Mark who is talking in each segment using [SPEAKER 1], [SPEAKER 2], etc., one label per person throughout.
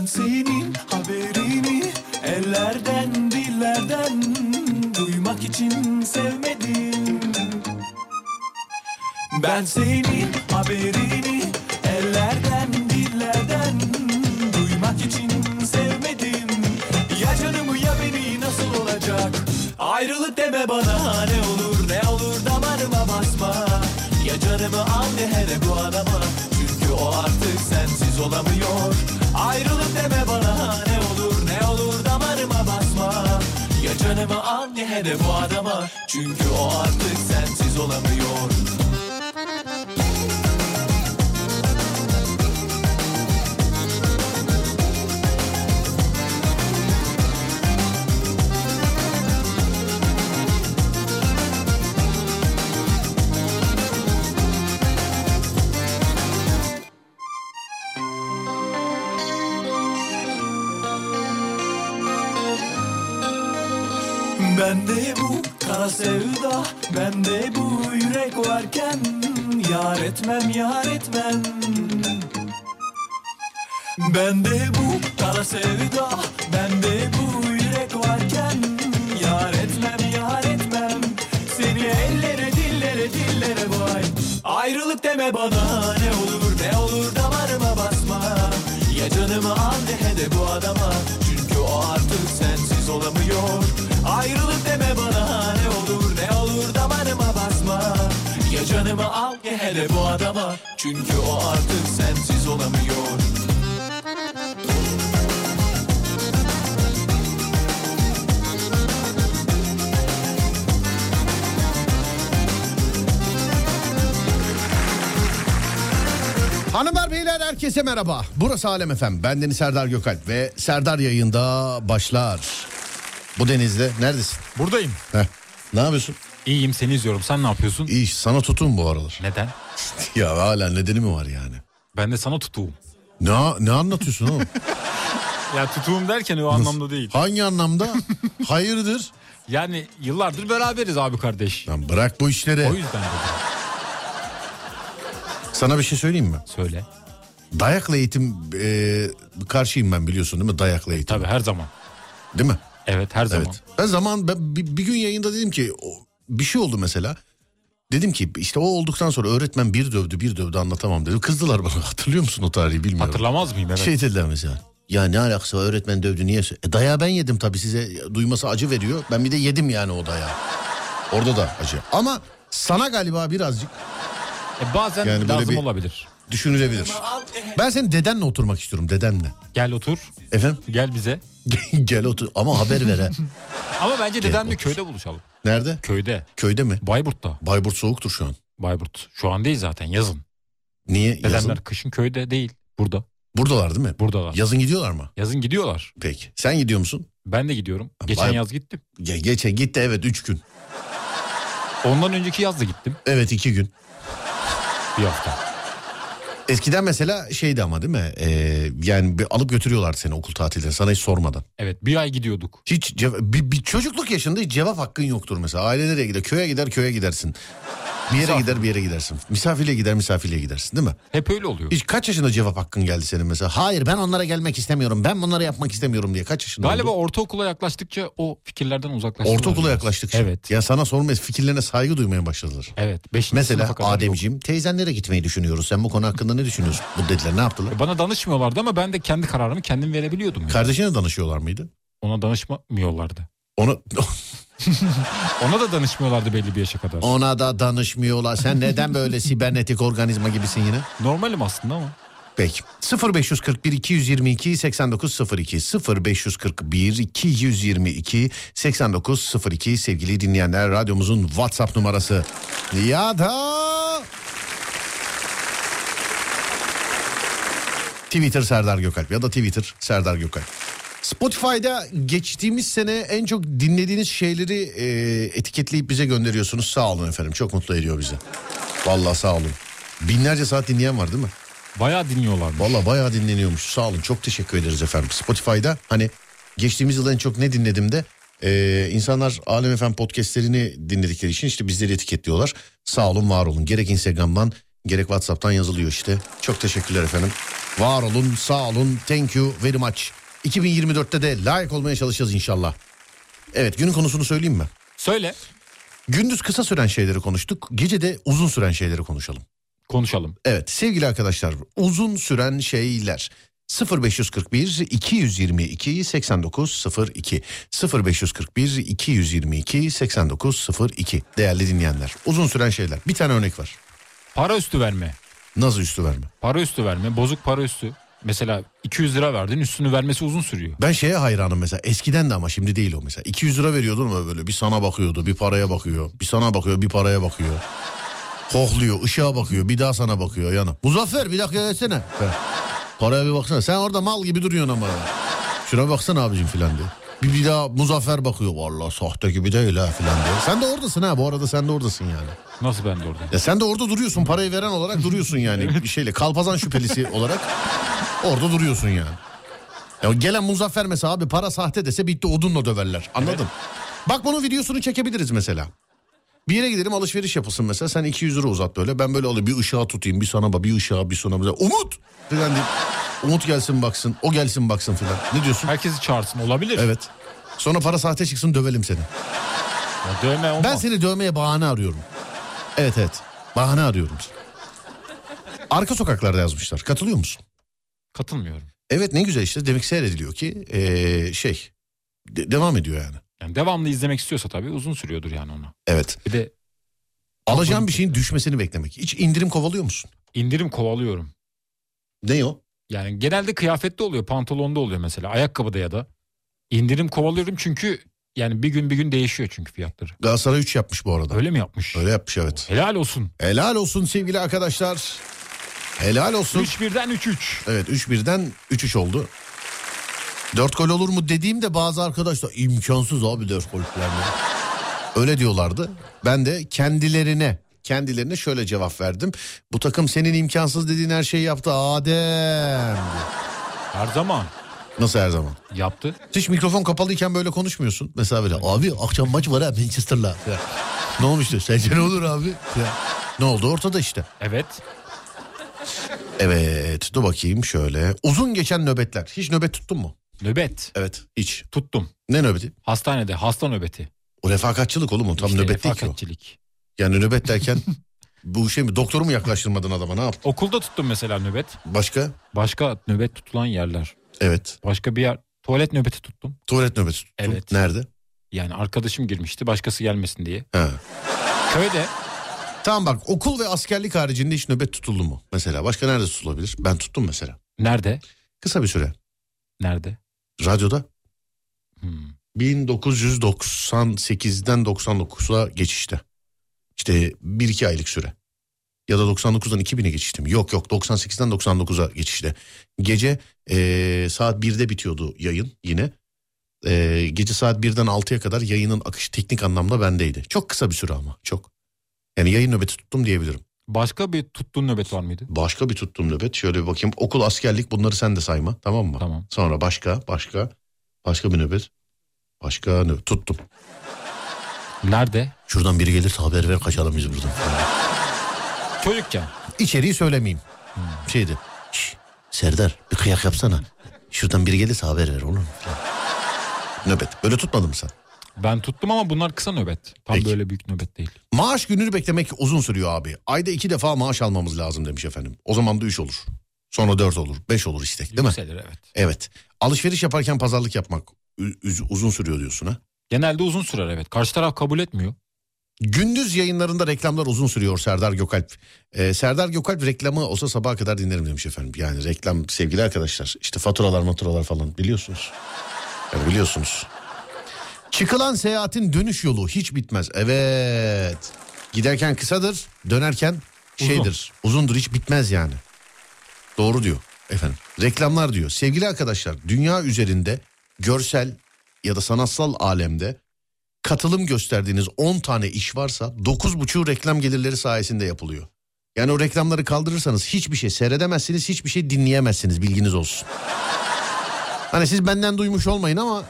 [SPEAKER 1] Bil haberini ellerden dillerden Duymak için sevmedim Ben senin haberini ellerden dillerden Duymak için sevmedim Ya canımı ya beni nasıl olacak Ayrılık deme bana ne olur ne olur damarıma basma Ya canımı al ne hele bu adama Çünkü o artık sensiz olamıyor Ayrılık deme bana ne olur ne olur damarıma basma Ya canımı al ne hele bu adama Çünkü o artık sensiz olamıyor Bende bu kara sevda, bende bu yürek varken Yar etmem, yar etmem Bende bu kara sevda, bende bu yürek varken Yar etmem, yar etmem Seni ellere, dillere, dillere vay Ayrılık deme bana ne olur ne olur damarıma basma Ya canımı al de he de bu adama Çünkü o artık sensiz olamıyor Ayrılık deme bana ne olur ne olur damarıma basma Ya canımı al de he de bu adama Çünkü o artık sensiz olamıyor
[SPEAKER 2] Hanımlar beyler herkese merhaba. Burası Alem Efem. Ben Deniz Serdar Gökalp ve Serdar yayında başlar. Bu denizde neredesin?
[SPEAKER 3] Buradayım.
[SPEAKER 2] Heh. Ne yapıyorsun?
[SPEAKER 3] İyiyim seni izliyorum. Sen ne yapıyorsun?
[SPEAKER 2] İyi iş, sana tutun bu aralar.
[SPEAKER 3] Neden?
[SPEAKER 2] ya hala nedeni mi var yani?
[SPEAKER 3] Ben de sana tutuğum.
[SPEAKER 2] Ne ne anlatıyorsun oğlum?
[SPEAKER 3] Ya tutuğum derken o anlamda değil.
[SPEAKER 2] Hangi anlamda? Hayırdır?
[SPEAKER 3] Yani yıllardır beraberiz abi kardeş.
[SPEAKER 2] Lan bırak bu işleri.
[SPEAKER 3] O yüzden dedim.
[SPEAKER 2] Sana bir şey söyleyeyim mi?
[SPEAKER 3] Söyle.
[SPEAKER 2] Dayakla eğitim e, karşıyım ben biliyorsun değil mi? Dayakla eğitim.
[SPEAKER 3] Tabii her zaman.
[SPEAKER 2] Değil mi?
[SPEAKER 3] Evet her zaman.
[SPEAKER 2] Evet. Ben zaman ben bir, bir gün yayında dedim ki o- bir şey oldu mesela. Dedim ki işte o olduktan sonra öğretmen bir dövdü bir dövdü anlatamam dedi. Kızdılar bana hatırlıyor musun o tarihi bilmiyorum.
[SPEAKER 3] Hatırlamaz mıyım? Evet.
[SPEAKER 2] Şey dediler mesela. Ya ne alakası var öğretmen dövdü niye? sö- E, dayağı ben yedim tabii size duyması acı veriyor. Ben bir de yedim yani o dayağı. Orada da acı. Ama sana galiba birazcık
[SPEAKER 3] E, bazen
[SPEAKER 2] Yani böyle
[SPEAKER 3] lazım
[SPEAKER 2] bir-
[SPEAKER 3] olabilir.
[SPEAKER 2] düşünülebilir. Ben senin dedenle oturmak istiyorum dedenle.
[SPEAKER 3] Gel otur.
[SPEAKER 2] Efendim
[SPEAKER 3] Gel bize.
[SPEAKER 2] gel otur ama haber ver ha.
[SPEAKER 3] Ama bence dedemle
[SPEAKER 2] otur.
[SPEAKER 3] köyde buluşalım.
[SPEAKER 2] Nerede?
[SPEAKER 3] Köyde.
[SPEAKER 2] Köyde mi?
[SPEAKER 3] Bayburt'ta.
[SPEAKER 2] Bayburt soğuktur şu an.
[SPEAKER 3] Bayburt. Şu an değil zaten yazın.
[SPEAKER 2] Niye?
[SPEAKER 3] Dedemler
[SPEAKER 2] Yazın.
[SPEAKER 3] kışın köyde değil. Burada.
[SPEAKER 2] Buradalar değil mi?
[SPEAKER 3] Buradalar.
[SPEAKER 2] Yazın gidiyorlar mı?
[SPEAKER 3] yazın gidiyorlar.
[SPEAKER 2] Peki. Sen gidiyor musun?
[SPEAKER 3] Ben de gidiyorum. Geçen
[SPEAKER 2] Bay-
[SPEAKER 3] yaz gittim.
[SPEAKER 2] Ya geçen gitti evet 3 gün.
[SPEAKER 3] Ondan önceki yaz da gittim.
[SPEAKER 2] Evet 2 gün.
[SPEAKER 3] Bir hafta.
[SPEAKER 2] Eskiden mesela şeydi ama değil mi? Ee, yani bir alıp götürüyorlardı seni okul tatiline sana hiç sormadan.
[SPEAKER 3] Evet bir ay gidiyorduk.
[SPEAKER 2] Hiç ceva- bir, bir çocukluk yaşında hiç cevap hakkın yoktur mesela. Ailelere gider, köye gider, köye gidersin. Bir yere gider, bir yere gidersin. Misafirliğe gider, misafirliğe gidersin değil mi?
[SPEAKER 3] Hep öyle oluyor.
[SPEAKER 2] Hiç kaç yaşında cevap hakkın geldi senin mesela? Hayır ben onlara gelmek istemiyorum, ben bunları yapmak istemiyorum diye kaç yaşında
[SPEAKER 3] Galiba
[SPEAKER 2] oldu?
[SPEAKER 3] ortaokula yaklaştıkça o fikirlerden uzaklaştılar.
[SPEAKER 2] Ortaokula
[SPEAKER 3] biraz.
[SPEAKER 2] yaklaştıkça.
[SPEAKER 3] Evet.
[SPEAKER 2] Ya sana sormayız fikirlerine saygı duymaya başladılar.
[SPEAKER 3] Evet. Beşinci
[SPEAKER 2] Mesela
[SPEAKER 3] sınıfa kadar yok.
[SPEAKER 2] Ademciğim teyzenlere gitmeyi düşünüyoruz. Sen bu konu hakkında ne düşünüyorsun? Bu dediler ne yaptılar?
[SPEAKER 3] E, Bana danışmıyorlardı ama ben de kendi kararımı kendim verebiliyordum. yani.
[SPEAKER 2] Kardeşine danışıyorlar mıydı?
[SPEAKER 3] Ona danışmıyorlardı.
[SPEAKER 2] Ona,
[SPEAKER 3] Ona da danışmıyorlardı belli bir yaşa kadar.
[SPEAKER 2] ona da danışmıyorlar. Sen neden böyle sibernetik organizma gibisin yine?
[SPEAKER 3] Normalim aslında ama.
[SPEAKER 2] Peki. 0541 222 8902 0541 222 8902 sevgili dinleyenler radyomuzun WhatsApp numarası ya da Twitter Serdar Gökalp ya da Twitter Serdar Gökalp. Spotify'da geçtiğimiz sene en çok dinlediğiniz şeyleri e, etiketleyip bize gönderiyorsunuz. Sağ olun efendim. Çok mutlu ediyor bizi. Vallahi sağ olun. Binlerce saat dinleyen var değil mi?
[SPEAKER 3] Bayağı dinliyorlardı.
[SPEAKER 2] Valla bayağı dinleniyormuş. Sağ olun. Çok teşekkür ederiz efendim. Spotify'da hani geçtiğimiz yıl en çok ne dinledim de e, insanlar Alem Efem podcastlerini dinledikleri için işte bizleri etiketliyorlar. Sağ olun var olun. Gerek Instagram'dan gerek Whatsapp'tan yazılıyor işte. Çok teşekkürler efendim. Var olun, sağ olun. Thank you very much. 2024'te de layık olmaya çalışacağız inşallah. Evet günün konusunu söyleyeyim mi?
[SPEAKER 3] Söyle.
[SPEAKER 2] Gündüz kısa süren şeyleri konuştuk. Gece de uzun süren şeyleri konuşalım.
[SPEAKER 3] Konuşalım.
[SPEAKER 2] Evet sevgili arkadaşlar uzun süren şeyler 0541 222 8902 0541 222 8902 değerli dinleyenler uzun süren şeyler bir tane örnek var
[SPEAKER 3] Para üstü verme.
[SPEAKER 2] nasıl üstü verme
[SPEAKER 3] Para üstü verme. Bozuk para üstü. Mesela 200 lira verdin üstünü vermesi uzun sürüyor.
[SPEAKER 2] ben şeye hayranım mesela eskiden de ama şimdi değil o mesela 200 lira veriyordun ama böyle bir sana bakıyordu bir paraya bakıyor bir sana bakıyor bir paraya bakıyor Kohluyor, ışığa bakıyor, bir daha sana bakıyor yana. Muzaffer bir dakika gelsene. He. Paraya bir baksana. Sen orada mal gibi duruyorsun ama. Şuna baksana abicim filan diyor. Bir, bir daha Muzaffer bakıyor. Vallahi sahte gibi değil ha filan diyor. Sen de oradasın ha bu arada sen de oradasın yani.
[SPEAKER 3] Nasıl ben de orada?
[SPEAKER 2] Ya sen de orada duruyorsun parayı veren olarak duruyorsun yani. Bir şeyle kalpazan şüphelisi olarak orada duruyorsun yani. Ya gelen Muzaffer mesela abi para sahte dese bitti odunla döverler. Anladın? Bak bunun videosunu çekebiliriz mesela. Bir yere gidelim alışveriş yapılsın mesela. Sen 200 lira uzat böyle. Ben böyle alayım bir ışığa tutayım. Bir sana bak bir ışığa bir sana. Bize. Umut! Falan deyip, Umut gelsin baksın. O gelsin baksın filan. Ne diyorsun?
[SPEAKER 3] Herkesi çağırsın olabilir.
[SPEAKER 2] Evet. Sonra para sahte çıksın dövelim seni.
[SPEAKER 3] Ya dövme olmaz.
[SPEAKER 2] Ben seni dövmeye bahane arıyorum. Evet evet. Bahane arıyorum. Arka sokaklarda yazmışlar. Katılıyor musun?
[SPEAKER 3] Katılmıyorum.
[SPEAKER 2] Evet ne güzel işte. Demek seyrediliyor ki ee, şey de- devam ediyor yani.
[SPEAKER 3] Yani devamlı izlemek istiyorsa tabii uzun sürüyordur yani ona.
[SPEAKER 2] Evet.
[SPEAKER 3] Bir de
[SPEAKER 2] Alacağın bir şeyin düşmesini beklemek. Hiç indirim kovalıyor musun?
[SPEAKER 3] indirim kovalıyorum.
[SPEAKER 2] Ne o?
[SPEAKER 3] Yani genelde kıyafette oluyor, pantolonda oluyor mesela, ayakkabıda ya da. İndirim kovalıyorum çünkü yani bir gün bir gün değişiyor çünkü fiyatları.
[SPEAKER 2] Galatasaray 3 yapmış bu arada. Öyle,
[SPEAKER 3] Öyle mi yapmış?
[SPEAKER 2] yapmış evet.
[SPEAKER 3] Helal olsun.
[SPEAKER 2] Helal olsun sevgili arkadaşlar. Helal olsun.
[SPEAKER 3] 3 birden 3 3.
[SPEAKER 2] Evet 3-1'den 3-3 oldu. 4 gol olur mu dediğimde bazı arkadaşlar imkansız abi 4 gol falan. diyor. Öyle diyorlardı. Ben de kendilerine kendilerine şöyle cevap verdim. Bu takım senin imkansız dediğin her şeyi yaptı Adem.
[SPEAKER 3] Her zaman
[SPEAKER 2] Nasıl her zaman?
[SPEAKER 3] yaptı.
[SPEAKER 2] Hiç mikrofon kapalıyken böyle konuşmuyorsun. Mesela böyle abi akşam maç var ha Manchester'la. Ya. Ne olmuştu? Sence ne olur abi? Ya. Ne oldu ortada işte.
[SPEAKER 3] Evet.
[SPEAKER 2] Evet dur bakayım şöyle. Uzun geçen nöbetler. Hiç nöbet tuttun mu?
[SPEAKER 3] Nöbet.
[SPEAKER 2] Evet hiç.
[SPEAKER 3] Tuttum.
[SPEAKER 2] Ne nöbeti?
[SPEAKER 3] Hastanede hasta nöbeti.
[SPEAKER 2] O refakatçılık oğlum o tam
[SPEAKER 3] İşte
[SPEAKER 2] nöbet değil ki o.
[SPEAKER 3] refakatçilik.
[SPEAKER 2] Yani nöbet derken bu şey mi doktoru mu yaklaştırmadın adama ne yaptın?
[SPEAKER 3] Okulda tuttum mesela nöbet.
[SPEAKER 2] Başka?
[SPEAKER 3] Başka nöbet tutulan yerler.
[SPEAKER 2] Evet.
[SPEAKER 3] Başka bir yer. Tuvalet nöbeti tuttum.
[SPEAKER 2] Tuvalet nöbeti tuttun.
[SPEAKER 3] Evet.
[SPEAKER 2] Nerede?
[SPEAKER 3] Yani arkadaşım girmişti başkası gelmesin diye.
[SPEAKER 2] He.
[SPEAKER 3] Köyde
[SPEAKER 2] Tamam bak okul ve askerlik haricinde hiç nöbet tutuldu mu? Mesela başka nerede tutulabilir? Ben tuttum mesela.
[SPEAKER 3] nerede?
[SPEAKER 2] Kısa bir süre.
[SPEAKER 3] Nerede?
[SPEAKER 2] Radyoda
[SPEAKER 3] Hmm.
[SPEAKER 2] 1998'den 99'a geçişte. İşte 1-2 aylık süre. Ya da 99'dan 2000'e geçiştim. Yok yok 98'den 99'a geçişte. Gece eee, saat 1'de bitiyordu yayın yine. Eee, gece saat 1'den 6'ya kadar yayının akışı teknik anlamda bendeydi. Çok kısa bir süre ama çok. Yani yayın nöbeti tuttum diyebilirim.
[SPEAKER 3] Başka bir tuttuğun nöbet var mıydı?
[SPEAKER 2] Başka bir tuttum nöbet. Şöyle bir bakayım. Okul, askerlik bunları sen de sayma tamam mı?
[SPEAKER 3] Tamam.
[SPEAKER 2] Sonra başka, başka, başka bir nöbet. Başka nöbet. Tuttum.
[SPEAKER 3] Nerede?
[SPEAKER 2] Şuradan biri gelirse haber ver kaçalım biz buradan.
[SPEAKER 3] Çocukken.
[SPEAKER 2] İçeriği söylemeyeyim. Şeydi. Hmm. "Şş, Serdar bir kıyak yapsana. Şuradan biri gelirse haber ver oğlum. Nöbet. Böyle tutmadın mı sen?
[SPEAKER 3] Ben tuttum ama bunlar kısa nöbet. Tam
[SPEAKER 2] Peki.
[SPEAKER 3] böyle büyük nöbet değil.
[SPEAKER 2] Maaş gününü beklemek uzun sürüyor abi. Ayda iki defa maaş almamız lazım demiş efendim. O zaman da üç olur. Sonra dört olur. Beş olur istek değil mi?
[SPEAKER 3] Yükselir evet.
[SPEAKER 2] Evet. Alışveriş yaparken pazarlık yapmak ü- üz- uzun sürüyor diyorsun ha?
[SPEAKER 3] Genelde uzun sürer evet. Karşı taraf kabul etmiyor.
[SPEAKER 2] Gündüz yayınlarında reklamlar uzun sürüyor Serdar Gökalp. Ee, Serdar Gökalp reklamı olsa sabaha kadar dinlerim demiş efendim. Yani reklam sevgili arkadaşlar işte faturalar maturalar falan biliyorsunuz. Yani biliyorsunuz. Çıkılan seyahatin dönüş yolu hiç bitmez. Evet. Giderken kısadır dönerken şeydir uzundur hiç bitmez yani. Doğru diyor efendim. Reklamlar diyor. Sevgili arkadaşlar dünya üzerinde görsel ya da sanatsal alemde katılım gösterdiğiniz 10 tane iş varsa 9,5'u reklam gelirleri sayesinde yapılıyor. Yani o reklamları kaldırırsanız hiçbir şey seyredemezsiniz, hiçbir şey dinleyemezsiniz bilginiz olsun. Hani siz benden duymuş olmayın ama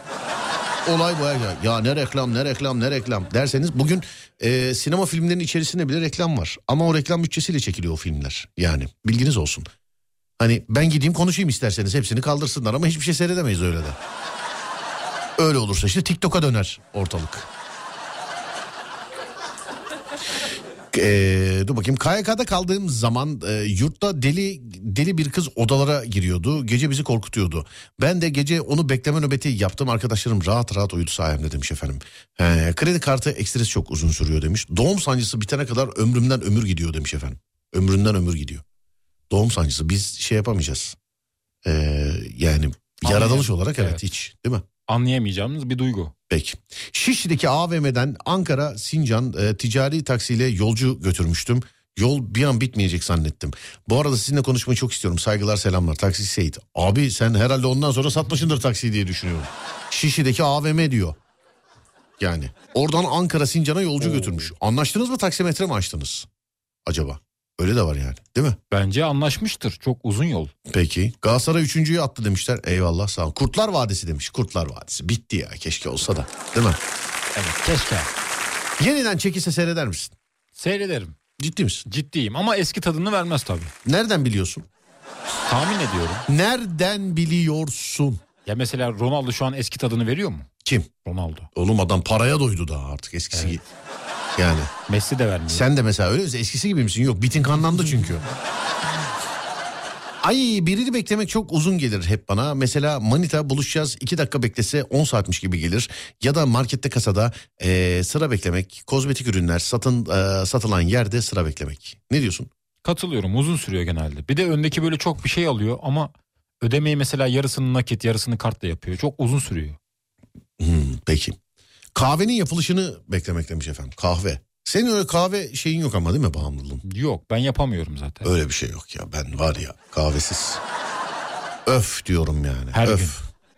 [SPEAKER 2] olay bu. Ya, ya ne reklam ne reklam ne reklam derseniz bugün e, sinema filmlerinin içerisinde bile reklam var. Ama o reklam bütçesiyle çekiliyor o filmler yani bilginiz olsun. Hani ben gideyim konuşayım isterseniz hepsini kaldırsınlar ama hiçbir şey seyredemeyiz öyle de. Öyle olursa işte TikTok'a döner ortalık. Ee, dur bakayım KYK'da kaldığım zaman e, yurtta deli deli bir kız odalara giriyordu. Gece bizi korkutuyordu. Ben de gece onu bekleme nöbeti yaptım. Arkadaşlarım rahat rahat uyudu sayemde demiş efendim. He, kredi kartı ekstresi çok uzun sürüyor demiş. Doğum sancısı bitene kadar ömrümden ömür gidiyor demiş efendim. Ömründen ömür gidiyor. Doğum sancısı biz şey yapamayacağız. Ee, yani yaratılış olarak evet,
[SPEAKER 3] Evet.
[SPEAKER 2] hiç değil mi?
[SPEAKER 3] Anlayamayacağımız bir duygu.
[SPEAKER 2] Peki. Şişli'deki AVM'den Ankara Sincan e, ticari taksiyle yolcu götürmüştüm. Yol bir an bitmeyecek zannettim. Bu arada sizinle konuşmayı çok istiyorum. Saygılar selamlar. Taksi Seyit. Abi sen herhalde ondan sonra satmışındır taksiyi diye düşünüyorum. Şişli'deki AVM diyor. Yani oradan Ankara Sincan'a yolcu götürmüş. Anlaştınız mı taksimetre mi açtınız? Acaba. Öyle de var yani değil mi?
[SPEAKER 3] Bence anlaşmıştır. Çok uzun yol.
[SPEAKER 2] Peki. Galatasaray üçüncüyü attı demişler. Eyvallah sağ ol. Kurtlar Vadisi demiş. Kurtlar Vadisi. Bitti ya keşke olsa da. Değil mi?
[SPEAKER 3] Evet keşke.
[SPEAKER 2] Yeniden çekilse seyreder misin?
[SPEAKER 3] Seyrederim.
[SPEAKER 2] Ciddi misin?
[SPEAKER 3] Ciddiyim ama eski tadını vermez tabii.
[SPEAKER 2] Nereden biliyorsun?
[SPEAKER 3] Tahmin ediyorum.
[SPEAKER 2] Nereden biliyorsun?
[SPEAKER 3] Ya mesela Ronaldo şu an eski tadını veriyor mu?
[SPEAKER 2] Kim?
[SPEAKER 3] Ronaldo.
[SPEAKER 2] Oğlum adam paraya doydu daha artık eskisi gibi. Yani
[SPEAKER 3] Messi de vermiyor.
[SPEAKER 2] sen de mesela öyle misin? Eskisi gibi misin? Yok bitin kanlandı çünkü. Ay birini beklemek çok uzun gelir hep bana. Mesela manita buluşacağız 2 dakika beklese 10 saatmiş gibi gelir. Ya da markette kasada eee, sıra beklemek, kozmetik ürünler satın eee, satılan yerde sıra beklemek. Ne diyorsun?
[SPEAKER 3] Katılıyorum uzun sürüyor genelde. Bir de öndeki böyle çok bir şey alıyor ama ödemeyi mesela yarısını nakit yarısını kartla yapıyor. Çok uzun sürüyor.
[SPEAKER 2] Hmm, peki. Kahvenin yapılışını beklemek demiş efendim. Kahve. Senin öyle kahve şeyin yok ama değil mi bağımlılığın?
[SPEAKER 3] Yok ben yapamıyorum zaten.
[SPEAKER 2] Öyle bir şey yok ya. Ben var ya kahvesiz. öf diyorum yani.
[SPEAKER 3] Her
[SPEAKER 2] öf.
[SPEAKER 3] gün.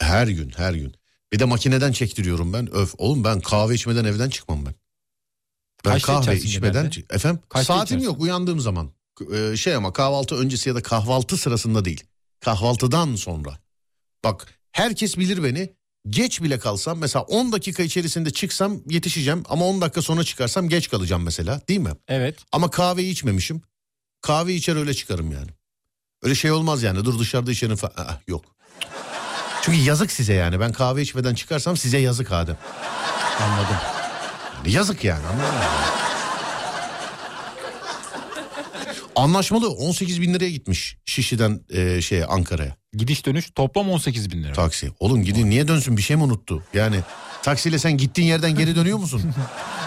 [SPEAKER 2] Her gün, her gün. Bir de makineden çektiriyorum ben. Öf. Oğlum ben kahve içmeden evden çıkmam ben. Ben
[SPEAKER 3] Kaçta
[SPEAKER 2] kahve
[SPEAKER 3] içersin
[SPEAKER 2] içmeden...
[SPEAKER 3] genelde?
[SPEAKER 2] Efendim?
[SPEAKER 3] Kaçta
[SPEAKER 2] saatim
[SPEAKER 3] içersin?
[SPEAKER 2] yok uyandığım zaman. Ee, şey ama kahvaltı öncesi ya da kahvaltı sırasında değil. Kahvaltıdan sonra. Bak herkes bilir beni. Geç bile kalsam mesela 10 dakika içerisinde çıksam yetişeceğim ama 10 dakika sonra çıkarsam geç kalacağım mesela değil mi?
[SPEAKER 3] Evet
[SPEAKER 2] Ama kahveyi içmemişim. Kahve içer öyle çıkarım yani. Öyle şey olmaz yani dur dışarıda içerim falan. Aa, yok. Çünkü yazık size yani ben kahve içmeden çıkarsam size yazık Adem.
[SPEAKER 3] anladım.
[SPEAKER 2] Yani Yazık yani anladın mı? Anlaşmalı 18 bin liraya gitmiş Şişli'den e, şeye Ankara'ya
[SPEAKER 3] Gidiş dönüş toplam 18 bin lira.
[SPEAKER 2] taksi. Oğlum gidin niye dönsün bir şey mi unuttu? Yani taksiyle sen gittiğin yerden geri dönüyor musun?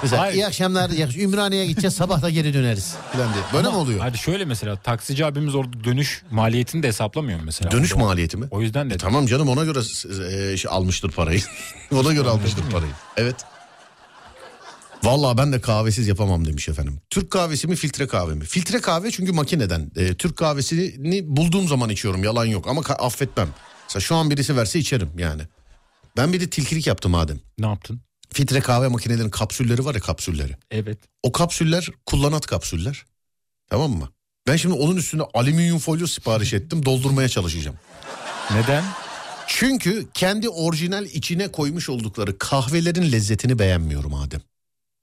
[SPEAKER 2] Mesela
[SPEAKER 3] Hayır.
[SPEAKER 2] iyi akşamlar iyi akş- Ümraniye'ye gideceğiz sabah da geri döneriz. Falan diye. Böyle
[SPEAKER 3] Ama
[SPEAKER 2] mi oluyor?
[SPEAKER 3] Hadi şöyle mesela taksici abimiz orada dönüş maliyetini de hesaplamıyor mesela.
[SPEAKER 2] Dönüş
[SPEAKER 3] O-
[SPEAKER 2] maliyeti mi? E,
[SPEAKER 3] O yüzden de
[SPEAKER 2] Tamam canım ona göre e, şey, almıştır parayı. ona göre almıştır parayı. Evet. Vallahi ben de kahvesiz yapamam demiş efendim. Türk kahvesi mi filtre kahve mi? Filtre kahve çünkü makineden. E, Türk kahvesini bulduğum zaman içiyorum yalan yok ama ka- affetmem. Mesela şu an birisi verse içerim yani. Ben bir de tilkilik yaptım Adem.
[SPEAKER 3] ne yaptın?
[SPEAKER 2] Filtre kahve makinelerinin kapsülleri var ya kapsülleri.
[SPEAKER 3] Evet.
[SPEAKER 2] O kapsüller kullanat kapsüller. Tamam mı? Ben şimdi onun üstüne alüminyum folyo sipariş ettim doldurmaya çalışacağım.
[SPEAKER 3] Neden?
[SPEAKER 2] Çünkü kendi orijinal içine koymuş oldukları kahvelerin lezzetini beğenmiyorum Adem.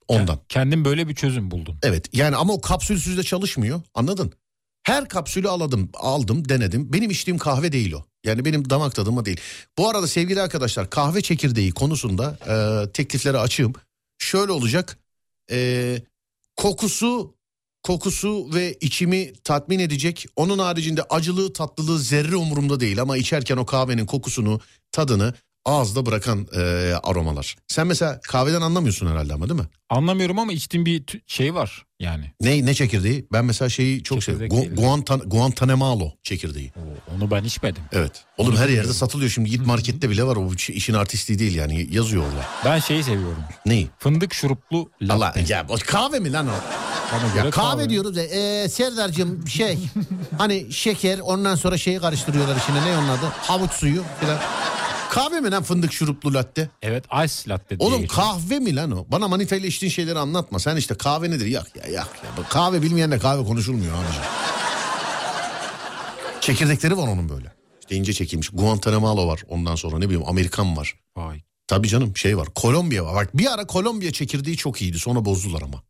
[SPEAKER 2] Ondan.
[SPEAKER 3] Kendim böyle bir çözüm buldun.
[SPEAKER 2] Evet yani ama o kapsülsüz de çalışmıyor anladın? Her kapsülü aladım, aldım, denedim. Benim içtiğim kahve değil o. Yani benim damak tadıma değil. Bu arada sevgili arkadaşlar kahve çekirdeği konusunda e, teklifleri açığım. Şöyle olacak. e, kokusu kokusu ve içimi tatmin edecek. Onun haricinde acılığı, tatlılığı zerre umurumda değil ama içerken o kahvenin kokusunu, tadını ağızda bırakan e, aromalar. Sen mesela kahveden anlamıyorsun herhalde ama değil mi?
[SPEAKER 3] Anlamıyorum ama içtiğim bir tü- şey var yani.
[SPEAKER 2] Ne ne çekirdeği? Ben mesela şeyi çok
[SPEAKER 3] Çekirdek
[SPEAKER 2] seviyorum. Gu-
[SPEAKER 3] değil.
[SPEAKER 2] Guantan Guantanamalo çekirdeği.
[SPEAKER 3] O- Onu ben içmedim.
[SPEAKER 2] Evet. Oğlum her yerde satılıyor şimdi git markette bile var o bu işin artistliği değil yani yazıyor orada.
[SPEAKER 3] Ben şeyi seviyorum.
[SPEAKER 2] Neyi?
[SPEAKER 3] Fındık şuruplu latte.
[SPEAKER 2] Allah ya o kahve mi lan o?
[SPEAKER 3] Bana göre
[SPEAKER 2] Ya kahve, diyoruz da e, Serdar'cığım şey hani şeker ondan sonra şeyi karıştırıyorlar içine ne onun adı? Havuç suyu filan. Kahve mi lan fındık şuruplu latte?
[SPEAKER 3] Evet ice latte diye.
[SPEAKER 2] Oğlum
[SPEAKER 3] geçiyor.
[SPEAKER 2] kahve mi lan o? Bana manitayla içtiğin şeyleri anlatma. Sen işte kahve nedir? Yak ya yak. Ya. Bu Kahve bilmeyenle kahve konuşulmuyor abiciğim. Çekirdekleri var onun böyle. İşte ince çekilmiş. Guantanamo var ondan sonra ne bileyim Amerikan var.
[SPEAKER 3] Vay.
[SPEAKER 2] Tabii canım şey var. Kolombiya var. Bak bir ara Kolombiya çekirdeği çok iyiydi. Sonra bozdular ama.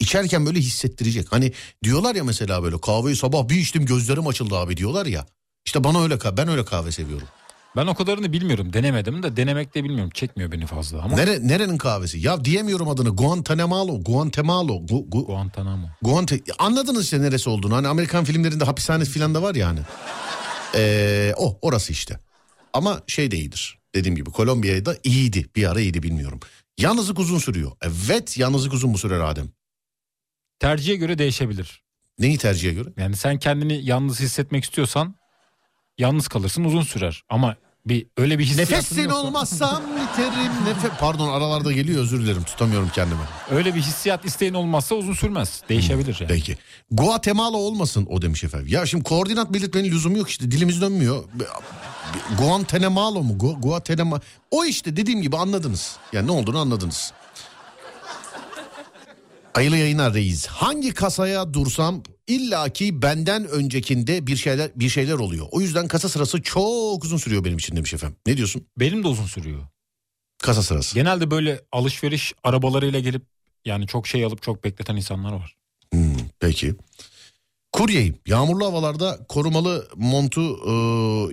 [SPEAKER 2] içerken böyle hissettirecek. Hani diyorlar ya mesela böyle kahveyi sabah bir içtim gözlerim açıldı abi diyorlar ya. İşte bana öyle kahve, ben öyle kahve seviyorum.
[SPEAKER 3] Ben o kadarını bilmiyorum. Denemedim de denemek de bilmiyorum. Çekmiyor beni fazla ama.
[SPEAKER 2] Nere, nerenin kahvesi? Ya diyemiyorum adını. Guantanamo, Guantanamo, Gu, Gu,
[SPEAKER 3] Guantanamo.
[SPEAKER 2] Guante... Anladınız işte neresi olduğunu. Hani Amerikan filmlerinde hapishane filan da var ya hani. Ee, o orası işte. Ama şey de iyidir. Dediğim gibi Kolombiya'da iyiydi. Bir ara iyiydi bilmiyorum. Yalnızlık uzun sürüyor. Evet yalnızlık uzun mu sürer Adem?
[SPEAKER 3] Tercihe göre değişebilir.
[SPEAKER 2] Neyi tercihe göre?
[SPEAKER 3] Yani sen kendini yalnız hissetmek istiyorsan yalnız kalırsın uzun sürer. Ama bir öyle bir hissiyatın
[SPEAKER 2] Nefesin
[SPEAKER 3] yoksa-
[SPEAKER 2] olmazsam biterim. Nefe... Pardon aralarda geliyor özür dilerim tutamıyorum kendimi.
[SPEAKER 3] Öyle bir hissiyat isteğin olmazsa uzun sürmez. Değişebilir yani.
[SPEAKER 2] Hmm, Peki. Guatemala olmasın o demiş efendim. Ya şimdi koordinat belirtmenin lüzumu yok işte dilimiz dönmüyor. Guantanamo mu? Gu- Guatemala. O işte dediğim gibi anladınız. Yani ne olduğunu anladınız. Hayırlı yayınlar reis. Hangi kasaya dursam illaki benden öncekinde bir şeyler bir şeyler oluyor. O yüzden kasa sırası çok uzun sürüyor benim için demiş efendim. Ne diyorsun?
[SPEAKER 3] Benim de uzun sürüyor.
[SPEAKER 2] Kasa sırası.
[SPEAKER 3] Genelde böyle alışveriş arabalarıyla gelip yani çok şey alıp çok bekleten insanlar var.
[SPEAKER 2] Hmm, peki. Kuryeyim. Yağmurlu havalarda korumalı montu, e,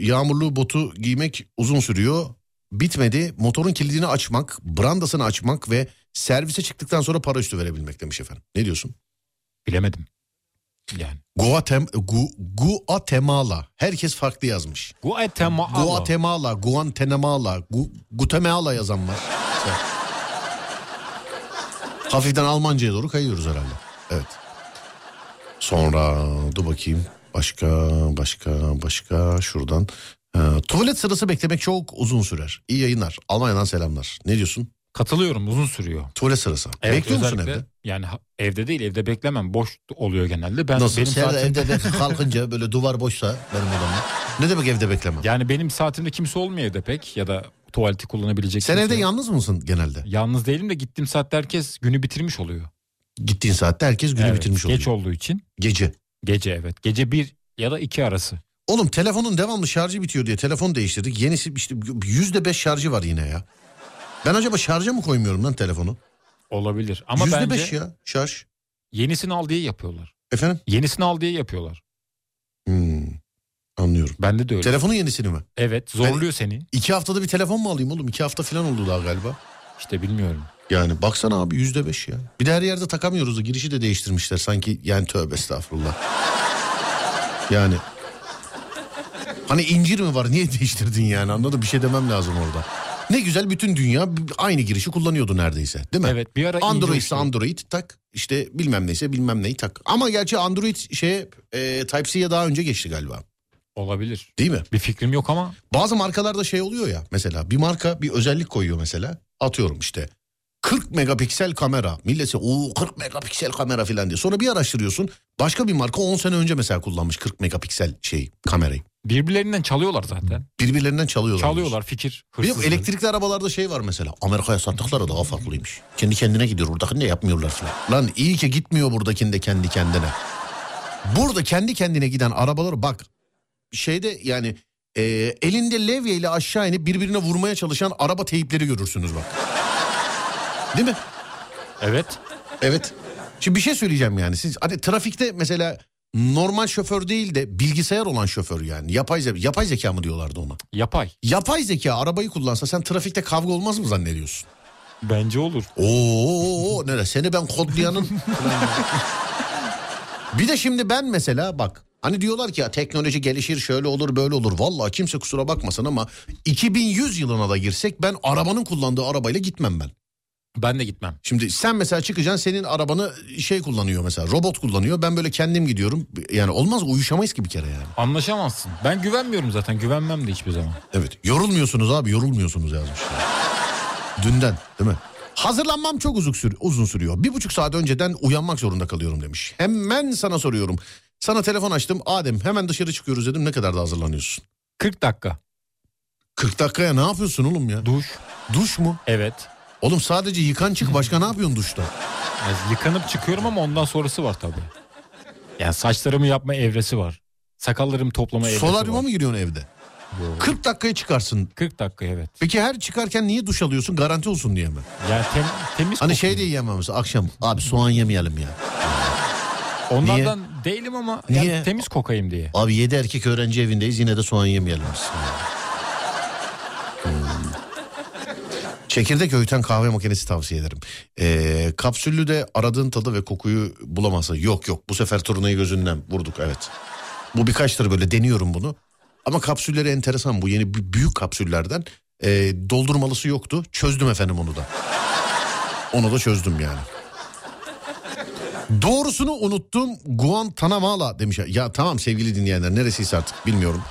[SPEAKER 2] yağmurlu botu giymek uzun sürüyor. Bitmedi. Motorun kilidini açmak, brandasını açmak ve servise çıktıktan sonra para üstü verebilmek demiş efendim. Ne diyorsun?
[SPEAKER 3] Bilemedim. Yani.
[SPEAKER 2] Guatem, Gu, Guatemala. Herkes farklı yazmış.
[SPEAKER 3] Guatemala.
[SPEAKER 2] Guatemala, Guantanamala, Gu, Guatemala yazan var. Hafiften Almanca'ya doğru kayıyoruz herhalde. Evet. Sonra dur bakayım. Başka, başka, başka şuradan. Ee, tuvalet sırası beklemek çok uzun sürer. İyi yayınlar. Almanya'dan selamlar. Ne diyorsun?
[SPEAKER 3] Katılıyorum uzun sürüyor.
[SPEAKER 2] Tuvalet sırası.
[SPEAKER 3] Evet,
[SPEAKER 2] Bekliyor musun
[SPEAKER 3] özellikle-
[SPEAKER 2] evde?
[SPEAKER 3] Yani ha- evde değil evde beklemem. Boş oluyor genelde. Ben
[SPEAKER 2] Nasıl?
[SPEAKER 3] benim
[SPEAKER 2] Sen
[SPEAKER 3] saatim-
[SPEAKER 2] evde de kalkınca böyle duvar boşsa benim odamda. Ne demek evde beklemem?
[SPEAKER 3] Yani benim saatimde kimse olmuyor evde pek ya da tuvaleti kullanabilecek.
[SPEAKER 2] Sen
[SPEAKER 3] kimse
[SPEAKER 2] evde
[SPEAKER 3] yok.
[SPEAKER 2] yalnız mısın genelde?
[SPEAKER 3] Yalnız değilim de gittiğim saatte herkes günü bitirmiş oluyor.
[SPEAKER 2] Gittiğin saatte herkes günü
[SPEAKER 3] Evet,
[SPEAKER 2] bitirmiş oluyor.
[SPEAKER 3] Geç olduğu için.
[SPEAKER 2] Gece.
[SPEAKER 3] Gece evet. Gece bir ya da iki arası.
[SPEAKER 2] Oğlum telefonun devamlı şarjı bitiyor diye telefon değiştirdik. Yenisi işte yüzde beş şarjı var yine ya. Ben acaba şarja mı koymuyorum lan telefonu?
[SPEAKER 3] Olabilir. Ama
[SPEAKER 2] yüzde
[SPEAKER 3] bence
[SPEAKER 2] beş ya şarj.
[SPEAKER 3] yenisini al diye yapıyorlar.
[SPEAKER 2] Efendim?
[SPEAKER 3] Yenisini al diye yapıyorlar.
[SPEAKER 2] Hmm, anlıyorum.
[SPEAKER 3] Bende de öyle.
[SPEAKER 2] Telefonun yenisini mi?
[SPEAKER 3] Evet zorluyor seni.
[SPEAKER 2] İki haftada bir telefon mu alayım oğlum? İki hafta falan oldu daha galiba.
[SPEAKER 3] İşte bilmiyorum.
[SPEAKER 2] Yani baksana abi yüzde beş ya. Bir de her yerde takamıyoruz da girişi de değiştirmişler. Sanki yani tövbe estağfurullah. Yani hani incir mi var niye değiştirdin yani anladın bir şey demem lazım orada. Ne güzel bütün dünya aynı girişi kullanıyordu neredeyse değil mi?
[SPEAKER 3] Evet bir ara
[SPEAKER 2] Android ise
[SPEAKER 3] indirmiştim.
[SPEAKER 2] Android tak işte bilmem neyse bilmem neyi tak. Ama gerçi Android şeye e, Type-C'ye daha önce geçti galiba
[SPEAKER 3] Olabilir.
[SPEAKER 2] değil mi?
[SPEAKER 3] Bir fikrim yok ama
[SPEAKER 2] Bazı markalarda şey oluyor ya mesela bir marka bir özellik koyuyor mesela atıyorum işte 40 megapiksel kamera milletse o 40 megapiksel kamera filan diye. Sonra bir araştırıyorsun başka bir marka 10 sene önce mesela kullanmış 40 megapiksel şey kamerayı.
[SPEAKER 3] birbirlerinden çalıyorlar zaten.
[SPEAKER 2] Birbirlerinden çalıyorlar.
[SPEAKER 3] Çalıyorlar fikir
[SPEAKER 2] Bir de
[SPEAKER 3] hırsızlığı.
[SPEAKER 2] elektrikli arabalarda şey var mesela. Amerika'ya sattıkları daha farklıymış. Kendi kendine gidiyor. Buradakini de yapmıyorlar falan. Lan iyi ki gitmiyor buradakinde kendi kendine. Burada kendi kendine giden arabalar bak şeyde yani e, elinde levyeyle aşağı inip birbirine vurmaya çalışan araba teyipleri görürsünüz bak. Değil mi?
[SPEAKER 3] Evet.
[SPEAKER 2] Evet. Şimdi bir şey söyleyeceğim yani. Siz hani trafikte mesela normal şoför değil de bilgisayar olan şoför yani. Yapay zeka, yapay zeka mı diyorlardı ona?
[SPEAKER 3] Yapay.
[SPEAKER 2] Yapay zeka arabayı kullansa sen trafikte kavga olmaz mı zannediyorsun?
[SPEAKER 3] Bence olur.
[SPEAKER 2] Oo nere seni ben kodlayanın. bir de şimdi ben mesela bak hani diyorlar ki ya teknoloji gelişir şöyle olur böyle olur. Vallahi kimse kusura bakmasın ama 2100 yılına da girsek ben arabanın kullandığı arabayla gitmem ben.
[SPEAKER 3] Ben de gitmem.
[SPEAKER 2] Şimdi sen mesela çıkacaksın senin arabanı şey kullanıyor mesela robot kullanıyor ben böyle kendim gidiyorum. Yani olmaz uyuşamayız ki bir kere yani.
[SPEAKER 3] Anlaşamazsın. Ben güvenmiyorum zaten. Güvenmem de hiçbir zaman.
[SPEAKER 2] Evet. Yorulmuyorsunuz abi yorulmuyorsunuz yazmışlar. Dünden değil mi? Hazırlanmam çok uzun, sür uzun sürüyor. Bir buçuk saat önceden uyanmak zorunda kalıyorum demiş. Hemen sana soruyorum. Sana telefon açtım. Adem hemen dışarı çıkıyoruz dedim. Ne kadar da hazırlanıyorsun?
[SPEAKER 3] 40 dakika.
[SPEAKER 2] 40 dakikaya ne yapıyorsun oğlum ya?
[SPEAKER 3] Duş.
[SPEAKER 2] Duş mu?
[SPEAKER 3] Evet.
[SPEAKER 2] Oğlum sadece yıkan çık başka ne yapıyorsun duşta?
[SPEAKER 3] Yani yıkanıp çıkıyorum ama ondan sonrası var tabii. Yani saçlarımı yapma evresi var. Sakallarımı toplama evresi
[SPEAKER 2] Solaryuma
[SPEAKER 3] var.
[SPEAKER 2] mı giriyorsun evde?
[SPEAKER 3] Yo.
[SPEAKER 2] 40 dakikaya çıkarsın.
[SPEAKER 3] 40 dakika evet.
[SPEAKER 2] Peki her çıkarken niye duş alıyorsun? Garanti olsun diye mi?
[SPEAKER 3] Yani tem- temiz
[SPEAKER 2] Hani
[SPEAKER 3] kokuyor.
[SPEAKER 2] şey de yiyemem mesela akşam. Abi soğan yemeyelim ya.
[SPEAKER 3] Onlardan değilim ama
[SPEAKER 2] Niye?
[SPEAKER 3] yani temiz kokayım diye.
[SPEAKER 2] Abi 7 erkek öğrenci evindeyiz yine de soğan yemeyelim. biz. Hmm. Çekirdek öğüten kahve makinesi tavsiye ederim. Ee, kapsüllü de aradığın tadı ve kokuyu bulamazsın. Yok yok bu sefer turnayı gözünden vurduk evet. Bu birkaç tır böyle deniyorum bunu. Ama kapsülleri enteresan bu yeni b- büyük kapsüllerden. Ee, doldurmalısı yoktu çözdüm efendim onu da. Onu da çözdüm yani. Doğrusunu unuttum Guantanamala demiş. Ya tamam sevgili dinleyenler neresiyse artık bilmiyorum.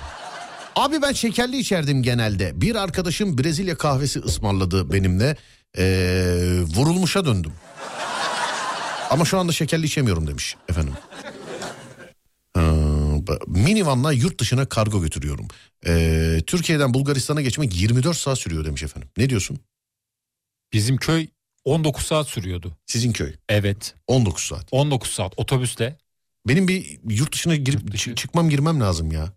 [SPEAKER 2] Abi ben şekerli içerdim genelde. Bir arkadaşım Brezilya kahvesi ısmarladı benimle. Ee, vurulmuşa döndüm. Ama şu anda şekerli içemiyorum demiş efendim. Ee, ba- minivanla yurt dışına kargo götürüyorum. Ee, Türkiye'den Bulgaristan'a geçmek 24 saat sürüyor demiş efendim. Ne diyorsun?
[SPEAKER 3] Bizim köy 19 saat sürüyordu.
[SPEAKER 2] Sizin köy
[SPEAKER 3] Evet.
[SPEAKER 2] 19 saat.
[SPEAKER 3] 19 saat otobüsle.
[SPEAKER 2] Benim bir yurt dışına girip
[SPEAKER 3] Yurt dışı.
[SPEAKER 2] çı- çıkmam girmem lazım ya.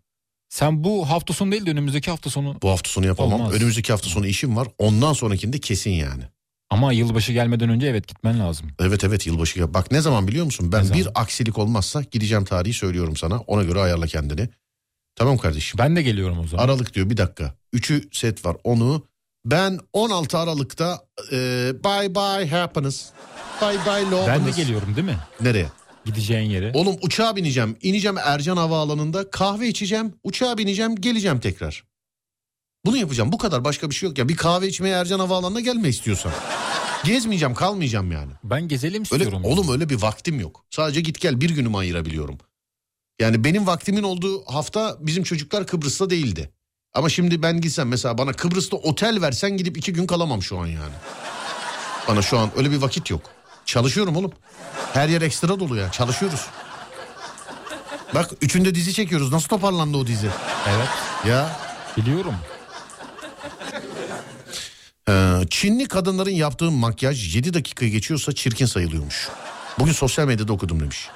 [SPEAKER 3] Sen bu hafta sonu değil de önümüzdeki hafta sonu
[SPEAKER 2] Bu hafta sonu yapamam.
[SPEAKER 3] Olmaz.
[SPEAKER 2] Önümüzdeki hafta sonu işim var. Ondan sonrakinde kesin yani.
[SPEAKER 3] ama yılbaşı gelmeden önce evet gitmen lazım.
[SPEAKER 2] Evet evet yılbaşı. ya- Bak ne zaman biliyor musun? Ben
[SPEAKER 3] Ne zaman?
[SPEAKER 2] bir aksilik olmazsa gideceğim tarihi söylüyorum sana. Ona göre ayarla kendini. Tamam kardeşim.
[SPEAKER 3] Ben de geliyorum o zaman.
[SPEAKER 2] Aralık diyor bir dakika. Üçü set var onu. Ben 16 Aralık'ta e, bye bye happiness. Bye bye love.
[SPEAKER 3] ben de geliyorum değil mi?
[SPEAKER 2] Nereye?
[SPEAKER 3] Gideceğin yere.
[SPEAKER 2] Oğlum uçağa bineceğim. ineceğim Ercan Havaalanı'nda. Kahve içeceğim. Uçağa bineceğim. Geleceğim tekrar. Bunu yapacağım. Bu kadar. Başka bir şey yok ya. Bir kahve içmeye Ercan Havaalanı'na gelme istiyorsan. Gezmeyeceğim. Kalmayacağım yani.
[SPEAKER 3] Ben gezelim
[SPEAKER 2] Öyle,
[SPEAKER 3] istiyorum. yani.
[SPEAKER 2] oğlum öyle bir vaktim yok. Sadece git gel bir günümü ayırabiliyorum. Yani benim vaktimin olduğu hafta bizim çocuklar Kıbrıs'ta değildi. Ama şimdi ben gitsem mesela bana Kıbrıs'ta otel versen gidip iki gün kalamam şu an yani. Bana şu an öyle bir vakit yok. Çalışıyorum oğlum. Her yer ekstra dolu ya. Çalışıyoruz. Bak üçünde dizi çekiyoruz. Nasıl toparlandı o dizi?
[SPEAKER 3] Evet
[SPEAKER 2] Ya
[SPEAKER 3] biliyorum.
[SPEAKER 2] Ee, Çinli kadınların yaptığı makyaj 7 dakikayı geçiyorsa çirkin sayılıyormuş. Bugün sosyal medyada okudum demiş.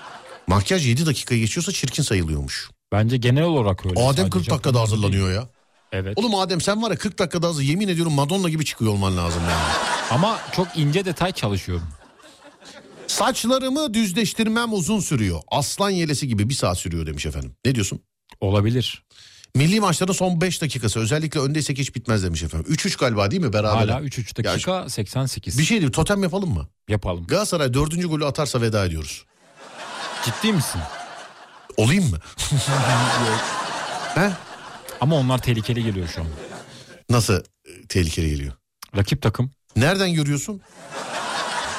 [SPEAKER 2] Makyaj 7 dakikayı geçiyorsa çirkin sayılıyormuş.
[SPEAKER 3] Bence genel olarak öyle.
[SPEAKER 2] Adem
[SPEAKER 3] Sadece
[SPEAKER 2] 40 dakikada
[SPEAKER 3] Japonlar değil.
[SPEAKER 2] hazırlanıyor ya.
[SPEAKER 3] Evet
[SPEAKER 2] Oğlum Adem sen var ya 40 dakikada hazır yemin ediyorum Madonna gibi çıkıyor olman lazım yani.
[SPEAKER 3] ama çok ince detay çalışıyorum.
[SPEAKER 2] Saçlarımı düzleştirmem uzun sürüyor. Aslan yelesi gibi bir saat sürüyor demiş efendim. Ne diyorsun?
[SPEAKER 3] Olabilir.
[SPEAKER 2] Milli maçların son 5 dakikası özellikle öndeysek hiç bitmez demiş efendim. 3-3 galiba değil mi beraber?
[SPEAKER 3] Hala 3-3 dakika 88
[SPEAKER 2] Bir şey diyeyim totem yapalım mı?
[SPEAKER 3] yapalım.
[SPEAKER 2] Galatasaray 4. golü atarsa veda ediyoruz.
[SPEAKER 3] Ciddi misin?
[SPEAKER 2] Olayım mı? He?
[SPEAKER 3] Ama onlar tehlikeli geliyor şu an.
[SPEAKER 2] Nasıl e, tehlikeli geliyor?
[SPEAKER 3] Rakip takım
[SPEAKER 2] Nereden görüyorsun?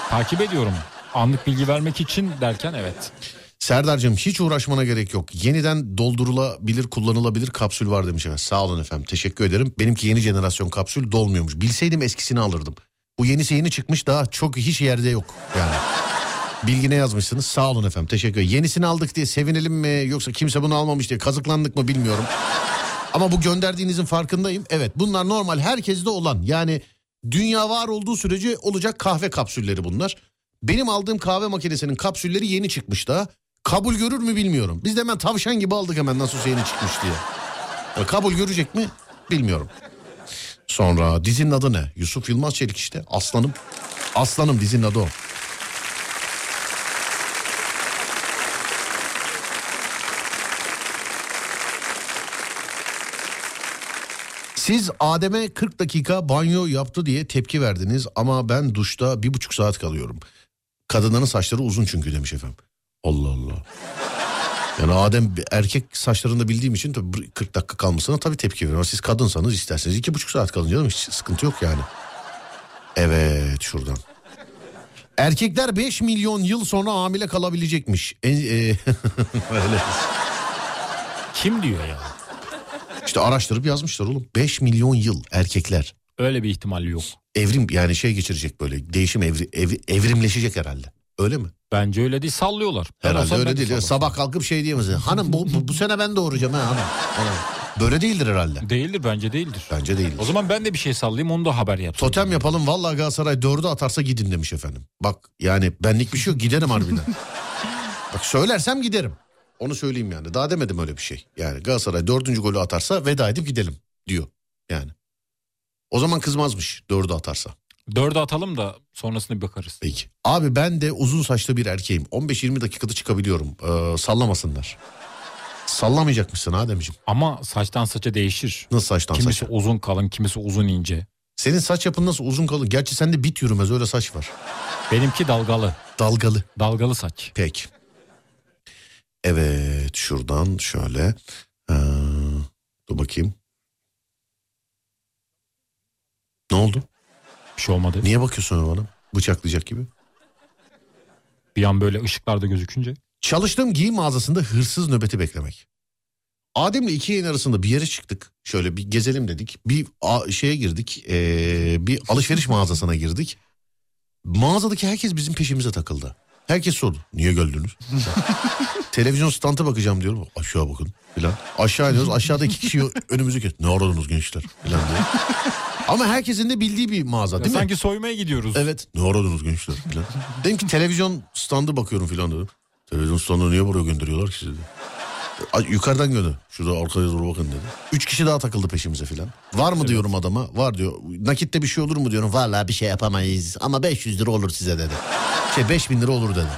[SPEAKER 3] takip ediyorum. Anlık bilgi vermek için derken evet.
[SPEAKER 2] Serdar'cığım hiç uğraşmana gerek yok. Yeniden doldurulabilir, kullanılabilir kapsül var demiş efendim. Sağ olun efendim. Teşekkür ederim. Benimki yeni jenerasyon kapsül dolmuyormuş. Bilseydim eskisini alırdım. Bu yenisi yeni çıkmış daha çok hiç yerde yok yani. Bilgine yazmışsınız. Sağ olun efendim. Teşekkür ederim. Yenisini aldık diye sevinelim mi yoksa kimse bunu almamış diye kazıklandık mı bilmiyorum. Ama bu gönderdiğinizin farkındayım. Evet bunlar normal herkeste olan yani dünya var olduğu sürece olacak kahve kapsülleri bunlar. Benim aldığım kahve makinesinin kapsülleri yeni çıkmış da kabul görür mü bilmiyorum. Biz de hemen tavşan gibi aldık hemen nasıl olsa yeni çıkmış diye. Yani kabul görecek mi bilmiyorum. Sonra dizinin adı ne? Yusuf Yılmaz Çelik işte. Aslanım. Aslanım dizinin adı o. Siz Adem'e 40 dakika banyo yaptı diye tepki verdiniz ama ben duşta bir buçuk saat kalıyorum. Kadınların saçları uzun çünkü demiş efendim. Allah Allah. Yani Adem bir erkek saçlarında bildiğim için tabii 40 dakika kalmasına tabii tepki veriyorum. Ama siz kadınsanız isterseniz iki buçuk saat kalın canım hiç sıkıntı yok yani. Evet şuradan. Erkekler 5 milyon yıl sonra hamile kalabilecekmiş. En, e, öyle.
[SPEAKER 3] Kim diyor ya?
[SPEAKER 2] İşte araştırıp yazmışlar oğlum. 5 milyon yıl erkekler.
[SPEAKER 3] Öyle bir ihtimal yok.
[SPEAKER 2] evrim yani şey geçirecek böyle değişim evri, ev- evrimleşecek herhalde. Öyle mi?
[SPEAKER 3] Bence öyle değil sallıyorlar. Ben
[SPEAKER 2] Herhalde
[SPEAKER 3] olsam ben
[SPEAKER 2] öyle
[SPEAKER 3] de
[SPEAKER 2] değil.
[SPEAKER 3] sallarım.
[SPEAKER 2] Sabah kalkıp şey diyemez. Hanım bu, bu, bu sene ben doğuracağım ha hanım. Hanım. Böyle değildir herhalde.
[SPEAKER 3] Değildir bence değildir.
[SPEAKER 2] Bence değil.
[SPEAKER 3] O zaman ben de bir şey sallayayım onu da haber yapsın.
[SPEAKER 2] Totem yapalım vallahi Galatasaray dördü atarsa gidin demiş efendim. Bak yani benlik bir şey yok giderim harbiden. Bak söylersem giderim. Onu söyleyeyim yani. Daha demedim öyle bir şey. Yani Galatasaray dördüncü golü atarsa veda edip gidelim diyor yani. O zaman kızmazmış dördü atarsa.
[SPEAKER 3] Dörde atalım da sonrasını bir bakarız.
[SPEAKER 2] Peki. Abi ben de uzun saçlı bir erkeğim. 15-20 dakikada çıkabiliyorum. Ee, sallamasınlar. Sallamayacakmışsın Ademciğim.
[SPEAKER 3] Ama saçtan saça değişir.
[SPEAKER 2] Nasıl saçtan
[SPEAKER 3] kimisi
[SPEAKER 2] saç?
[SPEAKER 3] uzun kalın, kimisi uzun ince.
[SPEAKER 2] Senin saç yapın nasıl uzun kalın? Gerçi sende bit yürümez öyle saç var.
[SPEAKER 3] Benimki dalgalı.
[SPEAKER 2] Dalgalı.
[SPEAKER 3] Dalgalı saç.
[SPEAKER 2] Peki. Evet şuradan şöyle. Ee, dur bakayım. Ne oldu?
[SPEAKER 3] Bir şey olmadı.
[SPEAKER 2] Niye bakıyorsun öyle bana? Bıçaklayacak gibi.
[SPEAKER 3] Bir an böyle ışıklarda gözükünce.
[SPEAKER 2] Çalıştığım giyim mağazasında hırsız nöbeti beklemek. Adem'le iki yayın arasında bir yere çıktık. Şöyle bir gezelim dedik. Bir a- şeye girdik. ee, bir alışveriş mağazasına girdik. Mağazadaki herkes bizim peşimize takıldı. Herkes sordu. Niye geldiniz? Televizyon standa bakacağım diyorum. Aşağı bakın filan. Aşağı iniyoruz. Aşağıda iki kişi önümüzü kes. Ne aradınız gençler filan diyor. Ama herkesin de bildiği bir mağaza
[SPEAKER 3] Ya
[SPEAKER 2] değil mi?
[SPEAKER 3] sanki soymaya gidiyoruz.
[SPEAKER 2] Evet. Ne aradınız gençler filan. Dedim ki televizyon standı bakıyorum filan dedim. Televizyon standı niye buraya gönderiyorlar ki sizi? Ay, Yukarıdan gönder. Şurada arkaya doğru bakın dedi. Üç kişi daha takıldı peşimize filan. Var mı diyorum adama? Var diyor. Nakitte bir şey olur mu diyorum. Valla bir şey yapamayız. Ama 500 lira olur size dedi. Şey 5000 lira olur dedi.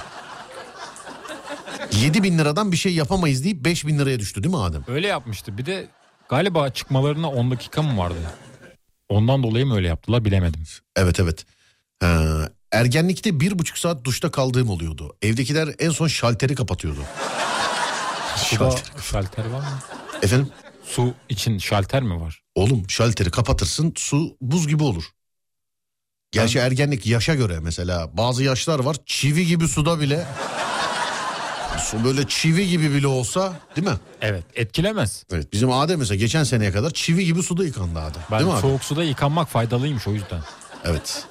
[SPEAKER 2] 7 bin liradan bir şey yapamayız deyip 5 bin liraya düştü değil mi Adem?
[SPEAKER 3] Öyle yapmıştı. Bir de galiba çıkmalarına 10 dakika mı vardı? Ondan dolayı mı öyle yaptılar bilemedim.
[SPEAKER 2] Evet evet. Ha, ergenlikte bir buçuk saat duşta kaldığım oluyordu. Evdekiler en son şalteri kapatıyordu.
[SPEAKER 3] Suda şalter var mı?
[SPEAKER 2] Efendim?
[SPEAKER 3] Su için şalter mi var?
[SPEAKER 2] Oğlum şalteri kapatırsın su buz gibi olur. Gerçi ergenlik yaşa göre mesela bazı yaşlar var çivi gibi suda bile su böyle çivi gibi bile olsa değil mi?
[SPEAKER 3] Evet etkilemez.
[SPEAKER 2] Evet bizim Adem mesela geçen seneye kadar çivi gibi suda yıkandı Adem.
[SPEAKER 3] Ben
[SPEAKER 2] değil mi abi?
[SPEAKER 3] soğuk suda yıkanmak faydalıymış o yüzden.
[SPEAKER 2] Evet.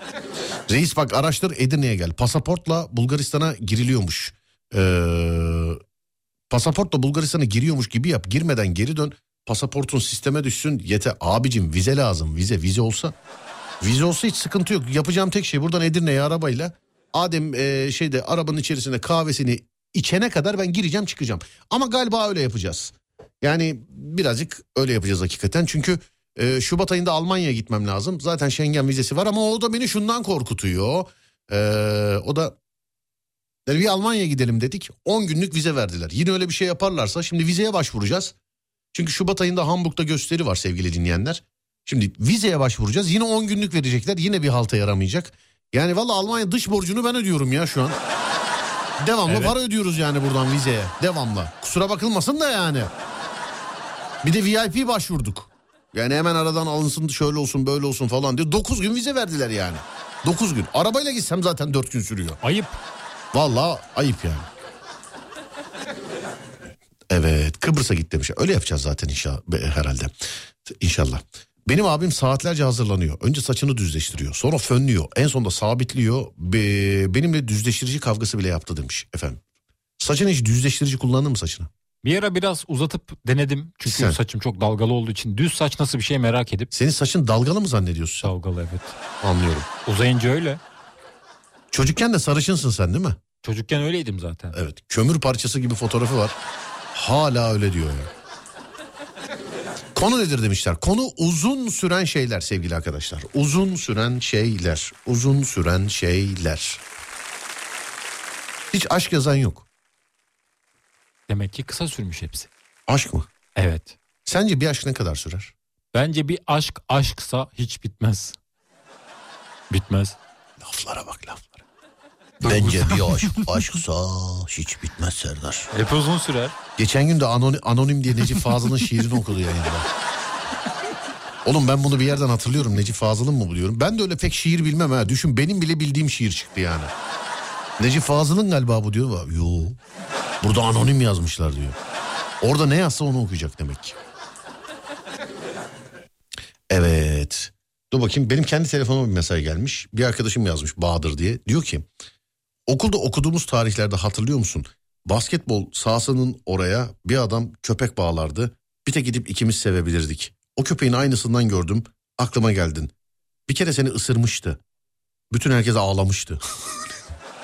[SPEAKER 2] Reis bak araştır Edirne'ye gel. Pasaportla Bulgaristan'a giriliyormuş. Ee, pasaportla Bulgaristan'a giriyormuş gibi yap. Girmeden geri dön. Pasaportun sisteme düşsün. Yete abicim vize lazım. Vize vize olsa. Vize olsa hiç sıkıntı yok. Yapacağım tek şey buradan Edirne'ye arabayla. Adem e, şeyde arabanın içerisinde kahvesini içene kadar ben gireceğim çıkacağım. Ama galiba öyle yapacağız. Yani birazcık öyle yapacağız hakikaten. Çünkü ee, Şubat ayında Almanya'ya gitmem lazım. Zaten Schengen vizesi var ama o da beni şundan korkutuyor. Ee, o da yani bir Almanya'ya gidelim dedik. 10 günlük vize verdiler. Yine öyle bir şey yaparlarsa şimdi vizeye başvuracağız. Çünkü Şubat ayında Hamburg'da gösteri var sevgili dinleyenler. Şimdi vizeye başvuracağız. Yine 10 günlük verecekler. Yine bir halta yaramayacak. Yani valla Almanya dış borcunu ben ödüyorum ya şu an. Devamlı
[SPEAKER 3] Evet.
[SPEAKER 2] para ödüyoruz yani buradan vizeye. Devamlı. Kusura bakılmasın da yani. Bir de VIP başvurduk. Yani hemen aradan alınsın şöyle olsun böyle olsun falan diyor. 9 gün vize verdiler yani. 9 gün. Arabayla gitsem zaten 4 gün sürüyor.
[SPEAKER 3] Ayıp.
[SPEAKER 2] Vallahi ayıp yani. Evet Kıbrıs'a git demiş. Öyle yapacağız zaten inşallah herhalde. İnşallah. Benim abim saatlerce hazırlanıyor. Önce saçını düzleştiriyor. Sonra fönlüyor. En sonunda sabitliyor. Be- Benimle düzleştirici kavgası bile yaptı demiş efendim. Saçını hiç düzleştirici kullandın mı saçını?
[SPEAKER 3] Bir ara biraz uzatıp denedim. Çünkü
[SPEAKER 2] Sen.
[SPEAKER 3] saçım çok dalgalı olduğu için düz saç nasıl bir şey merak edip.
[SPEAKER 2] Senin saçın dalgalı mı zannediyorsun
[SPEAKER 3] Dalgalı evet.
[SPEAKER 2] sen? Anlıyorum.
[SPEAKER 3] Uzayınca öyle.
[SPEAKER 2] Çocukken de sarışınsın sen değil mi?
[SPEAKER 3] Çocukken öyleydim zaten.
[SPEAKER 2] Evet. Kömür parçası gibi fotoğrafı var. Hala öyle diyor ya. Konu nedir demişler. Konu uzun süren şeyler sevgili arkadaşlar. Uzun süren şeyler. Uzun süren şeyler. Hiç aşk yazan yok.
[SPEAKER 3] Demek ki kısa sürmüş hepsi.
[SPEAKER 2] Aşk mı?
[SPEAKER 3] Evet.
[SPEAKER 2] Sence bir aşk ne kadar sürer?
[SPEAKER 3] Bence bir aşk aşksa hiç bitmez. Bitmez.
[SPEAKER 2] Laflara bak laflara. Bence bir aşk. Aşksa hiç bitmez Serdar.
[SPEAKER 3] Hep uzun sürer.
[SPEAKER 2] Geçen gün de anonim, anonim diye Necip Fazıl'ın şiirini okudu yayında. Oğlum ben bunu bir yerden hatırlıyorum. Necip Fazıl'ın mı buluyorum? Ben de öyle pek şiir bilmem ha. Düşün benim bile bildiğim şiir çıktı yani. Necip Fazıl'ın galiba bu diyor. Yo. Burada anonim yazmışlar diyor. Orada ne yazsa onu okuyacak demek ki. Evet. Dur bakayım benim kendi telefonuma bir mesaj gelmiş. Bir arkadaşım yazmış Bahadır diye. Diyor ki okulda okuduğumuz tarihlerde hatırlıyor musun? Basketbol sahasının oraya bir adam köpek bağlardı. Bir tek gidip ikimiz sevebilirdik. O köpeğin aynısından gördüm. Aklıma geldin. Bir kere seni ısırmıştı. Bütün herkes ağlamıştı.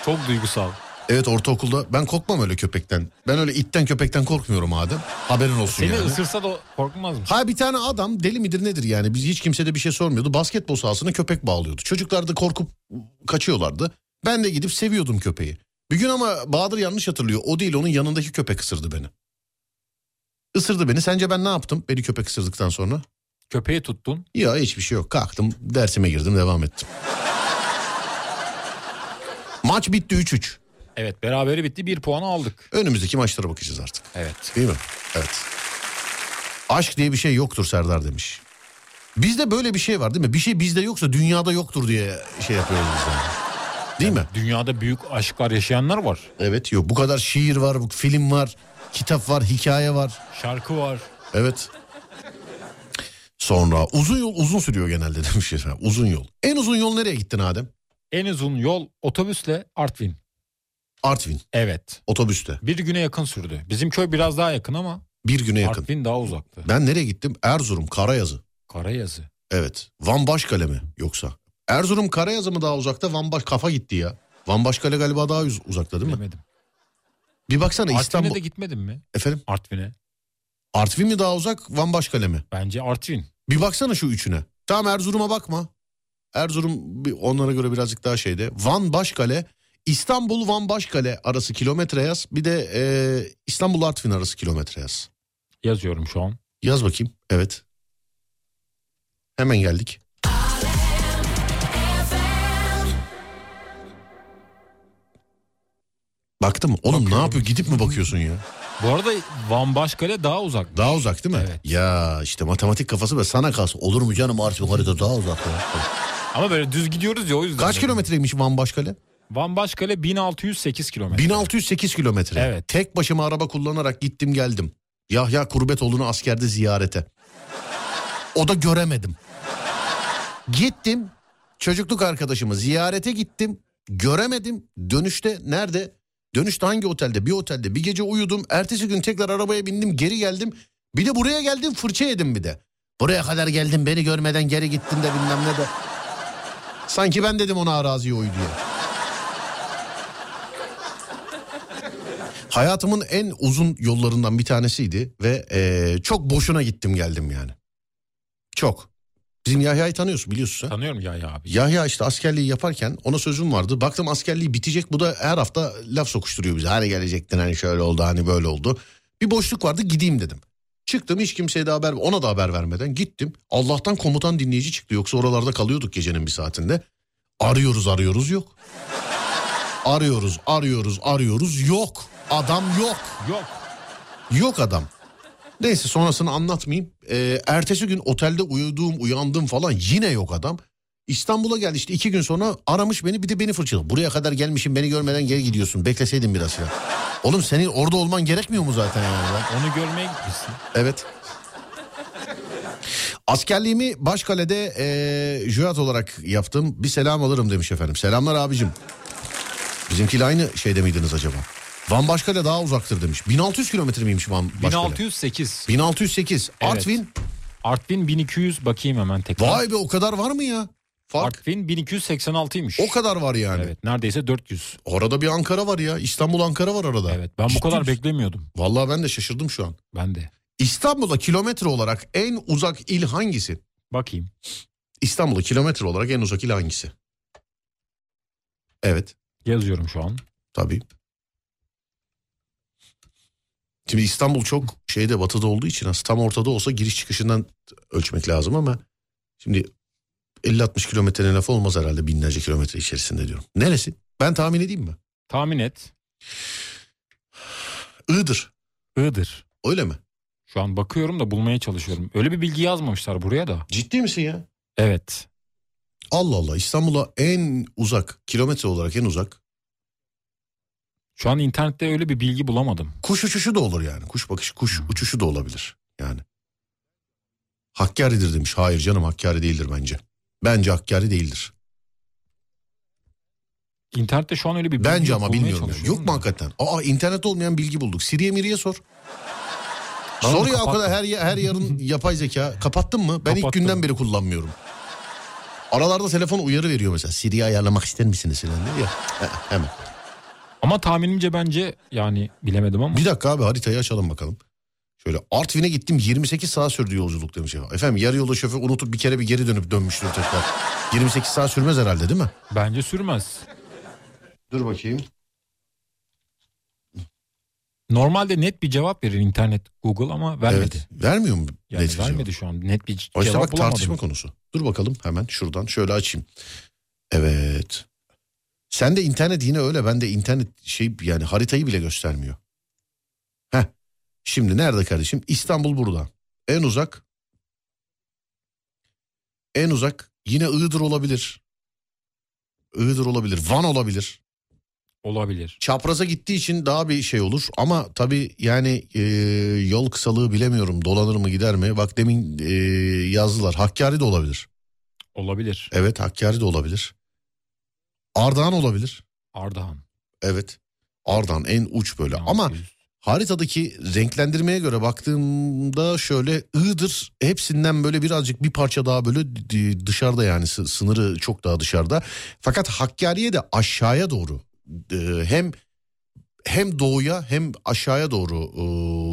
[SPEAKER 3] Çok duygusal.
[SPEAKER 2] Evet ortaokulda ben korkmam öyle köpekten. Ben öyle itten köpekten korkmuyorum Adem. Haberin olsun
[SPEAKER 3] Seni
[SPEAKER 2] yani.
[SPEAKER 3] ısırsa da korkmaz mı?
[SPEAKER 2] Ha bir tane adam deli midir nedir yani biz hiç kimse de bir şey sormuyordu. Basketbol sahasına köpek bağlıyordu. Çocuklar da korkup kaçıyorlardı. Ben de gidip seviyordum köpeği. Bir gün ama Bahadır yanlış hatırlıyor. O değil onun yanındaki köpek ısırdı beni. Isırdı beni. Sence ben ne yaptım? Beni köpek ısırdıktan sonra.
[SPEAKER 3] Köpeği tuttun.
[SPEAKER 2] Ya hiçbir şey yok. Kalktım dersime girdim devam ettim. Maç bitti 3-3.
[SPEAKER 3] Evet beraberi bitti bir puanı aldık.
[SPEAKER 2] Önümüzdeki maçlara bakacağız artık.
[SPEAKER 3] Evet.
[SPEAKER 2] Değil mi? Evet. Aşk diye bir şey yoktur Serdar demiş. Bizde böyle bir şey var değil mi? Bir şey bizde yoksa dünyada yoktur diye şey yapıyoruz biz yani. Değil mi?
[SPEAKER 3] Dünyada büyük aşklar yaşayanlar var.
[SPEAKER 2] Evet yok. Bu kadar şiir var, bu film var, kitap var, hikaye var.
[SPEAKER 3] Şarkı var.
[SPEAKER 2] Evet. Sonra uzun yol uzun sürüyor genelde demiş efendim. Uzun yol. En uzun yol nereye gittin Adem?
[SPEAKER 3] En uzun yol otobüsle Artvin.
[SPEAKER 2] Artvin
[SPEAKER 3] Evet.
[SPEAKER 2] otobüste.
[SPEAKER 3] Bir güne yakın sürdü. Bizim köy biraz daha yakın ama
[SPEAKER 2] Bir güne yakın.
[SPEAKER 3] Artvin daha uzaktı.
[SPEAKER 2] Ben nereye gittim? Erzurum Karayazı.
[SPEAKER 3] Karayazı.
[SPEAKER 2] Evet. Van Başkale mi yoksa? Erzurum Karayazı mı daha uzakta? Van Baş kafa gitti ya. Van Başkale galiba daha uz- uzakta değil mi?
[SPEAKER 3] Bilemedim.
[SPEAKER 2] Bir baksana
[SPEAKER 3] Artvin'e
[SPEAKER 2] İstanbul.
[SPEAKER 3] de gitmedin mi?
[SPEAKER 2] Efendim?
[SPEAKER 3] Artvin'e.
[SPEAKER 2] Artvin mi daha uzak? Van Başkale mi?
[SPEAKER 3] Bence Artvin.
[SPEAKER 2] Bir baksana şu üçüne. Tamam Erzurum'a bakma. Erzurum bir- onlara göre birazcık daha şeyde. Van Başkale, İstanbul Van Başkale arası kilometre yaz. Bir de e, İstanbul Artvin arası kilometre yaz.
[SPEAKER 3] Yazıyorum şu an.
[SPEAKER 2] Yaz bakayım. Evet. Hemen geldik. Baktım. Oğlum ne yapıyor? Gidip mi bakıyorsun ya?
[SPEAKER 3] Bu arada Van Başkale daha uzak.
[SPEAKER 2] Daha uzak değil mi?
[SPEAKER 3] Evet.
[SPEAKER 2] Ya işte matematik kafası ve sana kalsın. Olur mu canım Artvin harita daha uzak ya.
[SPEAKER 3] Ama böyle düz gidiyoruz ya o yüzden.
[SPEAKER 2] Kaç kilometreymiş Van Başkale?
[SPEAKER 3] Van Başkale 1608 kilometre.
[SPEAKER 2] 1608 kilometre.
[SPEAKER 3] Evet.
[SPEAKER 2] Tek başıma araba kullanarak gittim geldim. Yahya Kurbetoğlu'nu askerde ziyarete. O da göremedim. Gittim çocukluk arkadaşımı ziyarete gittim. Göremedim. Dönüşte nerede? Dönüşte hangi otelde? Bir otelde. Bir gece uyudum. Ertesi gün tekrar arabaya bindim. Geri geldim. Bir de buraya geldim fırça yedim bir de. Buraya kadar geldim beni görmeden geri gittin de bilmem ne de. Sanki ben dedim ona araziye oy diye. Hayatımın en uzun yollarından bir tanesiydi ve eee, çok boşuna gittim geldim yani. Çok. Bizim Yahya'yı tanıyorsun biliyorsun sen.
[SPEAKER 3] Tanıyorum ya ya abi.
[SPEAKER 2] Yahya işte askerliği yaparken ona sözüm vardı. Baktım askerliği bitecek bu da her hafta laf sokuşturuyor bize. Hani gelecektin hani şöyle oldu hani böyle oldu. Bir boşluk vardı gideyim dedim. Çıktım hiç kimseye de haber ona da haber vermeden gittim. Allah'tan komutan dinleyici çıktı yoksa oralarda kalıyorduk gecenin bir saatinde. Arıyoruz arıyoruz yok. Arıyoruz arıyoruz arıyoruz yok. Adam yok.
[SPEAKER 3] Yok.
[SPEAKER 2] Yok adam. Neyse sonrasını anlatmayayım. Ee, ertesi gün otelde uyuduğum uyandım falan yine yok adam. İstanbul'a geldi işte iki gün sonra aramış beni bir de beni fırçaladı. Buraya kadar gelmişim beni görmeden geri gidiyorsun bekleseydin biraz ya. Oğlum senin orada olman gerekmiyor mu zaten yani? lan?
[SPEAKER 3] Onu görmeye gitmişsin.
[SPEAKER 2] Evet. Askerliğimi Başkale'de eee jüat olarak yaptım. Bir selam alırım demiş efendim. Selamlar abicim. Bizimkiyle aynı şeyde miydiniz acaba? Van Başkale daha uzaktır demiş. 1600 kilometre miymiş Van Başkale?
[SPEAKER 3] 1608.
[SPEAKER 2] 1608.
[SPEAKER 3] Evet.
[SPEAKER 2] Artvin.
[SPEAKER 3] Artvin 1200 bakayım hemen tekrar.
[SPEAKER 2] Vay be o kadar var mı ya? Fark.
[SPEAKER 3] Artvin 1286'ymış.
[SPEAKER 2] O kadar var yani.
[SPEAKER 3] Evet neredeyse 400.
[SPEAKER 2] Orada bir Ankara var ya. İstanbul Ankara var arada.
[SPEAKER 3] Evet ben bu
[SPEAKER 2] Ciddi
[SPEAKER 3] kadar
[SPEAKER 2] misin?
[SPEAKER 3] beklemiyordum.
[SPEAKER 2] Vallahi ben de şaşırdım şu an.
[SPEAKER 3] Ben de.
[SPEAKER 2] İstanbul'a kilometre olarak en uzak il hangisi?
[SPEAKER 3] Bakayım.
[SPEAKER 2] İstanbul'a kilometre olarak en uzak il hangisi? Evet
[SPEAKER 3] Yazıyorum şu an.
[SPEAKER 2] tabii. Şimdi İstanbul çok şeyde batıda olduğu için aslında tam ortada olsa giriş çıkışından ölçmek lazım ama şimdi 50-60 kilometrenin lafı olmaz herhalde binlerce kilometre içerisinde diyorum. Neresi? Ben tahmin edeyim mi?
[SPEAKER 3] Tahmin et.
[SPEAKER 2] Iğdır.
[SPEAKER 3] Iğdır.
[SPEAKER 2] Öyle mi?
[SPEAKER 3] Şu an bakıyorum da bulmaya çalışıyorum. Öyle bir bilgi yazmamışlar buraya da.
[SPEAKER 2] Ciddi misin ya?
[SPEAKER 3] Evet.
[SPEAKER 2] Allah Allah İstanbul'a en uzak kilometre olarak en uzak
[SPEAKER 3] Şu an internette öyle bir bilgi bulamadım.
[SPEAKER 2] kuş uçuşu da olur yani. Kuş bakışı, kuş uçuşu da olabilir yani. Hakkari'dir demiş. Hayır canım Hakkari değildir bence. Bence Hakkari değildir.
[SPEAKER 3] İnternette şu an öyle bir bilgi
[SPEAKER 2] Bence
[SPEAKER 3] yok,
[SPEAKER 2] ama
[SPEAKER 3] bulmaya
[SPEAKER 2] bilmiyorum. ya.
[SPEAKER 3] çalışıyorum
[SPEAKER 2] Yok
[SPEAKER 3] da.
[SPEAKER 2] mu hakikaten? Aa internette olmayan bilgi bulduk. Siri'ye Miri'ye sor.
[SPEAKER 3] Bana
[SPEAKER 2] sor
[SPEAKER 3] onu
[SPEAKER 2] ya o kadar
[SPEAKER 3] kapattın.
[SPEAKER 2] her, her yarın yapay zeka. Kapattın mı? Ben ilk
[SPEAKER 3] Kapattım.
[SPEAKER 2] günden beri kullanmıyorum. Aralarda telefon uyarı veriyor mesela. Siri'yi ayarlamak ister misiniz? Falan diyor ya. Hemen.
[SPEAKER 3] Ama tahminimce bence yani bilemedim ama.
[SPEAKER 2] Bir dakika abi haritayı açalım bakalım. Şöyle Artvin'e gittim 28 saat sürdü yolculuk demiş. ya. Efendim yarı yolda şoför unutup bir kere bir geri dönüp dönmüştür tekrar. 28 saat sürmez herhalde değil mi?
[SPEAKER 3] Bence sürmez.
[SPEAKER 2] Dur bakayım.
[SPEAKER 3] Normalde net bir cevap verir internet Google ama vermedi.
[SPEAKER 2] Evet. Vermiyor mu?
[SPEAKER 3] Yani
[SPEAKER 2] net bir cevap?
[SPEAKER 3] vermedi şu an net bir
[SPEAKER 2] O işte
[SPEAKER 3] cevap
[SPEAKER 2] bak
[SPEAKER 3] bulamadım.
[SPEAKER 2] tartışma konusu. Dur bakalım hemen şuradan şöyle açayım. Evet. Sen de internet yine öyle. Ben de internet şey yani haritayı bile göstermiyor. Heh. Şimdi nerede kardeşim? İstanbul burada. En uzak. En uzak yine Iğdır olabilir. Iğdır olabilir. Van olabilir
[SPEAKER 3] Olabilir.
[SPEAKER 2] çapraza gittiği için daha bir şey olur ama tabii yani e, yol kısalığı bilemiyorum dolanır mı gider mi bak demin e, yazdılar Hakkari de olabilir
[SPEAKER 3] Olabilir.
[SPEAKER 2] evet Hakkari de olabilir Ardahan olabilir
[SPEAKER 3] Ardahan.
[SPEAKER 2] evet Ardahan en uç böyle
[SPEAKER 3] Yani
[SPEAKER 2] ama
[SPEAKER 3] yüz-
[SPEAKER 2] haritadaki renklendirmeye göre baktığımda şöyle Iğdır hepsinden böyle birazcık bir parça daha böyle d- d- dışarıda yani sı- sınırı çok daha dışarıda. Fakat Hakkari'ye de aşağıya doğru e, hem hem doğuya hem aşağıya doğru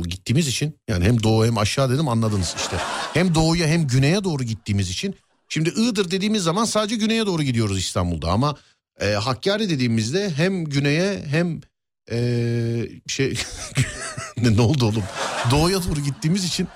[SPEAKER 2] e, gittiğimiz için yani hem doğu hem aşağı dedim anladınız işte. Hem doğuya hem güneye doğru gittiğimiz için şimdi Iğdır dediğimiz zaman sadece güneye doğru gidiyoruz İstanbul'da ama e, Hakkari dediğimizde hem güneye hem ee, şey ne, ne oldu oğlum? Doğuya doğru gittiğimiz için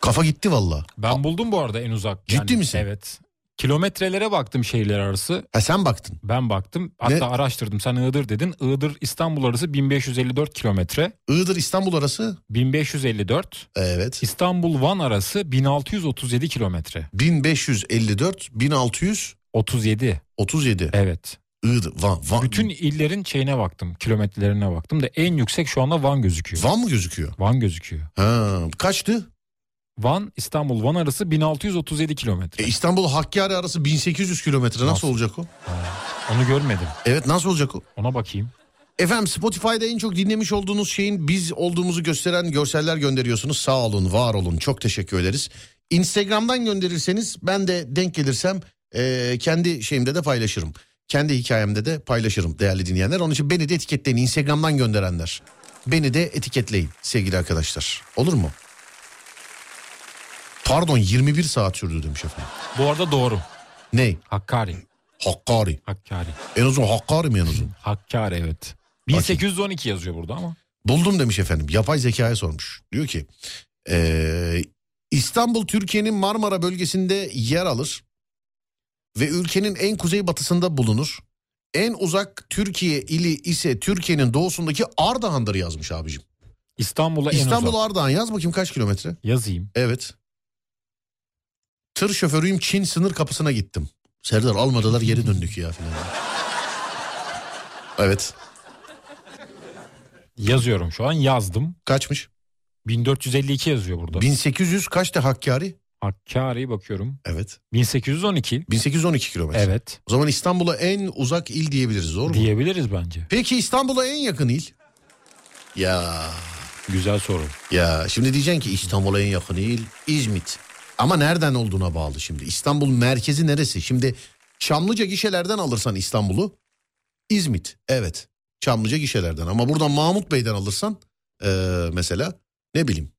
[SPEAKER 2] kafa gitti valla.
[SPEAKER 3] Ben buldum bu arada en uzak.
[SPEAKER 2] Ciddi misin?
[SPEAKER 3] Evet. Kilometrelere baktım şehirler arası.
[SPEAKER 2] Ha sen baktın.
[SPEAKER 3] Ben baktım. Hatta
[SPEAKER 2] Ne?
[SPEAKER 3] araştırdım. Sen Iğdır dedin. Iğdır İstanbul arası 1554 kilometre.
[SPEAKER 2] Iğdır İstanbul arası
[SPEAKER 3] 1554.
[SPEAKER 2] evet.
[SPEAKER 3] İstanbul Van arası 1637 kilometre.
[SPEAKER 2] 1554 1637.
[SPEAKER 3] 37. Evet.
[SPEAKER 2] Iğdır Van Van
[SPEAKER 3] Bütün illerin şeyine baktım. Kilometrelerine baktım da en yüksek şu anda Van gözüküyor.
[SPEAKER 2] Van mı gözüküyor?
[SPEAKER 3] Van gözüküyor.
[SPEAKER 2] Ha, kaçtı?
[SPEAKER 3] Van İstanbul Van arası 1637
[SPEAKER 2] E,
[SPEAKER 3] kilometre.
[SPEAKER 2] İstanbul Hakkari arası 1800 kilometre nasıl,
[SPEAKER 3] Nasıl?
[SPEAKER 2] olacak o?
[SPEAKER 3] Onu görmedim.
[SPEAKER 2] Evet nasıl olacak o?
[SPEAKER 3] Ona bakayım.
[SPEAKER 2] Efendim Spotify'da en çok dinlemiş olduğunuz şeyin biz olduğumuzu gösteren görseller gönderiyorsunuz. Sağ olun, var olun. Çok teşekkür ederiz. Instagram'dan gönderirseniz ben de denk gelirsem eee, kendi şeyimde de paylaşırım. Kendi hikayemde de paylaşırım değerli dinleyenler. Onun için beni de etiketleyin Instagram'dan gönderenler. Beni de etiketleyin sevgili arkadaşlar. Olur mu? Pardon 21 saat sürdü demiş efendim.
[SPEAKER 3] Bu arada doğru.
[SPEAKER 2] Ney?
[SPEAKER 3] Hakkari.
[SPEAKER 2] Hakkari.
[SPEAKER 3] Hakkari.
[SPEAKER 2] En uzun Hakkari mi en uzun?
[SPEAKER 3] Hakkari evet. 1812 yazıyor burada ama.
[SPEAKER 2] Buldum demiş efendim. Yapay zekaya sormuş. Diyor ki eee, İstanbul Türkiye'nin Marmara bölgesinde yer alır ve ülkenin en kuzey batısında bulunur. En uzak Türkiye ili ise Türkiye'nin doğusundaki Ardahan'dır yazmış abicim.
[SPEAKER 3] İstanbul'a en
[SPEAKER 2] İstanbul
[SPEAKER 3] uzak.
[SPEAKER 2] Ardahan yaz bakayım kaç kilometre?
[SPEAKER 3] Yazayım.
[SPEAKER 2] Evet. Tır şoförüyüm Çin sınır kapısına gittim. Serdar almadılar geri döndük ya filan. Evet.
[SPEAKER 3] Yazıyorum şu an yazdım.
[SPEAKER 2] Kaçmış?
[SPEAKER 3] 1452 yazıyor burada.
[SPEAKER 2] 1800 kaçtı Hakkari?
[SPEAKER 3] Hakkari bakıyorum.
[SPEAKER 2] Evet.
[SPEAKER 3] 1812.
[SPEAKER 2] 1812 kilometre.
[SPEAKER 3] Evet.
[SPEAKER 2] O zaman İstanbul'a en uzak il diyebiliriz doğru mu?
[SPEAKER 3] Diyebiliriz bence.
[SPEAKER 2] Peki İstanbul'a en yakın il? Ya
[SPEAKER 3] Güzel soru.
[SPEAKER 2] ya şimdi diyeceksin ki İstanbul'a en yakın il İzmit. Ama nereden olduğuna bağlı şimdi. İstanbul merkezi neresi? Şimdi Çamlıca gişelerden alırsan İstanbul'u İzmit. Evet Çamlıca gişelerden ama buradan Mahmut Bey'den alırsan eee, mesela ne bileyim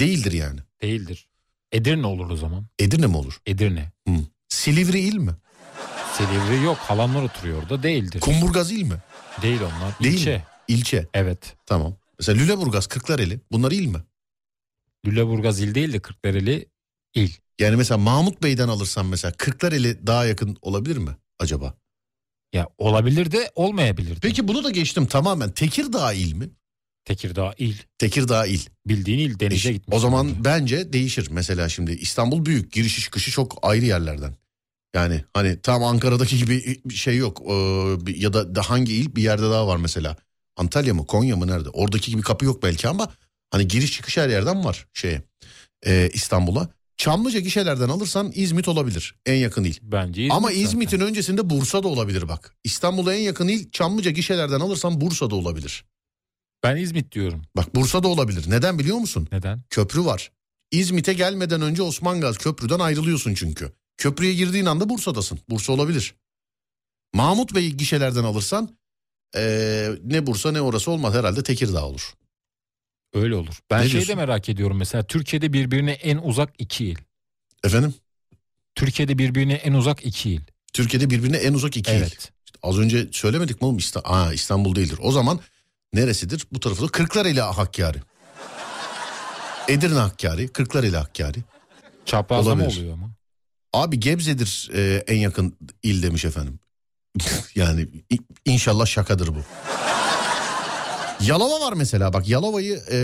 [SPEAKER 2] değildir yani.
[SPEAKER 3] Değildir. Edirne olur o zaman.
[SPEAKER 2] Edirne mi olur?
[SPEAKER 3] Edirne.
[SPEAKER 2] Hı. Silivri il mi?
[SPEAKER 3] Silivri yok. Halamlar oturuyor orada. Değildir.
[SPEAKER 2] Kumburgaz il mi?
[SPEAKER 3] Değil onlar.
[SPEAKER 2] Değil
[SPEAKER 3] İlçe.
[SPEAKER 2] mi? İlçe.
[SPEAKER 3] Evet.
[SPEAKER 2] Tamam. Mesela Lüleburgaz, Kırklareli bunlar il mi?
[SPEAKER 3] Lüleburgaz il değil de Kırklareli il.
[SPEAKER 2] Yani mesela Mahmut Bey'den alırsan mesela Kırklareli daha yakın olabilir mi acaba?
[SPEAKER 3] Ya olabilir de olmayabilir. de.
[SPEAKER 2] Peki bunu da geçtim tamamen. Tekirdağ il mi?
[SPEAKER 3] Tekirdağ il.
[SPEAKER 2] Tekirdağ il.
[SPEAKER 3] Bildiğin il denize gitmiş.
[SPEAKER 2] o zaman
[SPEAKER 3] orada.
[SPEAKER 2] bence değişir. Mesela şimdi İstanbul büyük. Giriş çıkışı çok ayrı yerlerden. Yani hani tam Ankara'daki gibi bir şey yok. Ee, bir- ya da da hangi il bir yerde daha var mesela. Antalya mı Konya mı nerede? Oradaki gibi kapı yok belki ama hani giriş çıkış her yerden var şeye. Ee, İstanbul'a. Çamlıca gişelerden alırsan İzmit olabilir. En yakın il.
[SPEAKER 3] bence İzmit
[SPEAKER 2] Ama
[SPEAKER 3] zaten.
[SPEAKER 2] İzmit'in öncesinde Bursa da olabilir bak. İstanbul'a en yakın il Çamlıca gişelerden alırsan Bursa da olabilir.
[SPEAKER 3] Ben İzmit diyorum.
[SPEAKER 2] Bak Bursa da olabilir. Neden biliyor musun?
[SPEAKER 3] Neden?
[SPEAKER 2] Köprü var. İzmit'e gelmeden önce Osman Gazi köprüden ayrılıyorsun çünkü. Köprüye girdiğin anda Bursa'dasın. Bursa olabilir. Mahmut Bey'i gişelerden alırsan Ee, ne Bursa ne orası olmaz herhalde Tekirdağ olur.
[SPEAKER 3] Öyle olur. Ben
[SPEAKER 2] Ne
[SPEAKER 3] şey de
[SPEAKER 2] diyorsun?
[SPEAKER 3] merak ediyorum mesela Türkiye'de birbirine en uzak iki il.
[SPEAKER 2] Efendim?
[SPEAKER 3] Türkiye'de birbirine en uzak iki il.
[SPEAKER 2] Türkiye'de birbirine en uzak iki il.
[SPEAKER 3] Evet.
[SPEAKER 2] Az önce söylemedik mi oğlum İsta- Aa, İstanbul değildir. O zaman neresidir? Bu tarafı da Kırklareli Hakkari. Edirne Hakkari, Kırklareli Hakkari.
[SPEAKER 3] Çaprazlama
[SPEAKER 2] Olabilir.
[SPEAKER 3] oluyor ama.
[SPEAKER 2] Abi Gebze'dir e, en yakın il demiş efendim. yani i- inşallah şakadır bu. Yalova var mesela bak Yalova'yı e,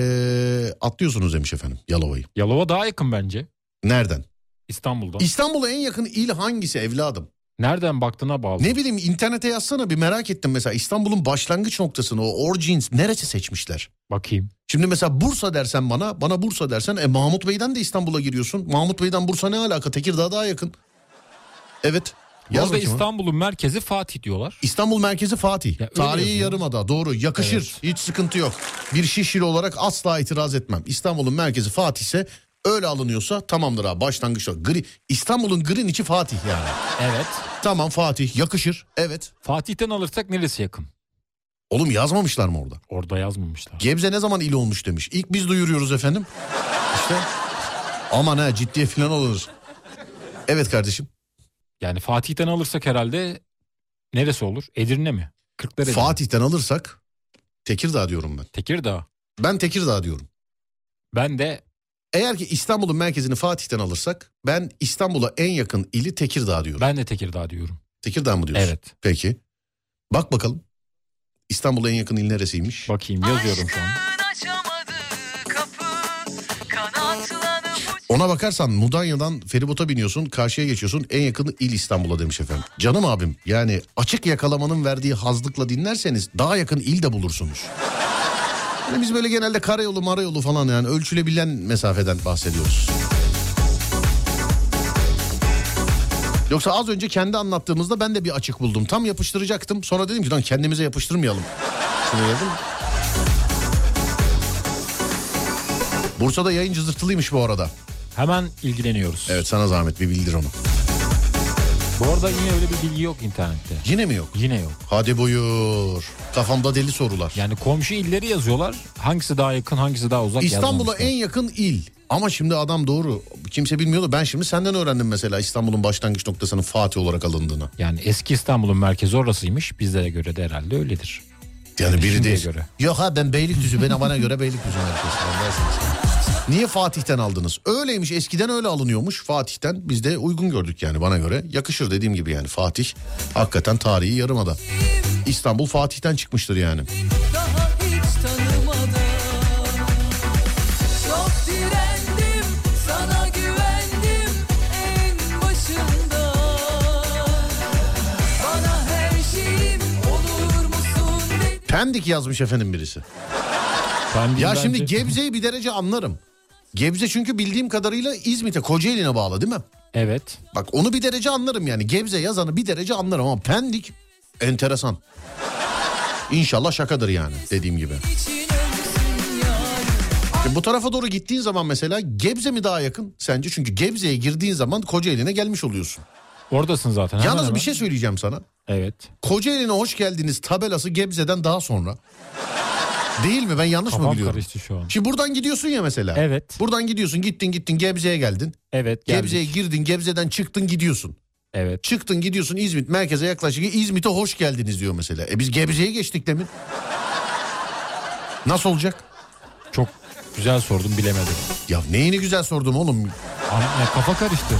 [SPEAKER 2] atlıyorsunuz demiş efendim Yalova'yı.
[SPEAKER 3] Yalova daha yakın bence
[SPEAKER 2] Nereden?
[SPEAKER 3] İstanbul'dan.
[SPEAKER 2] İstanbul'a en yakın il hangisi evladım?
[SPEAKER 3] Nereden baktığına bağlı.
[SPEAKER 2] Ne bileyim internete yazsana bir merak ettim mesela İstanbul'un başlangıç noktasını o origins neresi seçmişler?
[SPEAKER 3] Bakayım.
[SPEAKER 2] Şimdi mesela Bursa dersen bana, bana Bursa dersen e Mahmut Bey'den de İstanbul'a giriyorsun. Mahmut Bey'den Bursa ne alaka? Tekirdağ daha yakın. Evet.
[SPEAKER 3] Bu
[SPEAKER 2] Yaz
[SPEAKER 3] arada
[SPEAKER 2] bakayım ha.
[SPEAKER 3] İstanbul'un merkezi Fatih diyorlar.
[SPEAKER 2] İstanbul merkezi Fatih.
[SPEAKER 3] Ya öyle
[SPEAKER 2] Tarihi
[SPEAKER 3] yazıyor.
[SPEAKER 2] yarımada doğru yakışır. Hiç sıkıntı yok. Bir Şişli olarak asla itiraz etmem. İstanbul'un merkezi Fatih ise öyle alınıyorsa tamamdır abi başlangıçta. Gri, İstanbul'un green içi Fatih yani.
[SPEAKER 3] Evet.
[SPEAKER 2] tamam Fatih yakışır. Evet.
[SPEAKER 3] Fatih'ten alırsak neresi yakın?
[SPEAKER 2] Oğlum yazmamışlar mı orada?
[SPEAKER 3] Orada yazmamışlar.
[SPEAKER 2] Gebze ne zaman il olmuş demiş. İlk biz duyuruyoruz efendim. İşte aman ha ciddiye falan olur. Evet kardeşim.
[SPEAKER 3] Yani Fatih'ten alırsak herhalde neresi olur? Edirne mi? Kırklareli. mi?
[SPEAKER 2] Fatih'ten alırsak Tekirdağ diyorum ben.
[SPEAKER 3] Tekirdağ.
[SPEAKER 2] Ben Tekirdağ diyorum.
[SPEAKER 3] Ben de
[SPEAKER 2] Eğer ki İstanbul'un merkezini Fatih'ten alırsak ben İstanbul'a en yakın ili Tekirdağ diyorum.
[SPEAKER 3] ben de Tekirdağ diyorum.
[SPEAKER 2] Tekirdağ mı diyorsun?
[SPEAKER 3] Evet.
[SPEAKER 2] Peki. Bak bakalım. İstanbul'a en yakın il neresiymiş?
[SPEAKER 3] Bakayım yazıyorum şu an.
[SPEAKER 1] Aşkın açamadığı kapı, kanatlanıp uç-
[SPEAKER 2] Ona bakarsan Mudanya'dan feribota biniyorsun, karşıya geçiyorsun. En yakın il İstanbul'a demiş efendim. Canım abim yani açık yakalamanın verdiği hazlıkla dinlerseniz daha yakın il de bulursunuz. Yani biz böyle genelde karayolu marayolu falan yani ölçülebilen mesafeden bahsediyoruz. Yoksa az önce kendi anlattığımızda ben de bir açık buldum. Tam yapıştıracaktım. Sonra dedim ki lan kendimize yapıştırmayalım. Şunu yapalım. Bursa'da yayın cızırtılıymış bu arada.
[SPEAKER 3] Hemen ilgileniyoruz.
[SPEAKER 2] Evet sana zahmet bir bildir onu.
[SPEAKER 3] Bu arada yine öyle bir bilgi yok internette.
[SPEAKER 2] Yine mi yok?
[SPEAKER 3] Yine yok.
[SPEAKER 2] Hadi buyur. Kafamda deli sorular.
[SPEAKER 3] Yani komşu illeri yazıyorlar. Hangisi daha yakın, hangisi daha uzak
[SPEAKER 2] İstanbul'a
[SPEAKER 3] yazmamışlar.
[SPEAKER 2] en yakın il. Ama şimdi adam doğru. Kimse bilmiyordu. Ben şimdi senden öğrendim mesela İstanbul'un başlangıç noktasının Fatih olarak alındığını.
[SPEAKER 3] Yani eski İstanbul'un merkezi orasıymış. Bizlere göre de herhalde öyledir.
[SPEAKER 2] Yani biri
[SPEAKER 3] Şimdiye
[SPEAKER 2] değil.
[SPEAKER 3] göre.
[SPEAKER 2] Yok ha ben Beylikdüzü. ben bana göre Beylikdüzü merkezi. Ben dersiniz. Niye Fatih'ten aldınız? Öyleymiş eskiden öyle alınıyormuş Fatih'ten. Biz de uygun gördük yani bana göre. Yakışır dediğim gibi yani Fatih. Hakikaten tarihi yarımada. İstanbul Fatih'ten çıkmıştır yani.
[SPEAKER 4] daha hiç tanımadan Çok direndim, sana güvendim en başında Bana her şeyim olur musun dedin
[SPEAKER 2] Pendik yazmış efendim birisi.
[SPEAKER 3] Ben
[SPEAKER 2] Ya
[SPEAKER 3] bence-
[SPEAKER 2] şimdi Gebze'yi bir derece anlarım. Gebze çünkü bildiğim kadarıyla İzmit'e Kocaeli'ne bağlı değil mi?
[SPEAKER 3] Evet.
[SPEAKER 2] Bak onu bir derece anlarım yani. Gebze yazanı bir derece anlarım ama Pendik enteresan. İnşallah şakadır yani dediğim gibi.
[SPEAKER 4] için ölsün yarın
[SPEAKER 2] Şimdi bu tarafa doğru gittiğin zaman mesela Gebze mi daha yakın sence? Çünkü Gebze'ye girdiğin zaman Kocaeli'ne gelmiş oluyorsun.
[SPEAKER 3] Oradasın zaten. Hemen
[SPEAKER 2] Yalnız
[SPEAKER 3] hemen.
[SPEAKER 2] bir şey söyleyeceğim sana.
[SPEAKER 3] Evet.
[SPEAKER 2] Kocaeli'ne hoş geldiniz tabelası Gebze'den daha sonra. Değil mi? Ben yanlış mı
[SPEAKER 3] Kafam
[SPEAKER 2] biliyorum?
[SPEAKER 3] karıştı şu an.
[SPEAKER 2] Şimdi buradan gidiyorsun ya mesela.
[SPEAKER 3] Evet.
[SPEAKER 2] Buradan gidiyorsun gittin gittin Gebze'ye geldin.
[SPEAKER 3] Evet. geldik.
[SPEAKER 2] Gebze'ye girdin Gebze'den çıktın gidiyorsun.
[SPEAKER 3] Evet.
[SPEAKER 2] Çıktın gidiyorsun İzmit merkeze yaklaşık İzmit'e hoş geldiniz diyor mesela. E biz Gebze'ye geçtik demin. Nasıl olacak?
[SPEAKER 3] Çok güzel sordum bilemedim.
[SPEAKER 2] Ya neyini güzel sordum oğlum.
[SPEAKER 3] An- ya kafa karıştı.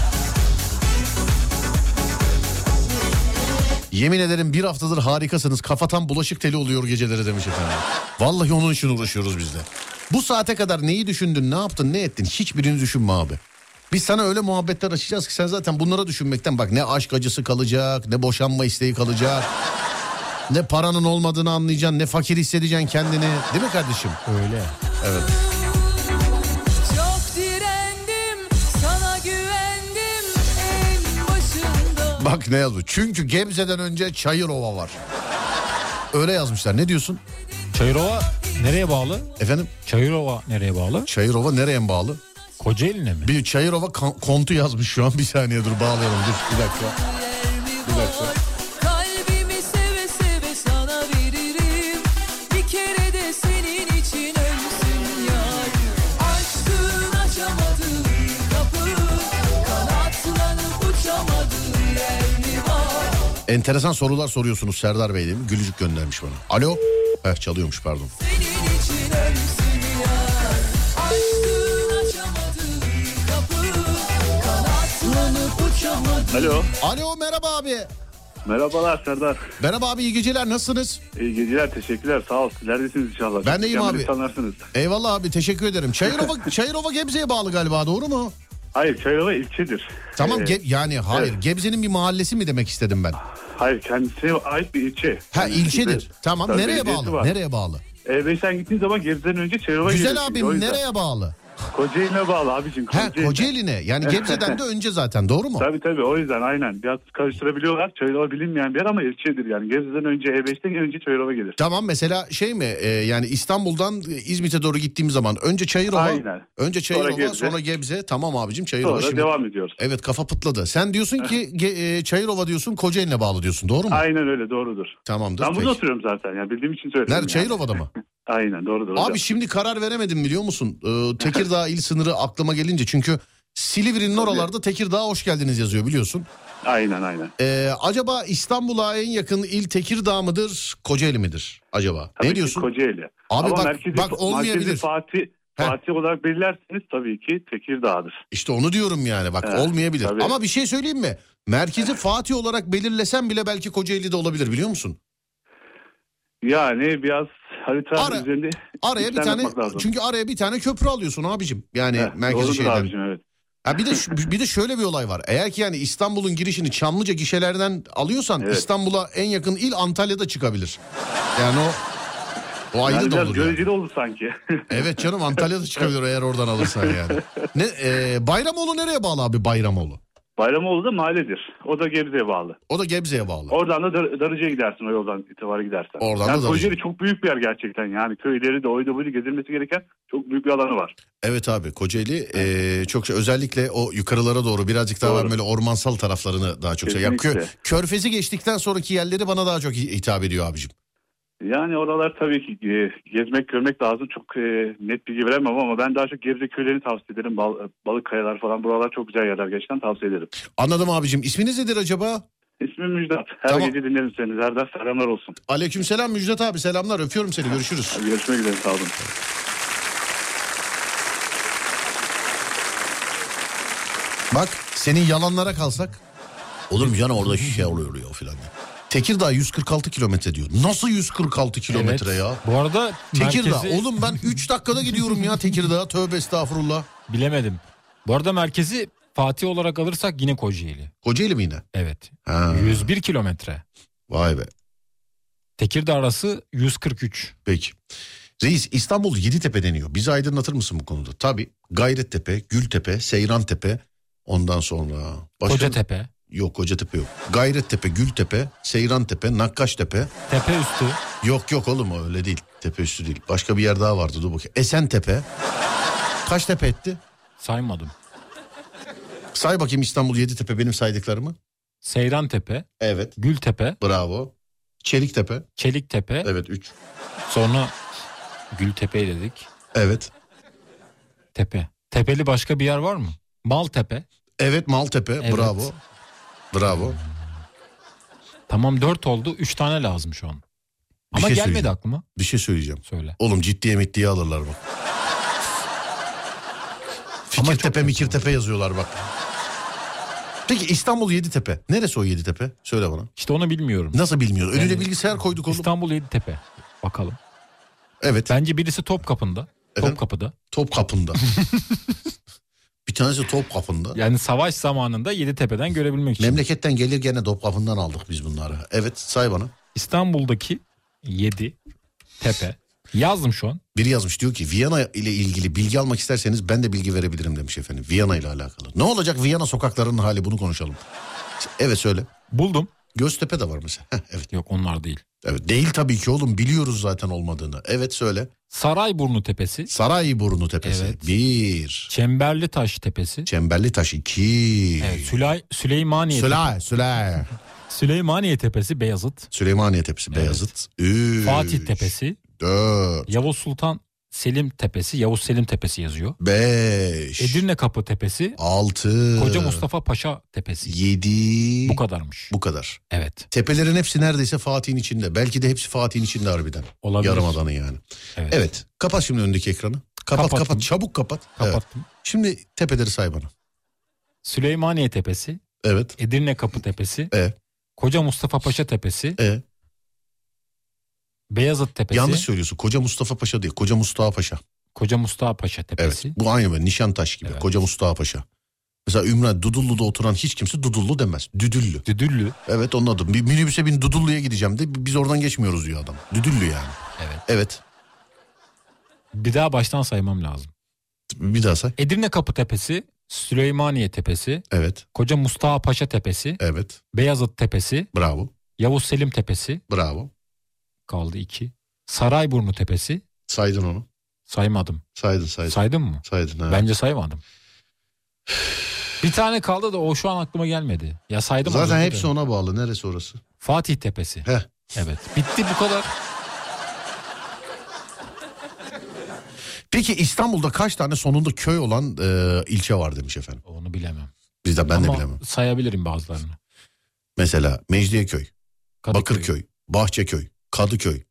[SPEAKER 2] Yemin ederim bir haftadır harikasınız. Kafatam bulaşık teli oluyor geceleri demiş efendim. Vallahi onun için uğraşıyoruz biz de. Bu saate kadar neyi düşündün, ne yaptın, ne ettin? Hiçbirini düşünme abi. Biz sana öyle muhabbetler açacağız ki sen zaten bunlara düşünmekten bak ne aşk acısı kalacak, ne boşanma isteği kalacak. ne paranın olmadığını anlayacaksın, ne fakir hissedeceksin kendini. Değil mi kardeşim?
[SPEAKER 3] Öyle.
[SPEAKER 4] Çok direndim, sana güvendim en başında
[SPEAKER 2] Bak ne yazıyor. Çünkü Gebze'den önce Çayırova var. Öyle yazmışlar. Ne diyorsun?
[SPEAKER 3] Çayırova nereye bağlı?
[SPEAKER 2] Efendim
[SPEAKER 3] Çayırova nereye bağlı?
[SPEAKER 2] Çayırova nereye mi bağlı?
[SPEAKER 3] Kocaeli'ne mi?
[SPEAKER 2] Bir Çayırova kon- kontu yazmış şu an. Bir saniye dur bağlayalım dur bir dakika.
[SPEAKER 4] Yer mi var? Kalbimi seve seve sana veririm
[SPEAKER 2] Enteresan sorular soruyorsunuz Serdar Bey dedim. Gülücük göndermiş bana. Alo. Heh, çalıyormuş pardon.
[SPEAKER 4] Senin için ölsün yar Aşkın açamadım kapı Kanatlanıp uçamadım
[SPEAKER 5] Alo.
[SPEAKER 2] Alo merhaba abi.
[SPEAKER 5] Merhabalar Serdar.
[SPEAKER 2] Merhaba abi iyi geceler nasılsınız?
[SPEAKER 5] İyi geceler. Teşekkürler. Sağ ol. Neredesiniz inşallah?
[SPEAKER 2] Ben de iyiyim abi.
[SPEAKER 5] Sanırsınız.
[SPEAKER 2] Eyvallah abi teşekkür ederim. Çayırova, Çayırova Gebze'ye bağlı galiba doğru mu?
[SPEAKER 5] Hayır Çayırova ilçedir.
[SPEAKER 2] Tamam
[SPEAKER 5] Ee,
[SPEAKER 2] Ge- yani hayır
[SPEAKER 5] evet.
[SPEAKER 2] Gebze'nin bir mahallesi mi demek istedim ben?
[SPEAKER 5] Hayır kendisine ait bir ilçe.
[SPEAKER 2] Ha
[SPEAKER 5] Kendisi
[SPEAKER 2] ilçedir.
[SPEAKER 5] de-
[SPEAKER 2] Tamam
[SPEAKER 5] Tabii,
[SPEAKER 2] nereye
[SPEAKER 5] belediyesi
[SPEAKER 2] bağlı?
[SPEAKER 5] var.
[SPEAKER 2] Nereye bağlı?
[SPEAKER 5] Ee, ve sen gittiğin zaman Gebze'den önce Çayırova
[SPEAKER 2] Güzel
[SPEAKER 5] geliyorsun. O
[SPEAKER 2] abim
[SPEAKER 5] yüzden.
[SPEAKER 2] nereye bağlı?
[SPEAKER 5] Kocaeli'ne bağlı abicim.
[SPEAKER 2] Ha
[SPEAKER 5] Kocaeli'ne.
[SPEAKER 2] Kocaeli'ne yani Gebze'den de önce zaten doğru mu?
[SPEAKER 5] Tabii tabii o yüzden aynen. Biraz karıştırabiliyorlar. Çayırova bilinmeyen bir yer ama ilçedir yani. Gebze'den önce E5'ten önce Çayırova gelir.
[SPEAKER 2] Tamam mesela şey mi e, yani İstanbul'dan e, İzmit'e doğru gittiğim zaman önce Çayırova
[SPEAKER 5] Aynen.
[SPEAKER 2] önce Çayırova sonra
[SPEAKER 5] Sonra
[SPEAKER 2] Gebze,
[SPEAKER 5] Gebze.
[SPEAKER 2] tamam abicim Çayırova
[SPEAKER 5] Sonra
[SPEAKER 2] şimdi.
[SPEAKER 5] devam ediyoruz.
[SPEAKER 2] Evet kafa pıtladı. Sen diyorsun ki Ge- e, Çayırova diyorsun Kocaeli'ne bağlı diyorsun doğru mu?
[SPEAKER 5] Aynen öyle doğrudur.
[SPEAKER 2] Tamamdır.
[SPEAKER 5] Ben burada
[SPEAKER 2] peki.
[SPEAKER 5] oturuyorum zaten. Yani bildiğim için söyledim.
[SPEAKER 2] Nerede
[SPEAKER 5] yani.
[SPEAKER 2] Çayırova'da mı?
[SPEAKER 5] Aynen doğrudur hocam.
[SPEAKER 2] Abi şimdi karar veremedim biliyor musun? Ee, Tekirdağ il sınırı aklıma gelince çünkü Silivri'nin oralarda Tekirdağ'a hoş geldiniz yazıyor biliyorsun.
[SPEAKER 5] Aynen aynen.
[SPEAKER 2] Ee, acaba İstanbul'a en yakın il Tekirdağ mıdır, Kocaeli midir acaba?
[SPEAKER 5] Tabii
[SPEAKER 2] ne
[SPEAKER 5] ki
[SPEAKER 2] diyorsun?
[SPEAKER 5] Kocaeli.
[SPEAKER 2] Abi
[SPEAKER 5] Ama
[SPEAKER 2] bak-
[SPEAKER 5] merkezi,
[SPEAKER 2] bak olmayabilir.
[SPEAKER 5] merkezi Fatih,
[SPEAKER 2] Heh.
[SPEAKER 5] Fatih olarak belirlerseniz tabii ki Tekirdağ'dır.
[SPEAKER 2] İşte onu diyorum yani bak
[SPEAKER 5] Evet,
[SPEAKER 2] olmayabilir.
[SPEAKER 5] tabii.
[SPEAKER 2] Ama bir şey söyleyeyim mi? Merkezi Fatih olarak belirlesen bile belki Kocaeli'de olabilir biliyor musun?
[SPEAKER 5] Yani biraz harita
[SPEAKER 2] Ara-
[SPEAKER 5] üzerinde
[SPEAKER 2] Araya bir
[SPEAKER 5] işlem
[SPEAKER 2] tane
[SPEAKER 5] yapmak lazım.
[SPEAKER 2] çünkü araya bir tane köprü alıyorsun abicim. Yani
[SPEAKER 5] Heh,
[SPEAKER 2] Hani merkezi
[SPEAKER 5] doğrudur
[SPEAKER 2] şeyden.
[SPEAKER 5] abicim, evet.
[SPEAKER 2] Ha bir de şu- bir de şöyle bir olay var. Eğer ki yani İstanbul'un girişini Çamlıca gişelerden alıyorsan
[SPEAKER 5] Evet.
[SPEAKER 2] İstanbul'a en yakın il Antalya'da çıkabilir. Yani o o ayrı
[SPEAKER 5] Yani
[SPEAKER 2] da
[SPEAKER 5] biraz
[SPEAKER 2] olur. yani.
[SPEAKER 5] göreceli oldu sanki.
[SPEAKER 2] Evet canım Antalya'da çıkabilir eğer oradan alırsan yani. Ne e, Bayramoğlu nereye bağlı abi Bayramoğlu?
[SPEAKER 5] Bayramoğlu da mahalledir. O da Gebze'ye bağlı.
[SPEAKER 2] O da Gebze'ye bağlı.
[SPEAKER 5] Oradan da Dar- Darıca'ya gidersin o yoldan itibariyle gidersen.
[SPEAKER 2] Oradan
[SPEAKER 5] yani
[SPEAKER 2] da Darıca.
[SPEAKER 5] Kocaeli çok büyük bir yer gerçekten. Yani köyleri de oydu buydu gezilmesi gereken çok büyük bir alanı var.
[SPEAKER 2] Evet abi Kocaeli e, çok şey- özellikle o yukarılara doğru birazcık daha
[SPEAKER 5] Doğru.
[SPEAKER 2] ben böyle ormansal taraflarını daha çok şey. Ya,
[SPEAKER 5] Kesinlikle.
[SPEAKER 2] kö- körfezi geçtikten sonraki yerleri bana daha çok hi- hitap ediyor abicim.
[SPEAKER 5] Yani oralar tabii ki e, gezmek görmek lazım. Çok e, net bilgi veremem ama ben daha çok Gebze köylerini tavsiye ederim. Bal, balık kayalar falan buralar çok güzel yerler gerçekten tavsiye ederim.
[SPEAKER 2] Anladım abicim. İsminiz nedir acaba?
[SPEAKER 5] İsmim Müjdat. Her
[SPEAKER 2] Tamam.
[SPEAKER 5] gece dinlerim seni. Her ders selamlar olsun.
[SPEAKER 2] Aleykümselam Müjdat abi selamlar öpüyorum seni görüşürüz.
[SPEAKER 5] Hadi görüşmek üzere sağ olun.
[SPEAKER 2] Bak senin yalanlara kalsak. Olur mu canım orada şey oluyor ya filan. Tekirdağ 146 kilometre diyor. Nasıl 146 kilometre
[SPEAKER 3] Evet.
[SPEAKER 2] ya?
[SPEAKER 3] Bu arada
[SPEAKER 2] Tekirdağ
[SPEAKER 3] merkezi
[SPEAKER 2] oğlum ben 3 dakikada gidiyorum ya Tekirdağ'a tövbe estağfurullah.
[SPEAKER 3] bilemedim. Bu arada merkezi Fatih olarak alırsak yine Kocaeli.
[SPEAKER 2] Kocaeli mi yine?
[SPEAKER 3] Evet.
[SPEAKER 2] Ha,
[SPEAKER 3] 101 kilometre.
[SPEAKER 2] vay be
[SPEAKER 3] Tekirdağ arası 143.
[SPEAKER 2] peki. Reis İstanbul Yeditepe deniyor. Bizi aydınlatır mısın bu konuda? Tabii Gayrettepe, Gültepe, Seyrantepe ondan sonra...
[SPEAKER 3] Kocatepe.
[SPEAKER 2] Yok Kocatepe yok. Gayrettepe, Gültepe, Seyrantepe, Nakkaştepe.
[SPEAKER 3] Tepe üstü.
[SPEAKER 2] Yok yok oğlum öyle değil. Tepe üstü değil. Başka bir yer daha vardı dur bakayım. Esentepe. Kaç tepe etti?
[SPEAKER 3] Saymadım.
[SPEAKER 2] Say bakayım İstanbul Yeditepe benim saydıklarımı.
[SPEAKER 3] Seyran Tepe.
[SPEAKER 2] Evet.
[SPEAKER 3] Gültepe.
[SPEAKER 2] Bravo. Çeliktepe.
[SPEAKER 3] Çeliktepe.
[SPEAKER 2] Evet 3.
[SPEAKER 3] Sonra Gültepe dedik.
[SPEAKER 2] Evet.
[SPEAKER 3] Tepe. Tepeli başka bir yer var mı? Maltepe.
[SPEAKER 2] Evet Maltepe.
[SPEAKER 3] Evet.
[SPEAKER 2] Bravo. Bravo.
[SPEAKER 3] Tamam 4 oldu. 3 tane lazım şu an.
[SPEAKER 2] Bir
[SPEAKER 3] Ama
[SPEAKER 2] şey
[SPEAKER 3] gelmedi
[SPEAKER 2] söyleyeceğim.
[SPEAKER 3] aklıma.
[SPEAKER 2] Bir şey söyleyeceğim.
[SPEAKER 3] Söyle.
[SPEAKER 2] Oğlum ciddiye mittiye alırlar bak. Fikirtepe
[SPEAKER 3] çok
[SPEAKER 2] Mikirtepe yazıyorlar bak. Peki İstanbul Yeditepe. Neresi o Yeditepe? Söyle bana.
[SPEAKER 3] İşte onu bilmiyorum.
[SPEAKER 2] Nasıl bilmiyorsun? Önüne
[SPEAKER 3] Yani-
[SPEAKER 2] bilgisayar koyduk oğlum.
[SPEAKER 3] İstanbul Yeditepe. Bakalım.
[SPEAKER 2] Evet.
[SPEAKER 3] Bence birisi Topkapı'nda.
[SPEAKER 2] Efendim?
[SPEAKER 3] Topkapı'da.
[SPEAKER 2] Top kapında. bir tanesi top kapında.
[SPEAKER 3] Yani savaş zamanında Yeditepe'den görebilmek için.
[SPEAKER 2] Memleketten gelir gene top kapından aldık biz bunları. Evet say bana.
[SPEAKER 3] İstanbul'daki 7 tepe. Yazdım şu an.
[SPEAKER 2] Biri yazmış diyor ki Viyana ile ilgili bilgi almak isterseniz ben de bilgi verebilirim demiş efendim. Viyana ile alakalı. Ne olacak Viyana sokaklarının hali bunu konuşalım. Evet söyle.
[SPEAKER 3] Buldum.
[SPEAKER 2] Göztepe de var mesela. Heh, evet.
[SPEAKER 3] Yok onlar değil.
[SPEAKER 2] evet. Değil tabii ki oğlum biliyoruz zaten olmadığını. Evet söyle.
[SPEAKER 3] Sarayburnu Tepesi.
[SPEAKER 2] Sarayburnu tepesi.
[SPEAKER 3] Evet.
[SPEAKER 2] Bir.
[SPEAKER 3] Çemberli Taş Tepesi.
[SPEAKER 2] Çemberli taş iki.
[SPEAKER 3] Evet, Süley Süleymaniye
[SPEAKER 2] Süley, Süley.
[SPEAKER 3] Süleymaniye Tepesi Beyazıt.
[SPEAKER 2] Süleymaniye tepesi Beyazıt. Üç.
[SPEAKER 3] Fatih Tepesi.
[SPEAKER 2] Dört.
[SPEAKER 3] Yavuz Sultan Selim Tepesi, Yavuz Selim Tepesi yazıyor.
[SPEAKER 2] 5,
[SPEAKER 3] Edirne Kapı Tepesi,
[SPEAKER 2] 6,
[SPEAKER 3] Koca Mustafa Paşa Tepesi.
[SPEAKER 2] 7,
[SPEAKER 3] Bu kadarmış.
[SPEAKER 2] Ee. bu kadar.
[SPEAKER 3] Evet.
[SPEAKER 2] Tepelerin hepsi neredeyse Fatih'in içinde. Belki de hepsi Fatih'in içinde harbiden.
[SPEAKER 3] Olabilir.
[SPEAKER 2] Yarımadanı yani.
[SPEAKER 3] Evet.
[SPEAKER 2] Evet. Kapat şimdi öndeki ekranı. Kapat kapat,
[SPEAKER 3] Kapattım.
[SPEAKER 2] çabuk kapat. Evet.
[SPEAKER 3] Kapattım.
[SPEAKER 2] Şimdi tepeleri say bana.
[SPEAKER 3] Süleymaniye Tepesi,
[SPEAKER 2] Evet.
[SPEAKER 3] Edirne Kapı Tepesi,
[SPEAKER 2] E.
[SPEAKER 3] Koca Mustafa Paşa Tepesi,
[SPEAKER 2] E,
[SPEAKER 3] Beyazıt Tepesi,
[SPEAKER 2] yanlış söylüyorsun. Koca Mustafa Paşa diye. Koca Mustafa Paşa.
[SPEAKER 3] Koca Mustafa Paşa
[SPEAKER 2] Evet.
[SPEAKER 3] Tepesi.
[SPEAKER 2] Bu aynı böyle Nişantaş gibi.
[SPEAKER 3] Evet.
[SPEAKER 2] Koca Mustafa Paşa. Mesela Ümran Dudullu'da oturan hiç kimse Dudullu demez. Düdüllü.
[SPEAKER 3] Düdüllü.
[SPEAKER 2] Evet onun adı. Bir minibüse bin Dudullu'ya gideceğim de biz oradan geçmiyoruz diyor adam. Düdüllü yani.
[SPEAKER 3] Evet.
[SPEAKER 2] Evet.
[SPEAKER 3] Bir daha baştan saymam lazım.
[SPEAKER 2] Bir daha say.
[SPEAKER 3] Edirne Kapı Tepesi, Süleymaniye Tepesi,
[SPEAKER 2] Evet.
[SPEAKER 3] Koca Mustafa Paşa Tepesi,
[SPEAKER 2] Evet.
[SPEAKER 3] Beyazıt Tepesi,
[SPEAKER 2] Bravo.
[SPEAKER 3] Yavuz Selim Tepesi
[SPEAKER 2] Bravo.
[SPEAKER 3] kaldı iki. Sarayburnu Tepesi
[SPEAKER 2] Saydın onu.
[SPEAKER 3] saymadım.
[SPEAKER 2] Saydın saydın.
[SPEAKER 3] Saydın mı?
[SPEAKER 2] saydın ha.
[SPEAKER 3] Bence saymadım. Bir tane kaldı da o şu an aklıma gelmedi. Ya saydım. az
[SPEAKER 2] Zaten
[SPEAKER 3] önce
[SPEAKER 2] hepsi
[SPEAKER 3] de.
[SPEAKER 2] ona bağlı. Neresi orası?
[SPEAKER 3] Fatih Tepesi.
[SPEAKER 2] Heh.
[SPEAKER 3] Evet. Bitti bu kadar.
[SPEAKER 2] Peki İstanbul'da kaç tane sonunda köy olan e, ilçe var demiş efendim.
[SPEAKER 3] Onu bilemem.
[SPEAKER 2] Biz de ben de
[SPEAKER 3] Ama
[SPEAKER 2] bilemem.
[SPEAKER 3] Sayabilirim bazılarını.
[SPEAKER 2] Mesela Mecidiyeköy,
[SPEAKER 3] Kadıköy,
[SPEAKER 2] Bakırköy, Bahçeköy, Kadıköy.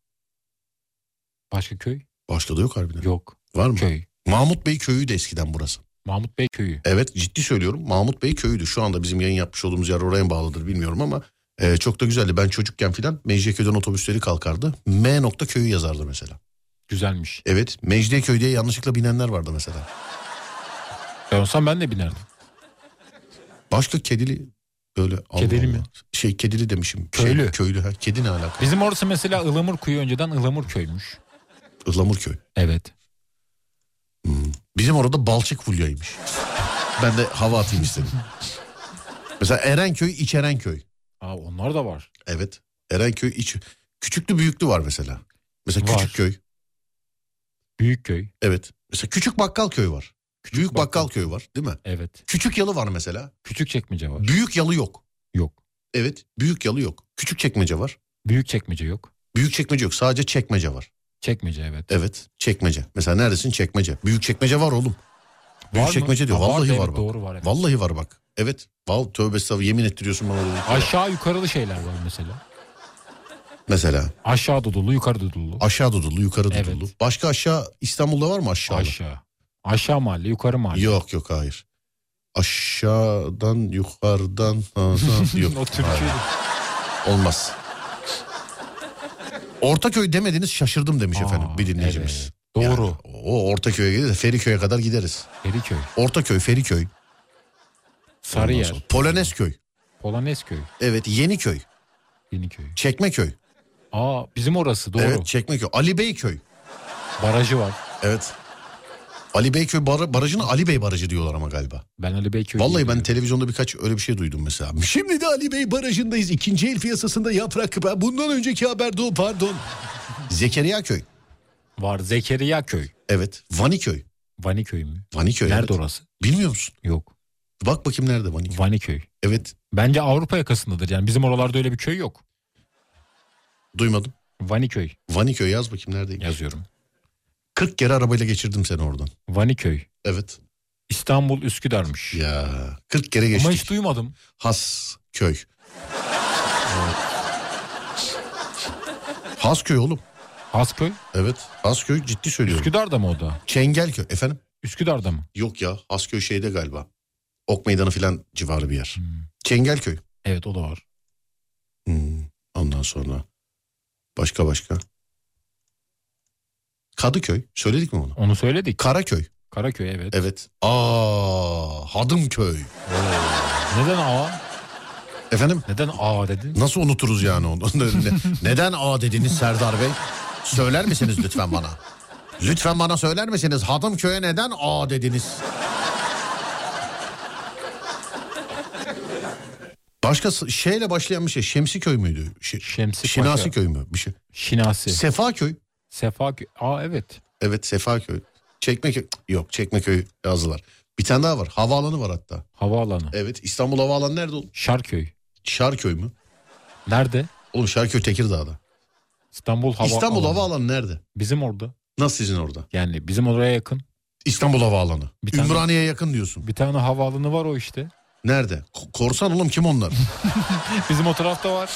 [SPEAKER 3] Başka köy?
[SPEAKER 2] Başka da yok harbiden.
[SPEAKER 3] Yok.
[SPEAKER 2] Var mı?
[SPEAKER 3] Köy.
[SPEAKER 2] Mahmut Bey köyü de eskiden burası.
[SPEAKER 3] Mahmut Bey köyü.
[SPEAKER 2] Evet ciddi söylüyorum Mahmut Bey köyüydü. Şu anda bizim yayın yapmış olduğumuz yer oraya mı bağlıdır bilmiyorum ama e, çok da güzeldi. Ben çocukken filan Mecidiyeköy'den otobüsleri kalkardı. M nokta köyü yazardı mesela.
[SPEAKER 3] Güzelmiş.
[SPEAKER 2] Evet Mecidiyeköy diye yanlışlıkla binenler vardı mesela.
[SPEAKER 3] Ben olsam ben de binerdim.
[SPEAKER 2] Başka kedili böyle. Allah
[SPEAKER 3] Kedili
[SPEAKER 2] Allah.
[SPEAKER 3] mi?
[SPEAKER 2] Şey kedili demişim. Şey,
[SPEAKER 3] Köylü.
[SPEAKER 2] köylü ha. Kedi ne alaka?
[SPEAKER 3] Bizim orası mesela Ilamur Kuyu önceden Ilamur Köy'müş.
[SPEAKER 2] Ihlamurköy.
[SPEAKER 3] Evet.
[SPEAKER 2] Bizim orada balçık fulyaymış. Ben de hava atayım istedim. Mesela Erenköy iç Erenköy.
[SPEAKER 3] Aa, onlar da var.
[SPEAKER 2] Evet. Erenköy iç. Küçüklü büyüklü var mesela. Mesela
[SPEAKER 3] Var.
[SPEAKER 2] Küçükköy.
[SPEAKER 3] Büyükköy.
[SPEAKER 2] Evet. Mesela Küçük Bakkalköy var. Büyük
[SPEAKER 3] Bakkal-
[SPEAKER 2] Bakkalköy var değil mi?
[SPEAKER 3] Evet.
[SPEAKER 2] Küçük Yalı var mesela.
[SPEAKER 3] Küçük çekmece var.
[SPEAKER 2] Büyük Yalı yok.
[SPEAKER 3] Yok.
[SPEAKER 2] Evet. Büyük Yalı yok. Küçük Çekmece var.
[SPEAKER 3] Büyük çekmece yok.
[SPEAKER 2] Büyük Çekmece yok. Sadece Çekmece var.
[SPEAKER 3] Çekmece evet.
[SPEAKER 2] Evet. Çekmece. Mesela neredesin Çekmece? Büyük Çekmece var oğlum. Büyük
[SPEAKER 3] mı?
[SPEAKER 2] Çekmece diyor.
[SPEAKER 3] Ha,
[SPEAKER 2] Vallahi
[SPEAKER 3] evet,
[SPEAKER 2] var bak.
[SPEAKER 3] Doğru var. Evet.
[SPEAKER 2] Vallahi var bak. Evet. Val tövbe estağfurullah yemin ettiriyorsun bana. öyle.
[SPEAKER 3] Aşağı yukarılı şeyler var mesela.
[SPEAKER 2] Mesela
[SPEAKER 3] Aşağı dudullu, yukarı dudullu.
[SPEAKER 2] Aşağı Dudullu, yukarı
[SPEAKER 3] Evet.
[SPEAKER 2] Dudullu. Başka aşağı İstanbul'da var mı aşağı?
[SPEAKER 3] Aşağı. Aşağı mahalle, yukarı mahalle.
[SPEAKER 2] Yok yok hayır. Aşağıdan yukarıdan ha, ha, yok.
[SPEAKER 3] o
[SPEAKER 2] Hayır,
[SPEAKER 3] Türkiye'de.
[SPEAKER 2] olmaz. Ortaköy demediniz şaşırdım demiş
[SPEAKER 3] Aa,
[SPEAKER 2] efendim bir dinleyicimiz.
[SPEAKER 3] evet. Doğru.
[SPEAKER 2] Yani o Ortaköy'e gelir de Feriköy'e kadar gideriz.
[SPEAKER 3] Feriköy,
[SPEAKER 2] Ortaköy, Feriköy. Ondan
[SPEAKER 3] Sarıyer,
[SPEAKER 2] sonra Polonezköy.
[SPEAKER 3] Polanesköy,
[SPEAKER 2] Evet Yeniköy.
[SPEAKER 3] Yeniköy.
[SPEAKER 2] Çekmeköy.
[SPEAKER 3] Aa bizim orası doğru.
[SPEAKER 2] Evet Çekmeköy. Ali Beyköy.
[SPEAKER 3] Barajı var.
[SPEAKER 2] Evet. Ali Beyköy bar- barajını Ali Bey barajı diyorlar ama galiba.
[SPEAKER 3] Ben Ali Beyköy.
[SPEAKER 2] Vallahi ben televizyonda birkaç öyle bir şey duydum mesela. Şimdi de Ali Bey barajındayız. İkinci el piyasasında yaprak kıpa. Bundan önceki haberde o pardon. Zekeriya Köy.
[SPEAKER 3] var Zekeriya Köy.
[SPEAKER 2] Evet. Vaniköy.
[SPEAKER 3] Vaniköy mü?
[SPEAKER 2] Vaniköy.
[SPEAKER 3] Nerede
[SPEAKER 2] evet.
[SPEAKER 3] orası?
[SPEAKER 2] Bilmiyor musun?
[SPEAKER 3] Yok.
[SPEAKER 2] Bak bakayım nerede Vaniköy.
[SPEAKER 3] Vaniköy.
[SPEAKER 2] Evet.
[SPEAKER 3] Bence Avrupa yakasındadır. Yani bizim oralarda öyle bir köy yok.
[SPEAKER 2] Duymadım.
[SPEAKER 3] Vaniköy
[SPEAKER 2] Vaniköy yaz bakayım neredeyim.
[SPEAKER 3] yazıyorum.
[SPEAKER 2] 40 kere arabayla geçirdim seni oradan.
[SPEAKER 3] Vaniköy.
[SPEAKER 2] Evet.
[SPEAKER 3] İstanbul Üsküdar'mış.
[SPEAKER 2] Ya 40 kere geçtik.
[SPEAKER 3] Ama hiç duymadım.
[SPEAKER 2] Has köy. Has köy oğlum.
[SPEAKER 3] Hasköy.
[SPEAKER 2] Evet. Has köy ciddi söylüyorum.
[SPEAKER 3] Üsküdar'da mı o da?
[SPEAKER 2] Çengelköy. Efendim?
[SPEAKER 3] Üsküdar'da mı?
[SPEAKER 2] Yok ya Hasköy şeyde galiba. Ok Meydanı filan civarı bir yer. Çengelköy.
[SPEAKER 3] Evet o da var.
[SPEAKER 2] Hmm, Ondan sonra başka başka. Kadıköy. Söyledik mi onu?
[SPEAKER 3] Onu söyledik.
[SPEAKER 2] Karaköy.
[SPEAKER 3] Karaköy evet.
[SPEAKER 2] Evet. Aa, Hadımköy.
[SPEAKER 3] Neden A?
[SPEAKER 2] Efendim?
[SPEAKER 3] Neden A dedin?
[SPEAKER 2] Nasıl unuturuz yani onu? Ne- Neden A dediniz Serdar Bey? Söyler misiniz lütfen bana? Lütfen bana söyler misiniz? Hadımköy'e neden A dediniz? Başka s- şeyle başlayan bir şey. Şemsiköy müydü? Şey,
[SPEAKER 3] Şemsi
[SPEAKER 2] Şinasi
[SPEAKER 3] Paşa.
[SPEAKER 2] köy mü? Bir şey.
[SPEAKER 3] Şinasi.
[SPEAKER 2] Sefaköy.
[SPEAKER 3] Sefaköy. Aa evet.
[SPEAKER 2] Evet Sefaköy. Çekmeköy. Cık, Yok Çekmeköy yazdılar. Bir tane daha var. Havaalanı var hatta.
[SPEAKER 3] Havaalanı.
[SPEAKER 2] Evet İstanbul Havaalanı nerede oğlum?
[SPEAKER 3] Şarköy.
[SPEAKER 2] Şarköy mü?
[SPEAKER 3] Nerede?
[SPEAKER 2] Oğlum Şarköy Tekirdağ'da.
[SPEAKER 3] İstanbul Hava
[SPEAKER 2] İstanbul
[SPEAKER 3] Alanı.
[SPEAKER 2] Havaalanı nerede?
[SPEAKER 3] Bizim orada.
[SPEAKER 2] Nasıl sizin orada?
[SPEAKER 3] Yani bizim oraya yakın.
[SPEAKER 2] İstanbul Havaalanı.
[SPEAKER 3] Bir tane-
[SPEAKER 2] Ümraniye'ye yakın diyorsun.
[SPEAKER 3] Bir tane havaalanı var o işte.
[SPEAKER 2] Nerede? Ko- Korsan oğlum kim onlar?
[SPEAKER 3] Bizim o tarafta var.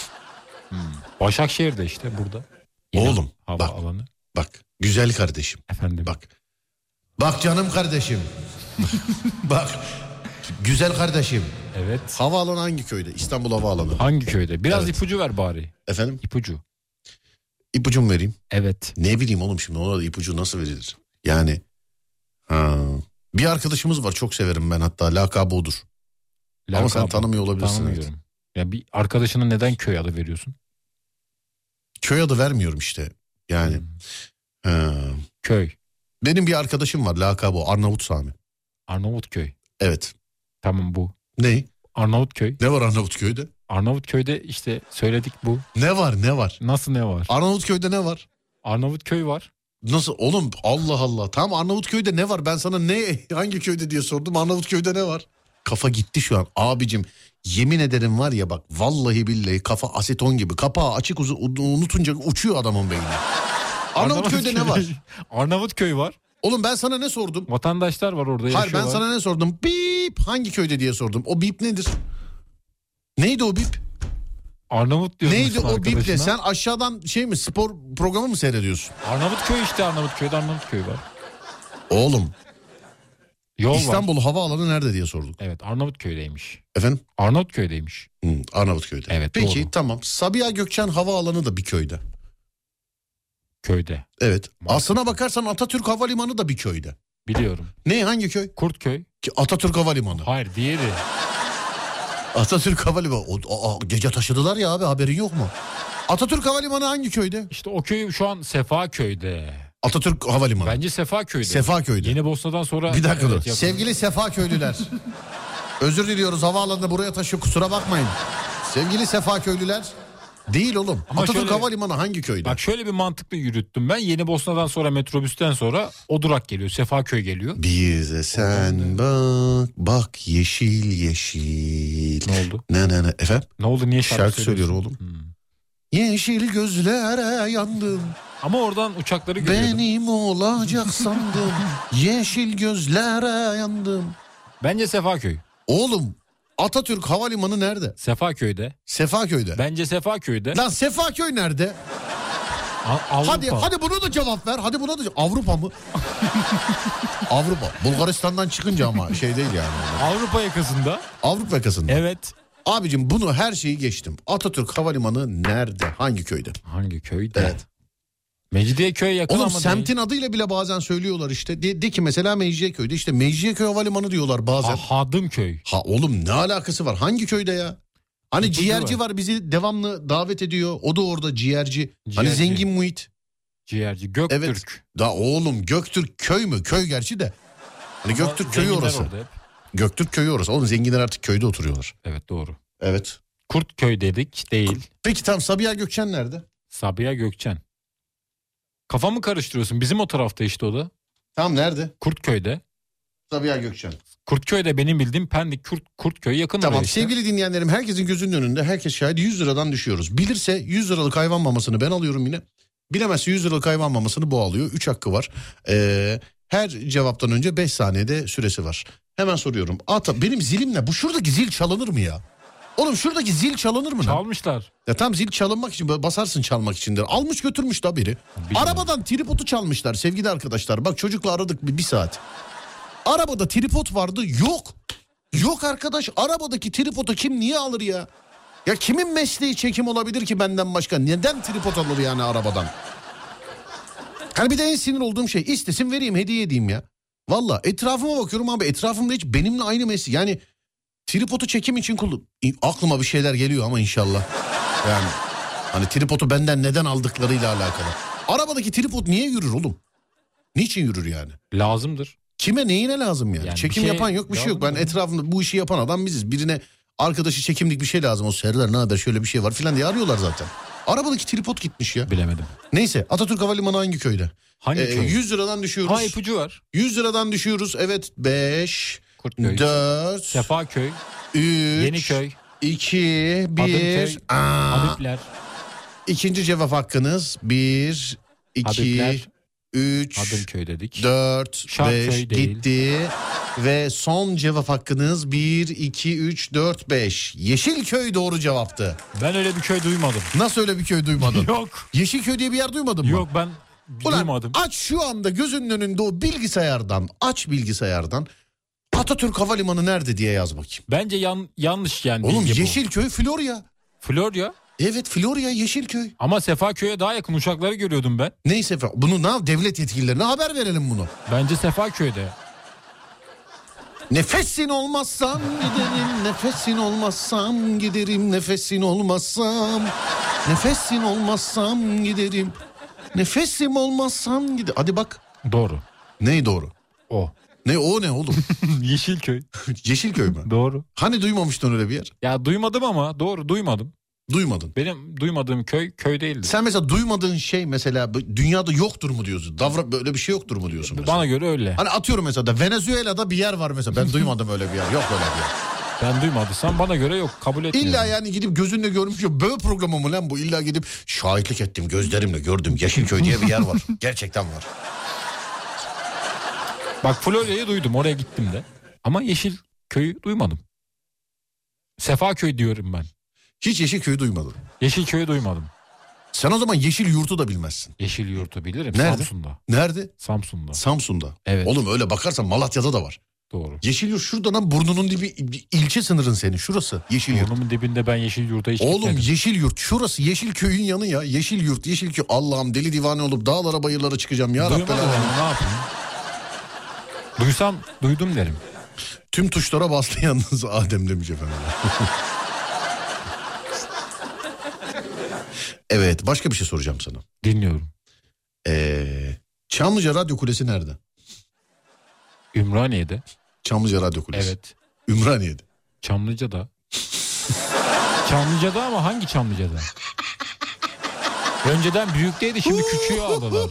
[SPEAKER 3] Hmm. Başakşehir'de işte burada.
[SPEAKER 2] Oğlum,
[SPEAKER 3] Hava
[SPEAKER 2] bak.
[SPEAKER 3] alanı.
[SPEAKER 2] Bak güzel kardeşim
[SPEAKER 3] Efendim.
[SPEAKER 2] bak. Bak canım kardeşim. bak güzel kardeşim.
[SPEAKER 3] Evet.
[SPEAKER 2] Havaalanı hangi köyde? İstanbul Havaalanı.
[SPEAKER 3] Hangi köyde? Biraz
[SPEAKER 2] Evet.
[SPEAKER 3] ipucu ver bari.
[SPEAKER 2] Efendim
[SPEAKER 3] İpucu.
[SPEAKER 2] ipucum vereyim.
[SPEAKER 3] Evet.
[SPEAKER 2] Ne bileyim oğlum şimdi ona da ipucu nasıl verilir? Yani ha. bir arkadaşımız var çok severim ben hatta lakabı odur. Ama sen
[SPEAKER 3] Lakabı.
[SPEAKER 2] tanımıyor olabilirsin. evet.
[SPEAKER 3] Tanımıyorum. Ya bir arkadaşına neden köy adı veriyorsun?
[SPEAKER 2] Köy adı vermiyorum işte. Yani
[SPEAKER 3] Hmm.
[SPEAKER 2] ha.
[SPEAKER 3] Köy.
[SPEAKER 2] benim bir arkadaşım var lakabı o, Arnavut Sami.
[SPEAKER 3] Arnavutköy.
[SPEAKER 2] Evet.
[SPEAKER 3] Tamam bu.
[SPEAKER 2] Ne?
[SPEAKER 3] Arnavutköy.
[SPEAKER 2] Ne var Arnavutköy'de?
[SPEAKER 3] Arnavutköy'de işte söyledik bu.
[SPEAKER 2] Ne var ne var?
[SPEAKER 3] Nasıl ne var?
[SPEAKER 2] Arnavutköy'de ne var?
[SPEAKER 3] Arnavutköy var.
[SPEAKER 2] Nasıl oğlum Allah Allah. Tam Arnavutköy'de ne var? Ben sana ne hangi köyde diye sordum. Arnavutköy'de ne var? Kafa gitti şu an abicim. Yemin ederim var ya bak vallahi billahi kafa aseton gibi. Kapağı açık uzu- unutunca uçuyor adamın beyni. Arnavutköy'de ne var?
[SPEAKER 3] Arnavutköy var.
[SPEAKER 2] Oğlum ben sana ne sordum?
[SPEAKER 3] Vatandaşlar Şey var orada
[SPEAKER 2] Hayır ben
[SPEAKER 3] yaşıyorlar.
[SPEAKER 2] sana ne sordum? Bip hangi köyde diye sordum. O bip nedir? Neydi o bip?
[SPEAKER 3] Arnavut diyorsun
[SPEAKER 2] Neydi o bip
[SPEAKER 3] arkadaşına.
[SPEAKER 2] de? Sen aşağıdan şey mi spor programı mı seyrediyorsun?
[SPEAKER 3] Arnavutköy işte Arnavutköy'de Arnavutköy var.
[SPEAKER 2] Oğlum
[SPEAKER 3] Yol var.
[SPEAKER 2] İstanbul havaalanı nerede diye sorduk.
[SPEAKER 3] Evet Arnavutköy'deymiş.
[SPEAKER 2] Efendim?
[SPEAKER 3] Arnavutköy'deymiş.
[SPEAKER 2] Hmm, Arnavutköy'de.
[SPEAKER 3] Evet,
[SPEAKER 2] Peki
[SPEAKER 3] doğru.
[SPEAKER 2] tamam. Sabiha Gökçen Havaalanı da bir köyde.
[SPEAKER 3] Köyde.
[SPEAKER 2] Evet.
[SPEAKER 3] Mantıklı.
[SPEAKER 2] Aslına bakarsan Atatürk Havalimanı da bir köyde.
[SPEAKER 3] Biliyorum.
[SPEAKER 2] Ne hangi köy?
[SPEAKER 3] Kurtköy.
[SPEAKER 2] Ki Atatürk Havalimanı.
[SPEAKER 3] Hayır diğeri.
[SPEAKER 2] Atatürk Havalimanı. O, aa, gece taşıdılar ya abi haberin yok mu? Atatürk Havalimanı hangi köyde?
[SPEAKER 3] İşte o köy şu an Sefaköy'de.
[SPEAKER 2] Atatürk Havalimanı.
[SPEAKER 3] Bence Sefaköy'de.
[SPEAKER 2] Sefaköy'de.
[SPEAKER 3] Yeni Bosna'dan sonra...
[SPEAKER 2] Bir dakika
[SPEAKER 3] Evet,
[SPEAKER 2] dur.
[SPEAKER 3] yakın.
[SPEAKER 2] Sevgili Sefa köylüler. özür diliyoruz havaalanını buraya taşıyor kusura bakmayın. Sevgili Sefa köylüler. Değil oğlum.
[SPEAKER 3] Ama
[SPEAKER 2] Atatürk
[SPEAKER 3] şöyle-
[SPEAKER 2] Havalimanı hangi köyde?
[SPEAKER 3] Bak şöyle bir mantıklı yürüttüm ben. Yeni Bosna'dan sonra metrobüsten sonra o durak geliyor. Sefaköy geliyor.
[SPEAKER 2] Bir de sen bak bak yeşil yeşil.
[SPEAKER 3] Ne oldu?
[SPEAKER 2] Ne ne ne efendim?
[SPEAKER 3] Ne oldu? Niye şarkı,
[SPEAKER 2] Şarkı söylüyor
[SPEAKER 3] söylüyorsun? Hmm.
[SPEAKER 2] Yeşil gözlere yandım
[SPEAKER 3] Ama oradan uçakları görüyordum.
[SPEAKER 2] benim olacak sandım. Yeşil gözlere yandım.
[SPEAKER 3] Bence Sefaköy.
[SPEAKER 2] Oğlum Atatürk Havalimanı nerede?
[SPEAKER 3] Sefaköy'de.
[SPEAKER 2] Sefaköy'de.
[SPEAKER 3] Bence Sefaköy'de.
[SPEAKER 2] Lan Sefaköy nerede?
[SPEAKER 3] A- Avrupa.
[SPEAKER 2] Hadi hadi bunu da cevap ver. Hadi buna da Avrupa mı? Avrupa. Bulgaristan'dan çıkınca ama şey değil yani.
[SPEAKER 3] Avrupa yakasında.
[SPEAKER 2] Avrupa yakasında.
[SPEAKER 3] Evet.
[SPEAKER 2] Abicim bunu her şeyi geçtim. Atatürk Havalimanı nerede? Hangi köyde?
[SPEAKER 3] Hangi köyde?
[SPEAKER 2] Evet.
[SPEAKER 3] Mecidiyeköy'e yakın
[SPEAKER 2] Oğlum
[SPEAKER 3] ama
[SPEAKER 2] semtin
[SPEAKER 3] değil.
[SPEAKER 2] adıyla bile bazen söylüyorlar işte. De, de ki mesela Mecidiyeköy'de işte Mecidiyeköy Havalimanı diyorlar bazen.
[SPEAKER 3] Ha, Hadımköy.
[SPEAKER 2] Ha oğlum ne alakası var? Hangi köyde ya? Hani
[SPEAKER 3] Çok
[SPEAKER 2] ciğerci
[SPEAKER 3] güzel.
[SPEAKER 2] var bizi devamlı davet ediyor. O da orada ciğerci. Hani
[SPEAKER 3] Ciğerci.
[SPEAKER 2] zengin muhit.
[SPEAKER 3] Ciğerci. Göktürk.
[SPEAKER 2] Evet. Da oğlum Göktürk köy mü? Köy gerçi de. Hani
[SPEAKER 3] Ama
[SPEAKER 2] Göktürk köyü
[SPEAKER 3] zenginler
[SPEAKER 2] orası.
[SPEAKER 3] orada hep.
[SPEAKER 2] Göktürk köyü orası. Oğlum zenginler artık köyde oturuyorlar.
[SPEAKER 3] Evet doğru.
[SPEAKER 2] Evet.
[SPEAKER 3] Kurtköy dedik değil.
[SPEAKER 2] Peki tam Sabiha Gökçen nerede?
[SPEAKER 3] Sabiha Gökçen. Kafamı karıştırıyorsun. Bizim o tarafta işte o da.
[SPEAKER 2] Tam nerede?
[SPEAKER 3] Kurtköy'de.
[SPEAKER 2] Sabiha Gökçen.
[SPEAKER 3] Kurtköy'de benim bildiğim Pendik Kurt, Kurtköy yakın
[SPEAKER 2] Tamam
[SPEAKER 3] oraya işte.
[SPEAKER 2] sevgili dinleyenlerim herkesin gözünün önünde herkes şahit 100 liradan düşüyoruz. Bilirse 100 liralık hayvan mamasını ben alıyorum yine. Bilemezse 100 liralık hayvan mamasını bu alıyor. 3 hakkı var. Ee, her cevaptan önce 5 saniyede süresi var. Hemen soruyorum. Ata benim zilim ne? Bu şuradaki zil çalınır mı ya? Oğlum şuradaki zil çalınır mı? lan?
[SPEAKER 3] Çalmışlar.
[SPEAKER 2] Ya tam zil çalınmak için böyle basarsın çalmak içindir. Almış götürmüş da biri. Arabadan tripodu çalmışlar sevgili arkadaşlar. Bak çocukla aradık bir, bir saat. Arabada tripod vardı yok. Yok arkadaş arabadaki tripodu kim niye alır ya? Ya kimin mesleği çekim olabilir ki benden başka? Neden tripod alır yani arabadan? Hani bir de en sinir olduğum şey istesin vereyim hediye edeyim ya. Valla etrafıma bakıyorum abi etrafımda hiç benimle aynı meslek. Yani tripodu çekim için kullan... İ- Aklıma bir şeyler geliyor ama inşallah. Yani hani tripodu benden neden aldıklarıyla alakalı. Arabadaki tripod niye yürür oğlum? Niçin yürür yani?
[SPEAKER 3] Lazımdır.
[SPEAKER 2] Kime neyine lazım yani?
[SPEAKER 3] Yani bir
[SPEAKER 2] çekim
[SPEAKER 3] şey
[SPEAKER 2] yapan yok bir şey yok. Ben
[SPEAKER 3] lazım değil mi?
[SPEAKER 2] etrafımda bu işi yapan adam biziz. Birine arkadaşı çekimlik bir şey lazım. O seriler ne haber şöyle bir şey var filan diye arıyorlar zaten. Arabadaki tripod gitmiş ya.
[SPEAKER 3] Bilemedim.
[SPEAKER 2] Neyse Atatürk Havalimanı hangi köyde?
[SPEAKER 3] Hangi
[SPEAKER 2] Ee,
[SPEAKER 3] köy?
[SPEAKER 2] 100 liradan düşüyoruz.
[SPEAKER 3] Ha ipucu var.
[SPEAKER 2] 100 liradan düşüyoruz. Evet 5,
[SPEAKER 3] Kurtköy.
[SPEAKER 2] 4,
[SPEAKER 3] Sefaköy.
[SPEAKER 2] 3,
[SPEAKER 3] Yeniköy.
[SPEAKER 2] 2,
[SPEAKER 3] Hadımköy.
[SPEAKER 2] 1. Aa,
[SPEAKER 3] Habibler.
[SPEAKER 2] İkinci cevap hakkınız 1, 2,
[SPEAKER 3] Habibler.
[SPEAKER 2] 3,
[SPEAKER 3] Hadımköy dedik.
[SPEAKER 2] 4,
[SPEAKER 3] Şarköy
[SPEAKER 2] 5
[SPEAKER 3] değil.
[SPEAKER 2] gitti. Ve son cevap hakkınız 1, 2, 3, 4, 5. Yeşilköy doğru cevaptı.
[SPEAKER 3] Ben öyle bir köy duymadım.
[SPEAKER 2] Nasıl öyle bir köy duymadın?
[SPEAKER 3] Yok.
[SPEAKER 2] Yeşilköy diye bir yer duymadın mı?
[SPEAKER 3] Yok ben
[SPEAKER 2] Ulan
[SPEAKER 3] duymadım.
[SPEAKER 2] aç şu anda gözünün önünde o bilgisayardan, aç bilgisayardan Atatürk Havalimanı nerede diye yaz bakayım.
[SPEAKER 3] Bence yan, yanlış yani.
[SPEAKER 2] Oğlum
[SPEAKER 3] bilgi bu.
[SPEAKER 2] Yeşilköy Florya.
[SPEAKER 3] Florya.
[SPEAKER 2] Evet Florya Yeşilköy.
[SPEAKER 3] Ama Sefaköy'e daha yakın uçakları görüyordum ben.
[SPEAKER 2] Neyse efendim, bunu ne yap- devlet yetkililerine haber verelim bunu.
[SPEAKER 3] Bence Sefaköy'de.
[SPEAKER 2] Nefesin olmazsam giderim, nefesin olmazsam giderim, nefesin olmazsam, nefesin olmazsam giderim, nefesim olmazsam giderim. Hadi bak
[SPEAKER 3] Doğru.
[SPEAKER 2] ney doğru?
[SPEAKER 3] O.
[SPEAKER 2] Ne o ne oğlum?
[SPEAKER 3] Yeşilköy.
[SPEAKER 2] Yeşilköy mü?
[SPEAKER 3] Doğru.
[SPEAKER 2] Hani duymamıştın öyle bir yer?
[SPEAKER 3] Ya duymadım ama doğru duymadım.
[SPEAKER 2] Duymadın.
[SPEAKER 3] Benim duymadığım köy köy değildi.
[SPEAKER 2] Sen mesela duymadığın şey mesela bu- dünyada yoktur mu diyorsun? Davra böyle bir şey yoktur mu diyorsun mesela?
[SPEAKER 3] Bana göre öyle.
[SPEAKER 2] Hani atıyorum mesela da Venezuela'da bir yer var mesela. Ben duymadım öyle bir yer. Yok öyle bir yer.
[SPEAKER 3] Ben duymadıysam bana göre yok. Kabul etmiyorum.
[SPEAKER 2] İlla yani gidip gözünle görmüş ya böyle programı mı lan bu illa gidip şahitlik ettim gözlerimle gördüm Yeşilköy diye bir yer var. Gerçekten var.
[SPEAKER 3] Bak Florya'yı duydum. Oraya gittim de. Ama Yeşilköy'ü duymadım. Sefaköy diyorum ben.
[SPEAKER 2] Hiç Yeşilköy'ü duymadım.
[SPEAKER 3] Yeşilköy'ü duymadım.
[SPEAKER 2] Sen o zaman Yeşil Yurt'u da bilmezsin.
[SPEAKER 3] Yeşil yurtu bilirim.
[SPEAKER 2] Nerede?
[SPEAKER 3] Samsun'da.
[SPEAKER 2] Nerede?
[SPEAKER 3] Samsun'da.
[SPEAKER 2] Samsun'da.
[SPEAKER 3] Evet.
[SPEAKER 2] Oğlum öyle bakarsan Malatya'da da var.
[SPEAKER 3] Doğru.
[SPEAKER 2] Yeşil Yurt şurada lan burnunun dibi ilçe sınırın senin şurası Yeşil Yurt.
[SPEAKER 3] Burnumun dibinde ben Yeşil Yurt'a hiç
[SPEAKER 2] Oğlum
[SPEAKER 3] gitmedim.
[SPEAKER 2] Yeşil Yurt şurası Yeşilköy'ün yanı ya. Yeşil Yurt Yeşilköy Allah'ım deli divane olup dağlara bayırlara çıkacağım ya Rabbel
[SPEAKER 3] Duymadım
[SPEAKER 2] Alemin.
[SPEAKER 3] onu, ne yapayım? Duysam duydum derim.
[SPEAKER 2] Tüm tuşlara bastı yalnız Adem demiş efendim. evet başka bir şey soracağım sana.
[SPEAKER 3] Dinliyorum.
[SPEAKER 2] Ee, Çamlıca Radyo Kulesi nerede?
[SPEAKER 3] Ümraniye'de.
[SPEAKER 2] Çamlıca Radyo Kulesi.
[SPEAKER 3] Evet.
[SPEAKER 2] Ümraniye'de.
[SPEAKER 3] Çamlıca'da. Çamlıca'da ama hangi Çamlıca'da? Önceden büyükteydi şimdi küçüğü aldılar.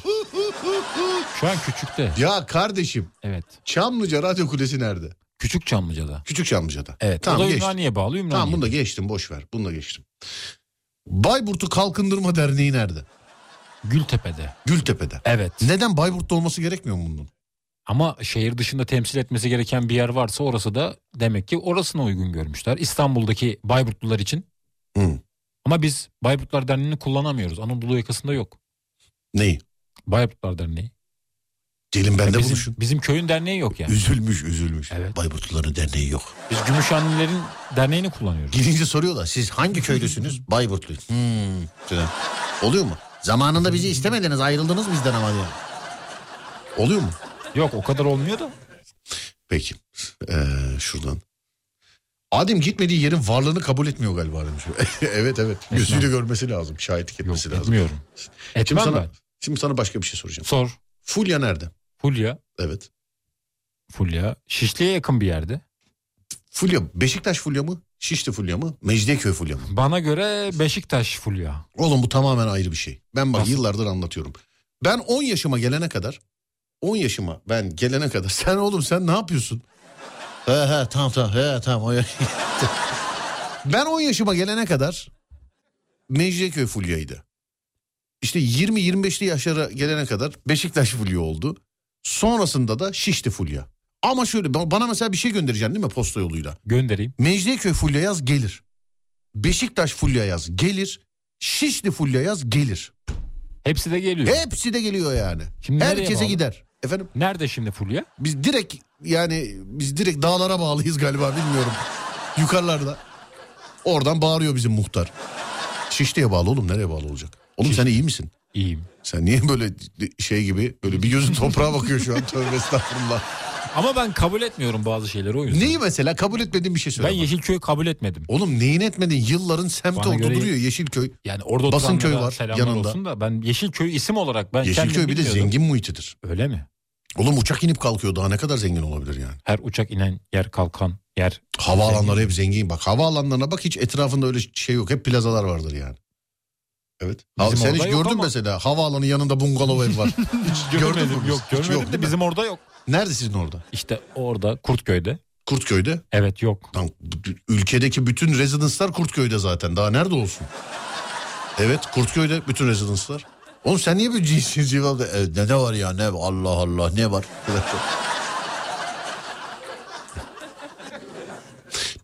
[SPEAKER 3] Şu an küçükte.
[SPEAKER 2] Ya kardeşim
[SPEAKER 3] Evet.
[SPEAKER 2] Çamlıca Radyo Kulesi nerede?
[SPEAKER 3] Küçük Çamlıca'da.
[SPEAKER 2] Küçük Çamlıca'da.
[SPEAKER 3] Evet.
[SPEAKER 2] Tamam
[SPEAKER 3] o da
[SPEAKER 2] geçtim.
[SPEAKER 3] Ümraniye bağlı Ümraniye.
[SPEAKER 2] Tamam bunu da geçtim boş ver. Bunu da geçtim. Bayburt'u Kalkındırma Derneği nerede?
[SPEAKER 3] Gültepe'de.
[SPEAKER 2] Gültepe'de.
[SPEAKER 3] Evet.
[SPEAKER 2] Neden Bayburt'ta olması gerekmiyor mu bunun?
[SPEAKER 3] Ama şehir dışında temsil etmesi gereken bir yer varsa orası da demek ki orasına uygun görmüşler. İstanbul'daki Bayburtlular için.
[SPEAKER 2] Hı.
[SPEAKER 3] Ama biz Bayburtlar Derneği'ni kullanamıyoruz. Anadolu yakasında yok.
[SPEAKER 2] Neyi?
[SPEAKER 3] Bayburtlar Derneği.
[SPEAKER 2] Gelin bende
[SPEAKER 3] Ya
[SPEAKER 2] buluşun.
[SPEAKER 3] bizim, bizim köyün derneği yok yani.
[SPEAKER 2] Üzülmüş üzülmüş.
[SPEAKER 3] Evet.
[SPEAKER 2] Bayburtluların derneği yok.
[SPEAKER 3] Biz Gümüşhanelilerin derneğini kullanıyoruz.
[SPEAKER 2] Gidince soruyorlar siz hangi köylüsünüz? Bayburtluyuz. Hmm. falan. Oluyor mu? Zamanında bizi istemediniz ayrıldınız bizden ama diye. Oluyor mu?
[SPEAKER 3] Yok o kadar olmuyor da.
[SPEAKER 2] Peki. Ee, şuradan. Adem gitmediği yerin varlığını kabul etmiyor galiba demiş. evet evet. Gözüyle görmesi lazım. Şahitlik
[SPEAKER 3] Yok
[SPEAKER 2] etmesi lazım. E,
[SPEAKER 3] etmiyorum.
[SPEAKER 2] Şimdi
[SPEAKER 3] Etmem
[SPEAKER 2] sana,
[SPEAKER 3] ben.
[SPEAKER 2] şimdi sana başka bir şey soracağım.
[SPEAKER 3] Sor.
[SPEAKER 2] Fulya nerede?
[SPEAKER 3] Fulya.
[SPEAKER 2] Evet.
[SPEAKER 3] Fulya. Şişli'ye yakın bir yerde.
[SPEAKER 2] Fulya Beşiktaş Fulya mı? Şişli Fulya mı? Mecidiyeköy Fulya mı?
[SPEAKER 3] Bana göre Beşiktaş Fulya.
[SPEAKER 2] Oğlum bu tamamen ayrı bir şey. Ben bak
[SPEAKER 3] Nasıl?
[SPEAKER 2] yıllardır anlatıyorum. Ben 10 yaşıma gelene kadar 10 yaşıma ben gelene kadar sen oğlum sen ne yapıyorsun? He he tamam tamam he tamam. o ya- ben 10 yaşıma gelene kadar Mecidiyeköy Fulya'ydı. İşte 20-25'li yaşlara gelene kadar Beşiktaş Fulya oldu. Sonrasında da Şişli Fulya. Ama şöyle ba- bana mesela bir şey göndereceksin değil mi posta yoluyla?
[SPEAKER 3] Göndereyim.
[SPEAKER 2] Mecidiyeköy Fulya yaz gelir. Beşiktaş Fulya yaz gelir. Şişli Fulya yaz gelir.
[SPEAKER 3] Hepsi de geliyor.
[SPEAKER 2] Hepsi de geliyor yani.
[SPEAKER 3] Şimdi nereye
[SPEAKER 2] Herkese
[SPEAKER 3] bağlı?
[SPEAKER 2] gider. Efendim
[SPEAKER 3] Nerede şimdi Fulya?
[SPEAKER 2] biz direkt yani biz direkt dağlara bağlıyız galiba bilmiyorum. Yukarılarda. Oradan bağırıyor bizim muhtar. Şişli'ye bağlı oğlum nereye bağlı olacak? Oğlum sen iyi misin?
[SPEAKER 3] İyiyim.
[SPEAKER 2] Sen niye böyle şey gibi böyle bir gözün toprağa bakıyor şu an tövbe estağfurullah.
[SPEAKER 3] Ama ben kabul etmiyorum bazı şeyleri o yüzden.
[SPEAKER 2] Neyi mesela kabul etmediğin bir şey söyle.
[SPEAKER 3] Ben
[SPEAKER 2] bana.
[SPEAKER 3] Yeşilköy'ü kabul etmedim.
[SPEAKER 2] Oğlum neyin etmedin yılların semti
[SPEAKER 3] Bana
[SPEAKER 2] orada
[SPEAKER 3] göre-
[SPEAKER 2] duruyor Yeşilköy.
[SPEAKER 3] Yani orada
[SPEAKER 2] Basın
[SPEAKER 3] oturanlara
[SPEAKER 2] köyü var
[SPEAKER 3] selamlar
[SPEAKER 2] yanında.
[SPEAKER 3] olsun da ben Yeşilköy isim olarak ben
[SPEAKER 2] Yeşilköy
[SPEAKER 3] kendim
[SPEAKER 2] bir de
[SPEAKER 3] bilmiyordum.
[SPEAKER 2] zengin muhitidir.
[SPEAKER 3] Öyle mi?
[SPEAKER 2] Oğlum uçak inip kalkıyor daha ne kadar zengin olabilir yani.
[SPEAKER 3] Her uçak inen yer kalkan yer.
[SPEAKER 2] Havaalanları hep zengin bak. Havaalanlarına bak hiç etrafında öyle şey yok. Hep plazalar vardır yani. Evet.
[SPEAKER 3] Bizim
[SPEAKER 2] Abi sen hiç
[SPEAKER 3] orada yok
[SPEAKER 2] gördün
[SPEAKER 3] ama.
[SPEAKER 2] mesela havaalanı yanında bungalov ev var. Hiç gördün mü?
[SPEAKER 3] Görmedim, Yok
[SPEAKER 2] Hiç
[SPEAKER 3] görmedim
[SPEAKER 2] yok,
[SPEAKER 3] de
[SPEAKER 2] değil mi?
[SPEAKER 3] bizim orada yok.
[SPEAKER 2] Nerede sizin orada?
[SPEAKER 3] İşte orada Kurtköy'de.
[SPEAKER 2] Kurtköy'de.
[SPEAKER 3] Evet yok.
[SPEAKER 2] Lan, b- ülkedeki bütün rezidanslar Kurtköy'de zaten. Daha nerede olsun? Evet Kurtköy'de bütün rezidanslar. Oğlum sen niye böyle cinsiz cevap e, ne, ne var ya ne Allah Allah ne var?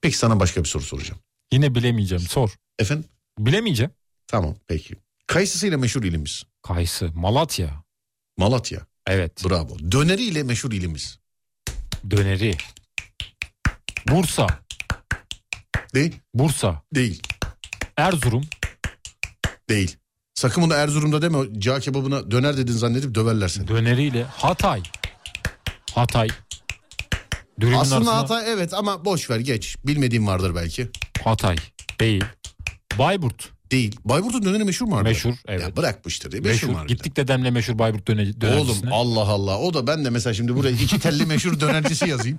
[SPEAKER 2] peki sana başka bir soru soracağım.
[SPEAKER 3] Yine bilemeyeceğim sor.
[SPEAKER 2] Efendim?
[SPEAKER 3] Bilemeyeceğim.
[SPEAKER 2] Tamam peki. Kayısısıyla meşhur ilimiz.
[SPEAKER 3] Kayısı, Malatya.
[SPEAKER 2] Malatya.
[SPEAKER 3] Evet.
[SPEAKER 2] Bravo. Döneriyle meşhur ilimiz.
[SPEAKER 3] Döneri. Bursa.
[SPEAKER 2] Değil.
[SPEAKER 3] Bursa.
[SPEAKER 2] Değil.
[SPEAKER 3] Erzurum.
[SPEAKER 2] Değil. Sakın bunu Erzurum'da deme. o Cağ kebabına döner dedin zannedip döverler seni.
[SPEAKER 3] Döneriyle. Hatay. Hatay. Dürümün
[SPEAKER 2] Aslında
[SPEAKER 3] arasına-
[SPEAKER 2] hata evet ama boş ver geç. Bilmediğim vardır belki.
[SPEAKER 3] Hatay. Değil. Bayburt.
[SPEAKER 2] Değil. Bayburt'un döneri meşhur mu harbiden?
[SPEAKER 3] Meşhur, evet.
[SPEAKER 2] Ya bırak bu işleri. Meşhur,
[SPEAKER 3] Meşhur.
[SPEAKER 2] mu harbiden?
[SPEAKER 3] Gittik dedemle meşhur Bayburt döne-
[SPEAKER 2] Oğlum
[SPEAKER 3] dönercisine.
[SPEAKER 2] Allah Allah. O da ben de mesela şimdi buraya iki telli meşhur dönercisi yazayım.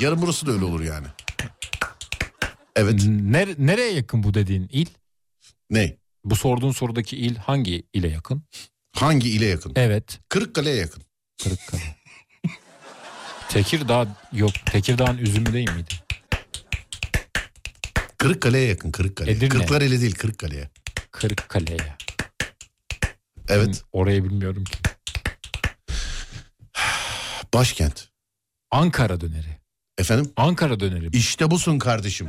[SPEAKER 2] Yarın burası da öyle olur yani. Evet.
[SPEAKER 3] Nere- nereye yakın bu dediğin il?
[SPEAKER 2] Ne?
[SPEAKER 3] Bu sorduğun sorudaki il hangi ile yakın?
[SPEAKER 2] Hangi ile yakın?
[SPEAKER 3] Evet.
[SPEAKER 2] Kırıkkale'ye yakın.
[SPEAKER 3] Kırıkkale. Tekirdağ yok. Tekirdağ'ın üzümü değil miydi?
[SPEAKER 2] Kırıkkale'ye yakın Kırıkkale.
[SPEAKER 3] Edirne.
[SPEAKER 2] Kırklareli değil Kırıkkale'ye.
[SPEAKER 3] Kırıkkale'ye.
[SPEAKER 2] Evet.
[SPEAKER 3] Orayı bilmiyorum ki. Hmm.
[SPEAKER 2] Başkent.
[SPEAKER 3] Ankara döneri.
[SPEAKER 2] Efendim?
[SPEAKER 3] Ankara döneri.
[SPEAKER 2] İşte busun kardeşim.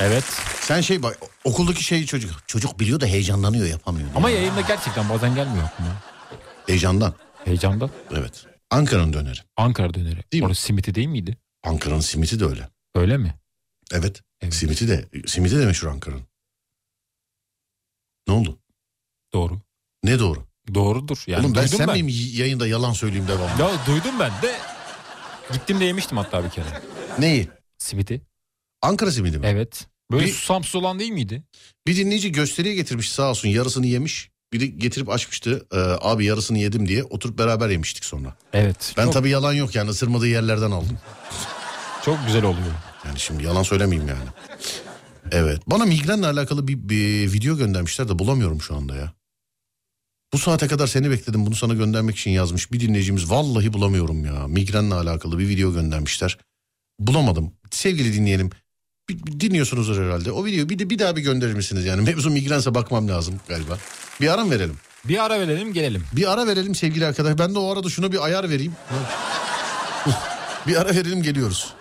[SPEAKER 3] Evet.
[SPEAKER 2] Sen şey bak okuldaki şey çocuk. Çocuk biliyor da heyecanlanıyor yapamıyor.
[SPEAKER 3] Ama yayında gerçekten bazen gelmiyor aklıma.
[SPEAKER 2] Heyecandan.
[SPEAKER 3] Heyecandan.
[SPEAKER 2] Evet. Ankara'nın döneri.
[SPEAKER 3] Ankara döneri.
[SPEAKER 2] Değil mi?
[SPEAKER 3] Orası simiti değil miydi?
[SPEAKER 2] Ankara'nın simiti de öyle.
[SPEAKER 3] Öyle mi?
[SPEAKER 2] Evet.
[SPEAKER 3] Evet.
[SPEAKER 2] Simiti de simiti de meşhur Ankara'nın. Ne oldu?
[SPEAKER 3] Doğru.
[SPEAKER 2] Ne doğru?
[SPEAKER 3] Doğrudur. Yani
[SPEAKER 2] Oğlum ben
[SPEAKER 3] duydum
[SPEAKER 2] sen miyim y- yayında yalan söyleyeyim devamlı?
[SPEAKER 3] Ya duydum ben de. Gittim de yemiştim hatta bir kere.
[SPEAKER 2] Neyi?
[SPEAKER 3] Simiti.
[SPEAKER 2] Ankara simidi mi?
[SPEAKER 3] Evet. Böyle
[SPEAKER 2] Bir-
[SPEAKER 3] susamsız olan değil miydi?
[SPEAKER 2] Bir dinleyici gösteriye getirmiş sağ olsun yarısını yemiş. Biri getirip açmıştı. Ee, abi yarısını yedim diye oturup beraber yemiştik sonra.
[SPEAKER 3] Evet.
[SPEAKER 2] Ben
[SPEAKER 3] çok,
[SPEAKER 2] tabii yalan yok yani ısırmadığı yerlerden aldım.
[SPEAKER 3] çok güzel oluyor.
[SPEAKER 2] Yani şimdi yalan söylemeyeyim yani. Evet. Bana migrenle alakalı bir, bir video göndermişler de bulamıyorum şu anda ya. Bu saate kadar seni bekledim. Bunu sana göndermek için yazmış bir dinleyicimiz. Vallahi bulamıyorum ya. Migrenle alakalı bir video göndermişler. Bulamadım. Sevgili dinleyelim. Bir- bir Dinliyorsunuzdur herhalde. O videoyu bir de bir daha bir gönderir misiniz yani? Mevzu migrense bakmam lazım galiba. Bir ara mı verelim?
[SPEAKER 3] Bir ara verelim gelelim.
[SPEAKER 2] Bir ara verelim sevgili arkadaş. Ben de o arada şuna bir ayar vereyim. bir ara verelim geliyoruz.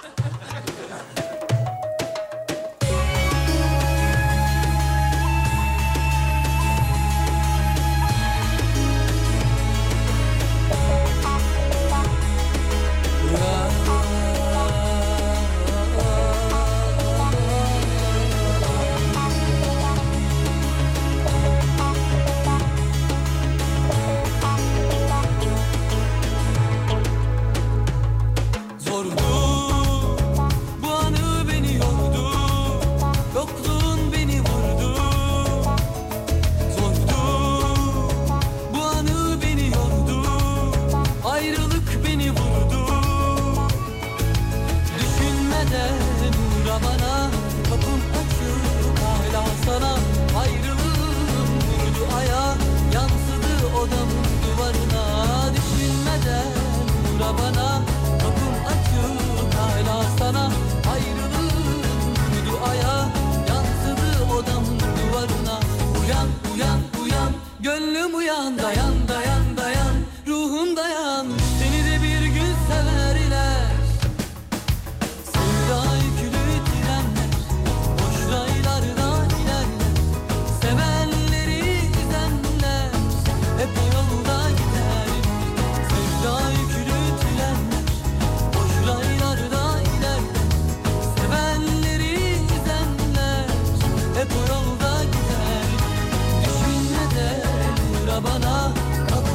[SPEAKER 4] Zordu bu anı beni yordu Yokluğun beni vurdu Zordu bu anı beni yordu Ayrılık beni vurdu Düşünmeden uğra bana Kapım açık hala sana Ayrılığım vurdu aya Yansıdı odamın duvarına Düşünmeden uğra bana Kapım açık hala sana Ayrılığım vurdu aya Yansıdı odamın duvarına Uyan uyan uyan Gönlüm uyan dayan dayan dayan Ruhum dayan Seni de bir gün sever iler Sevda yükülü trenler, boş raylarda ilerler. Sevenleri üzenler, hep o yolda gider. Sevda yükülü trenler, boş raylarda ilerler. Sevenleri üzenler, hep o yolda gider. Düşünmeden uğra bana, kapı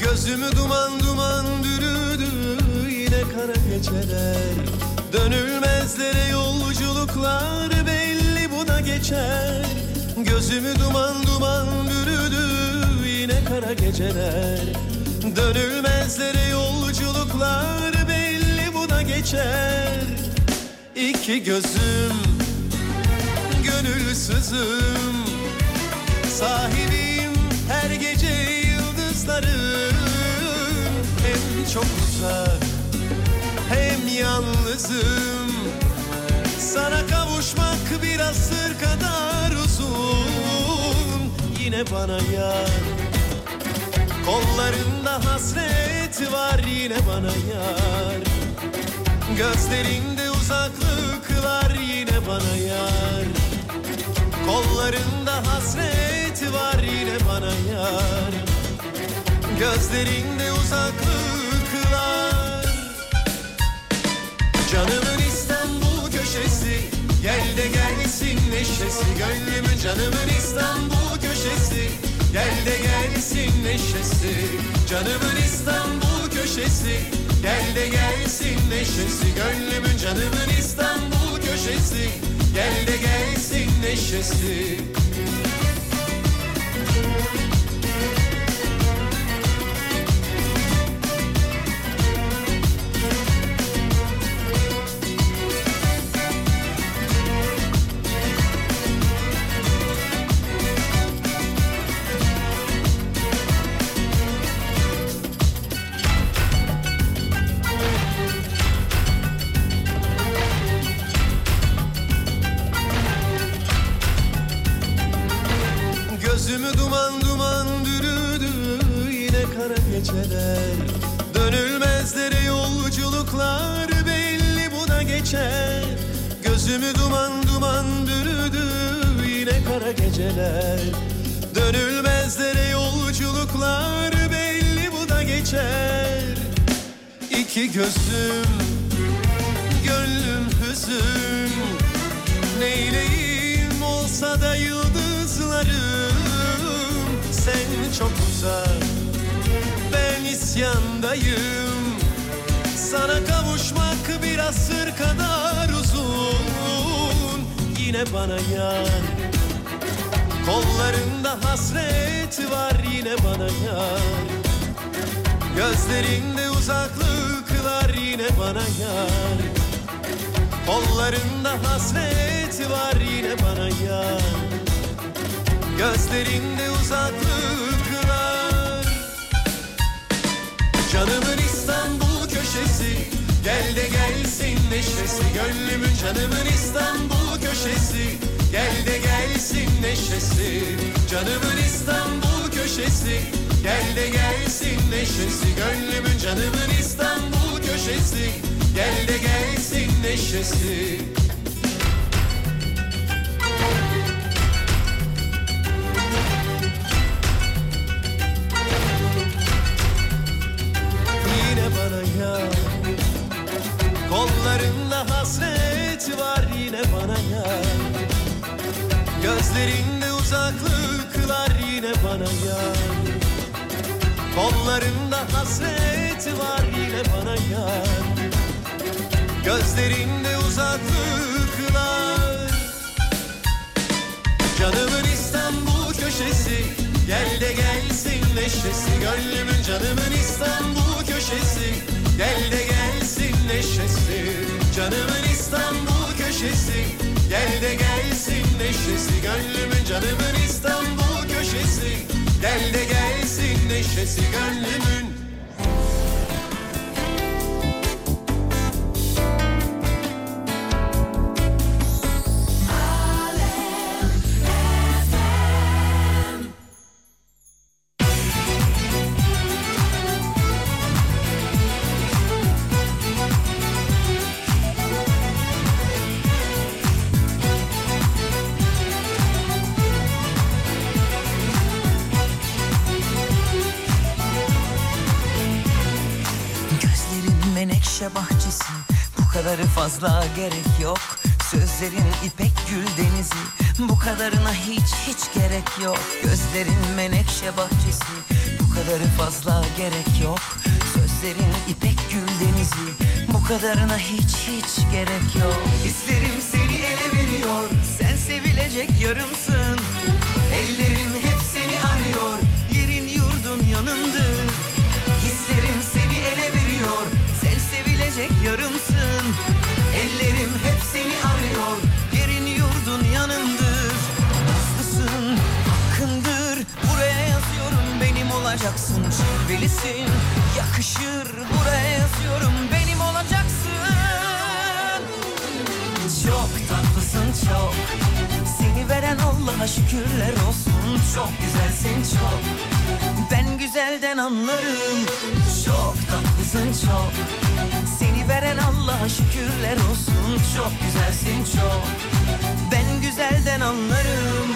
[SPEAKER 6] Gözümü duman duman bürüdü yine kara geceler Dönülmezlere yolculuklar belli buna geçer Gözümü duman duman bürüdü yine kara geceler Dönülmezlere yolculuklar belli buna geçer İki gözüm gönülsüzüm Sahibim her gece yıldızların Hem çok uzak hem yalnızım Sana kavuşmak bir asır kadar uzun Yine bana yar Kollarında hasret var yine bana yar Gözlerinde uzaklık var yine bana yar Kollarında hasret var yine bana yar Gözlerinde uzaklık var Canımın İstanbul köşesi Gel de gelsin neşesi Gönlümün canımın İstanbul köşesi Gel de gelsin neşesi Canımın İstanbul köşesi Gel de gelsin neşesi Gönlümün canımın İstanbul köşesi Gel de gelsin neşesi Gözümü duman duman bürüdü yine kara geceler Dönülmezlere yolculuklar belli buna geçer Gözümü duman duman bürüdü yine kara geceler Dönülmezlere yolculuklar belli buna geçer İki gözüm gönlüm hüzün Neyleyim olsa da yıldızlarım Sen çok uzak ben isyandayım Sana kavuşmak bir asır kadar uzun Yine bana yar Kollarında hasret var yine bana yar Gözlerinde uzaklıklar yine bana yar Kollarında hasret var yine bana ya Gözlerinde uzaklıklar Canımın İstanbul köşesi Gel de gelsin neşesi Gönlümün canımın İstanbul köşesi Gel de gelsin neşesi Canımın İstanbul köşesi Gel de gelsin neşesi Gönlümün canımın İstanbul köşesi Gel de gelsin neşesi yine bana ya Kollarında hasret var yine bana ya Gözlerinde uzaklıklar yine bana ya Kollarında hasret var yine bana ya Gözlerinde uzaklıklar Canımın İstanbul köşesi Gel de gelsin neşesi Gönlümün canımın İstanbul köşesi Gel de gelsin neşesi Canımın İstanbul köşesi Gel de gelsin neşesi Gönlümün canımın İstanbul köşesi Gel de gelsin neşesi Gönlümün
[SPEAKER 7] Gözlerin menekşe bahçesi Bu kadarı fazla gerek yok Sözlerin ipek gül denizi Bu kadarına hiç hiç gerek yok Gözlerin menekşe bahçesi Bu Bu kadarı fazla gerek yok Sözlerin ipek gül denizi Bu kadarına hiç hiç gerek yok Hislerim seni ele veriyor Sen sevilecek yarımsın Ellerim hep seni arıyor Yerin yurdun yanındır Hislerim seni ele veriyor Sen sevilecek yarımsın Ellerim hep seni arıyor Yerin yurdun yanındır Haklısın hakkındır Buraya yazıyorum benim olacaksın Cilvelisin yakışır Buraya yazıyorum benim olacaksın çok tatlısın çok Seni veren Allah'a şükürler olsun Çok güzelsin çok Ben güzelden anlarım Çok tatlısın çok Seni veren Allah'a şükürler olsun Çok güzelsin çok Ben güzelden anlarım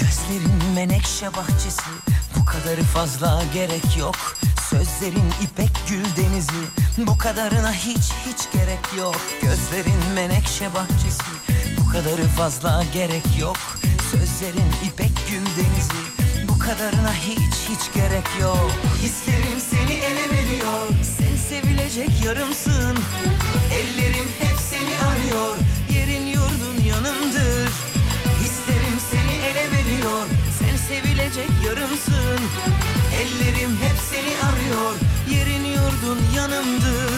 [SPEAKER 7] Gözlerin menekşe bahçesi Bu kadarı fazla gerek yok Sözlerin ipek gül denizi Bu kadarına hiç hiç gerek yok Gözlerin menekşe bahçesi Bu kadarı fazla gerek yok Sözlerin ipek gül denizi Bu kadarına hiç hiç gerek yok Hislerim seni ele veriyor Sen sevilecek yarımsın Ellerim hep seni arıyor Yerin yurdun yanımdır Hislerim seni ele veriyor Sen sevilecek yarımsın Ellerim hep seni arıyor Yerin yurdun yanımdır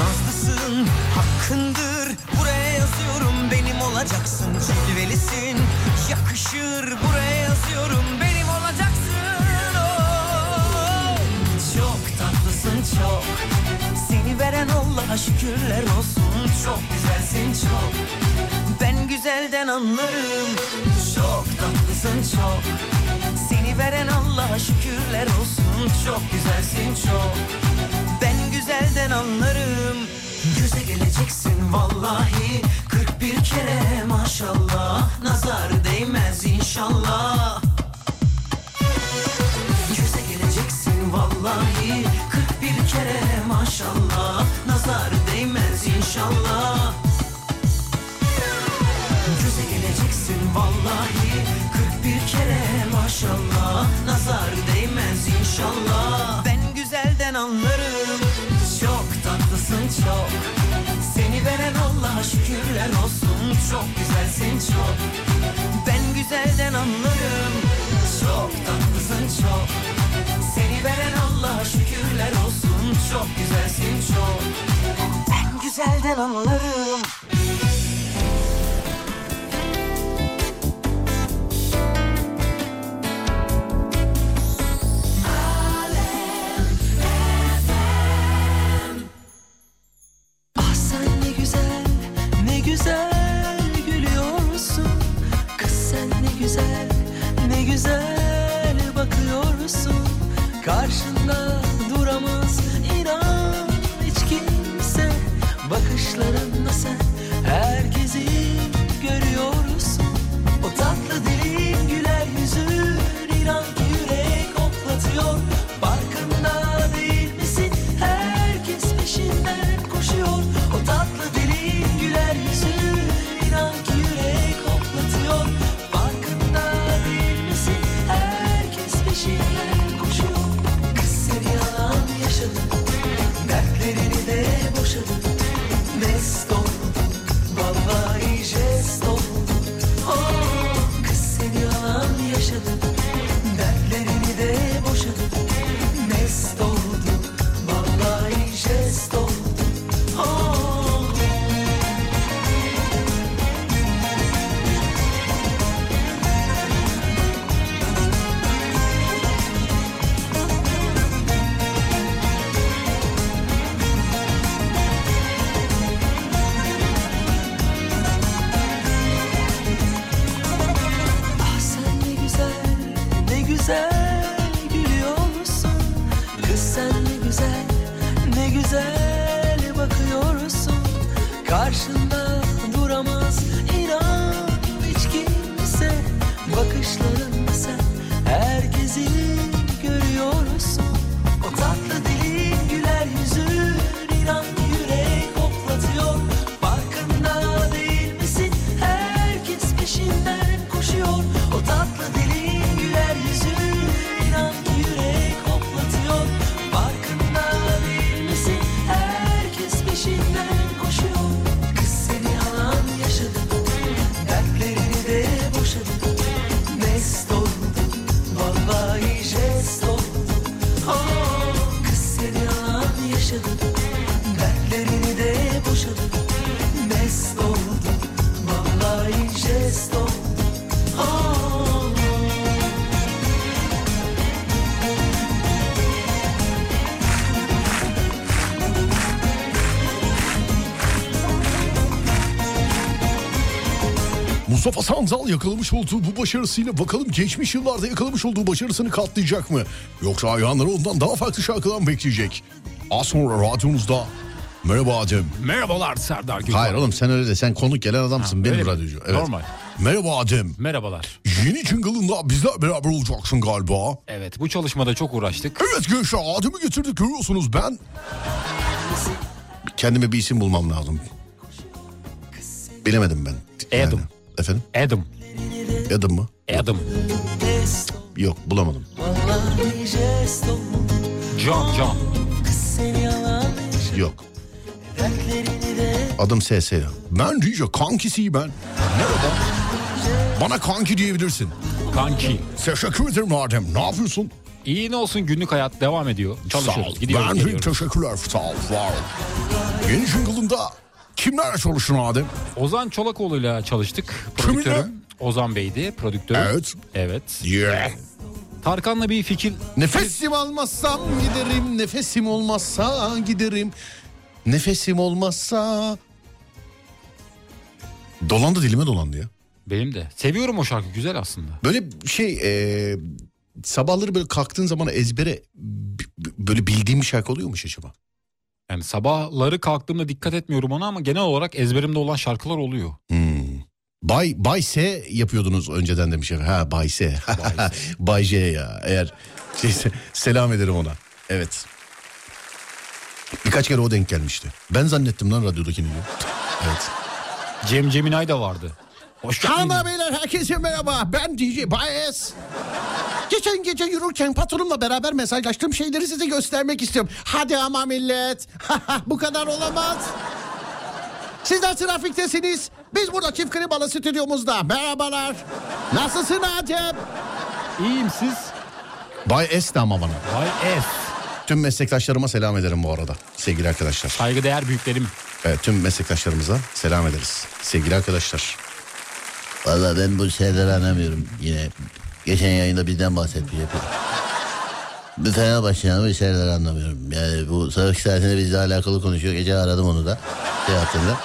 [SPEAKER 7] Nazlısın hakkındır Buraya yazıyorum benim olacaksın Cilvelisin yakışır Buraya yazıyorum benim olacaksın Oh! Çok tatlısın çok Seni veren Allah'a şükürler olsun Çok güzelsin çok Ben güzelden anlarım Çok tatlısın çok Seni veren Allah'a şükürler olsun Çok güzelsin çok Ben güzelden anlarım Göze geleceksin vallahi 41 kere maşallah Nazar değmez inşallah Göze geleceksin vallahi 41 kere maşallah Nazar değmez inşallah Göze geleceksin vallahi 41 kere maşallah Nazar değmez inşallah Ben güzelden anlarım Çok tatlısın çok Seni veren Allah'a şükürler olsun Çok güzelsin çok Ben güzelden anlarım Çok tatlısın çok Seni veren Allah'a şükürler olsun Çok güzelsin çok Ben güzelden anlarım Ah sen ne güzel, ne güzel gülüyorsun Kız sen ne güzel, ne güzel bakıyorsun Karşında duramaz inan hiç kimse Bakışlarınla sen herkesi görüyorsun O tatlı dilin güler yüzün inan ki yürek hoplatıyor Farkında değil misin herkes peşinden koşuyor O tatlı dilin güler yüzü inan ki yürek hoplatıyor Farkında değil misin herkes peşinden koşuyor Kız seni Oh, Oh.
[SPEAKER 4] Ah, ses doldu Ah.
[SPEAKER 2] Mustafa Sandal yakalamış olduğu bu başarısıyla bakalım geçmiş yıllarda yakalamış olduğu başarısını katlayacak mı? Yoksa hayranları ondan daha farklı şarkılar mı bekleyecek? Az sonra radyonuzda merhaba Adem.
[SPEAKER 3] Merhabalar Serdar Gökalp.
[SPEAKER 2] Hayır oğlum sen öyle de sen konuk gelen adamsın
[SPEAKER 3] Ha, öyle
[SPEAKER 2] benim
[SPEAKER 3] mi?
[SPEAKER 2] radyocu. Evet.
[SPEAKER 3] Normal.
[SPEAKER 2] Merhaba Adem.
[SPEAKER 3] Merhabalar.
[SPEAKER 2] Yeni jingle'ında bizler beraber olacaksın galiba.
[SPEAKER 3] Evet bu çalışmada çok uğraştık.
[SPEAKER 2] Evet gençler Adem'i getirdik görüyorsunuz ben. Kendime bir isim bulmam lazım. Bilemedim ben.
[SPEAKER 3] Adam.
[SPEAKER 2] Efendim?
[SPEAKER 3] Adam.
[SPEAKER 2] Adam mı?
[SPEAKER 3] Adam.
[SPEAKER 2] Yok bulamadım.
[SPEAKER 3] John. John.
[SPEAKER 2] Yok. Adım SS. Ben Rica kankisiyim ben. Merhaba. Bana kanki diyebilirsin.
[SPEAKER 3] Kanki.
[SPEAKER 2] Teşekkür ederim Adem. Ne yapıyorsun?
[SPEAKER 3] İyi ne olsun günlük hayat devam ediyor.
[SPEAKER 2] Sağ ol.
[SPEAKER 3] Çalışıyoruz. Gidiyoruz.
[SPEAKER 2] Ben de
[SPEAKER 3] geliyoruz.
[SPEAKER 2] teşekkürler. Sağ ol. Var ol. Yeni jingle'ında kimlerle çalıştın Adem?
[SPEAKER 3] Ozan Çolakoğlu'yla çalıştık.
[SPEAKER 2] Kiminle?
[SPEAKER 3] Prodüktörüm. Ozan Bey'di prodüktörüm.
[SPEAKER 2] Evet.
[SPEAKER 3] Evet.
[SPEAKER 2] Yeah.
[SPEAKER 3] Tarkan'la bir fikir
[SPEAKER 2] Nefesim almazsam giderim. Nefesim olmazsa giderim. Nefesim olmazsa... Dolandı dilime dolandı ya.
[SPEAKER 3] benim de. Seviyorum o şarkı güzel aslında.
[SPEAKER 2] Böyle şey e, sabahları böyle kalktığın zaman ezbere b- b- böyle bildiğim bir şarkı oluyormuş acaba?
[SPEAKER 3] Yani sabahları kalktığımda dikkat etmiyorum ona ama genel olarak ezberimde olan şarkılar oluyor.
[SPEAKER 2] Hmm. Bay Bay S yapıyordunuz önceden demiş efendim. Ha Bay S. Bay J ya. Eğer şeyse selam ederim ona. Evet. Birkaç kere o denk gelmişti. Ben zannettim lan radyodakini diyor. Evet.
[SPEAKER 3] Cem Ceminay da vardı. Hoş geldin.
[SPEAKER 2] Hanımlar beyler herkese merhaba. Ben DJ Bayes. Geçen gece yürürken patronumla beraber mesajlaştığım şeyleri size göstermek istiyorum. Hadi ama millet. Bu kadar olamaz. Sizler trafiktesiniz. Biz burada çift klimalı stüdyomuzda. Merhabalar. Nasılsın Acep?
[SPEAKER 3] İyiyim siz.
[SPEAKER 2] Bay S de ama bana.
[SPEAKER 3] Vay es.
[SPEAKER 2] Tüm meslektaşlarıma selam ederim bu arada. Sevgili arkadaşlar.
[SPEAKER 3] Saygıdeğer büyüklerim.
[SPEAKER 2] Evet, E, tüm meslektaşlarımıza selam ederiz. Sevgili arkadaşlar.
[SPEAKER 8] Valla ben bu şeyleri anlamıyorum yine. Geçen yayında bizden bahsetmiş hep. Bir Fenerbahçe'nin bir şeyleri anlamıyorum. Yani bu savaş saatinde bizle alakalı konuşuyor. Gece aradım onu da. Şey hakkında.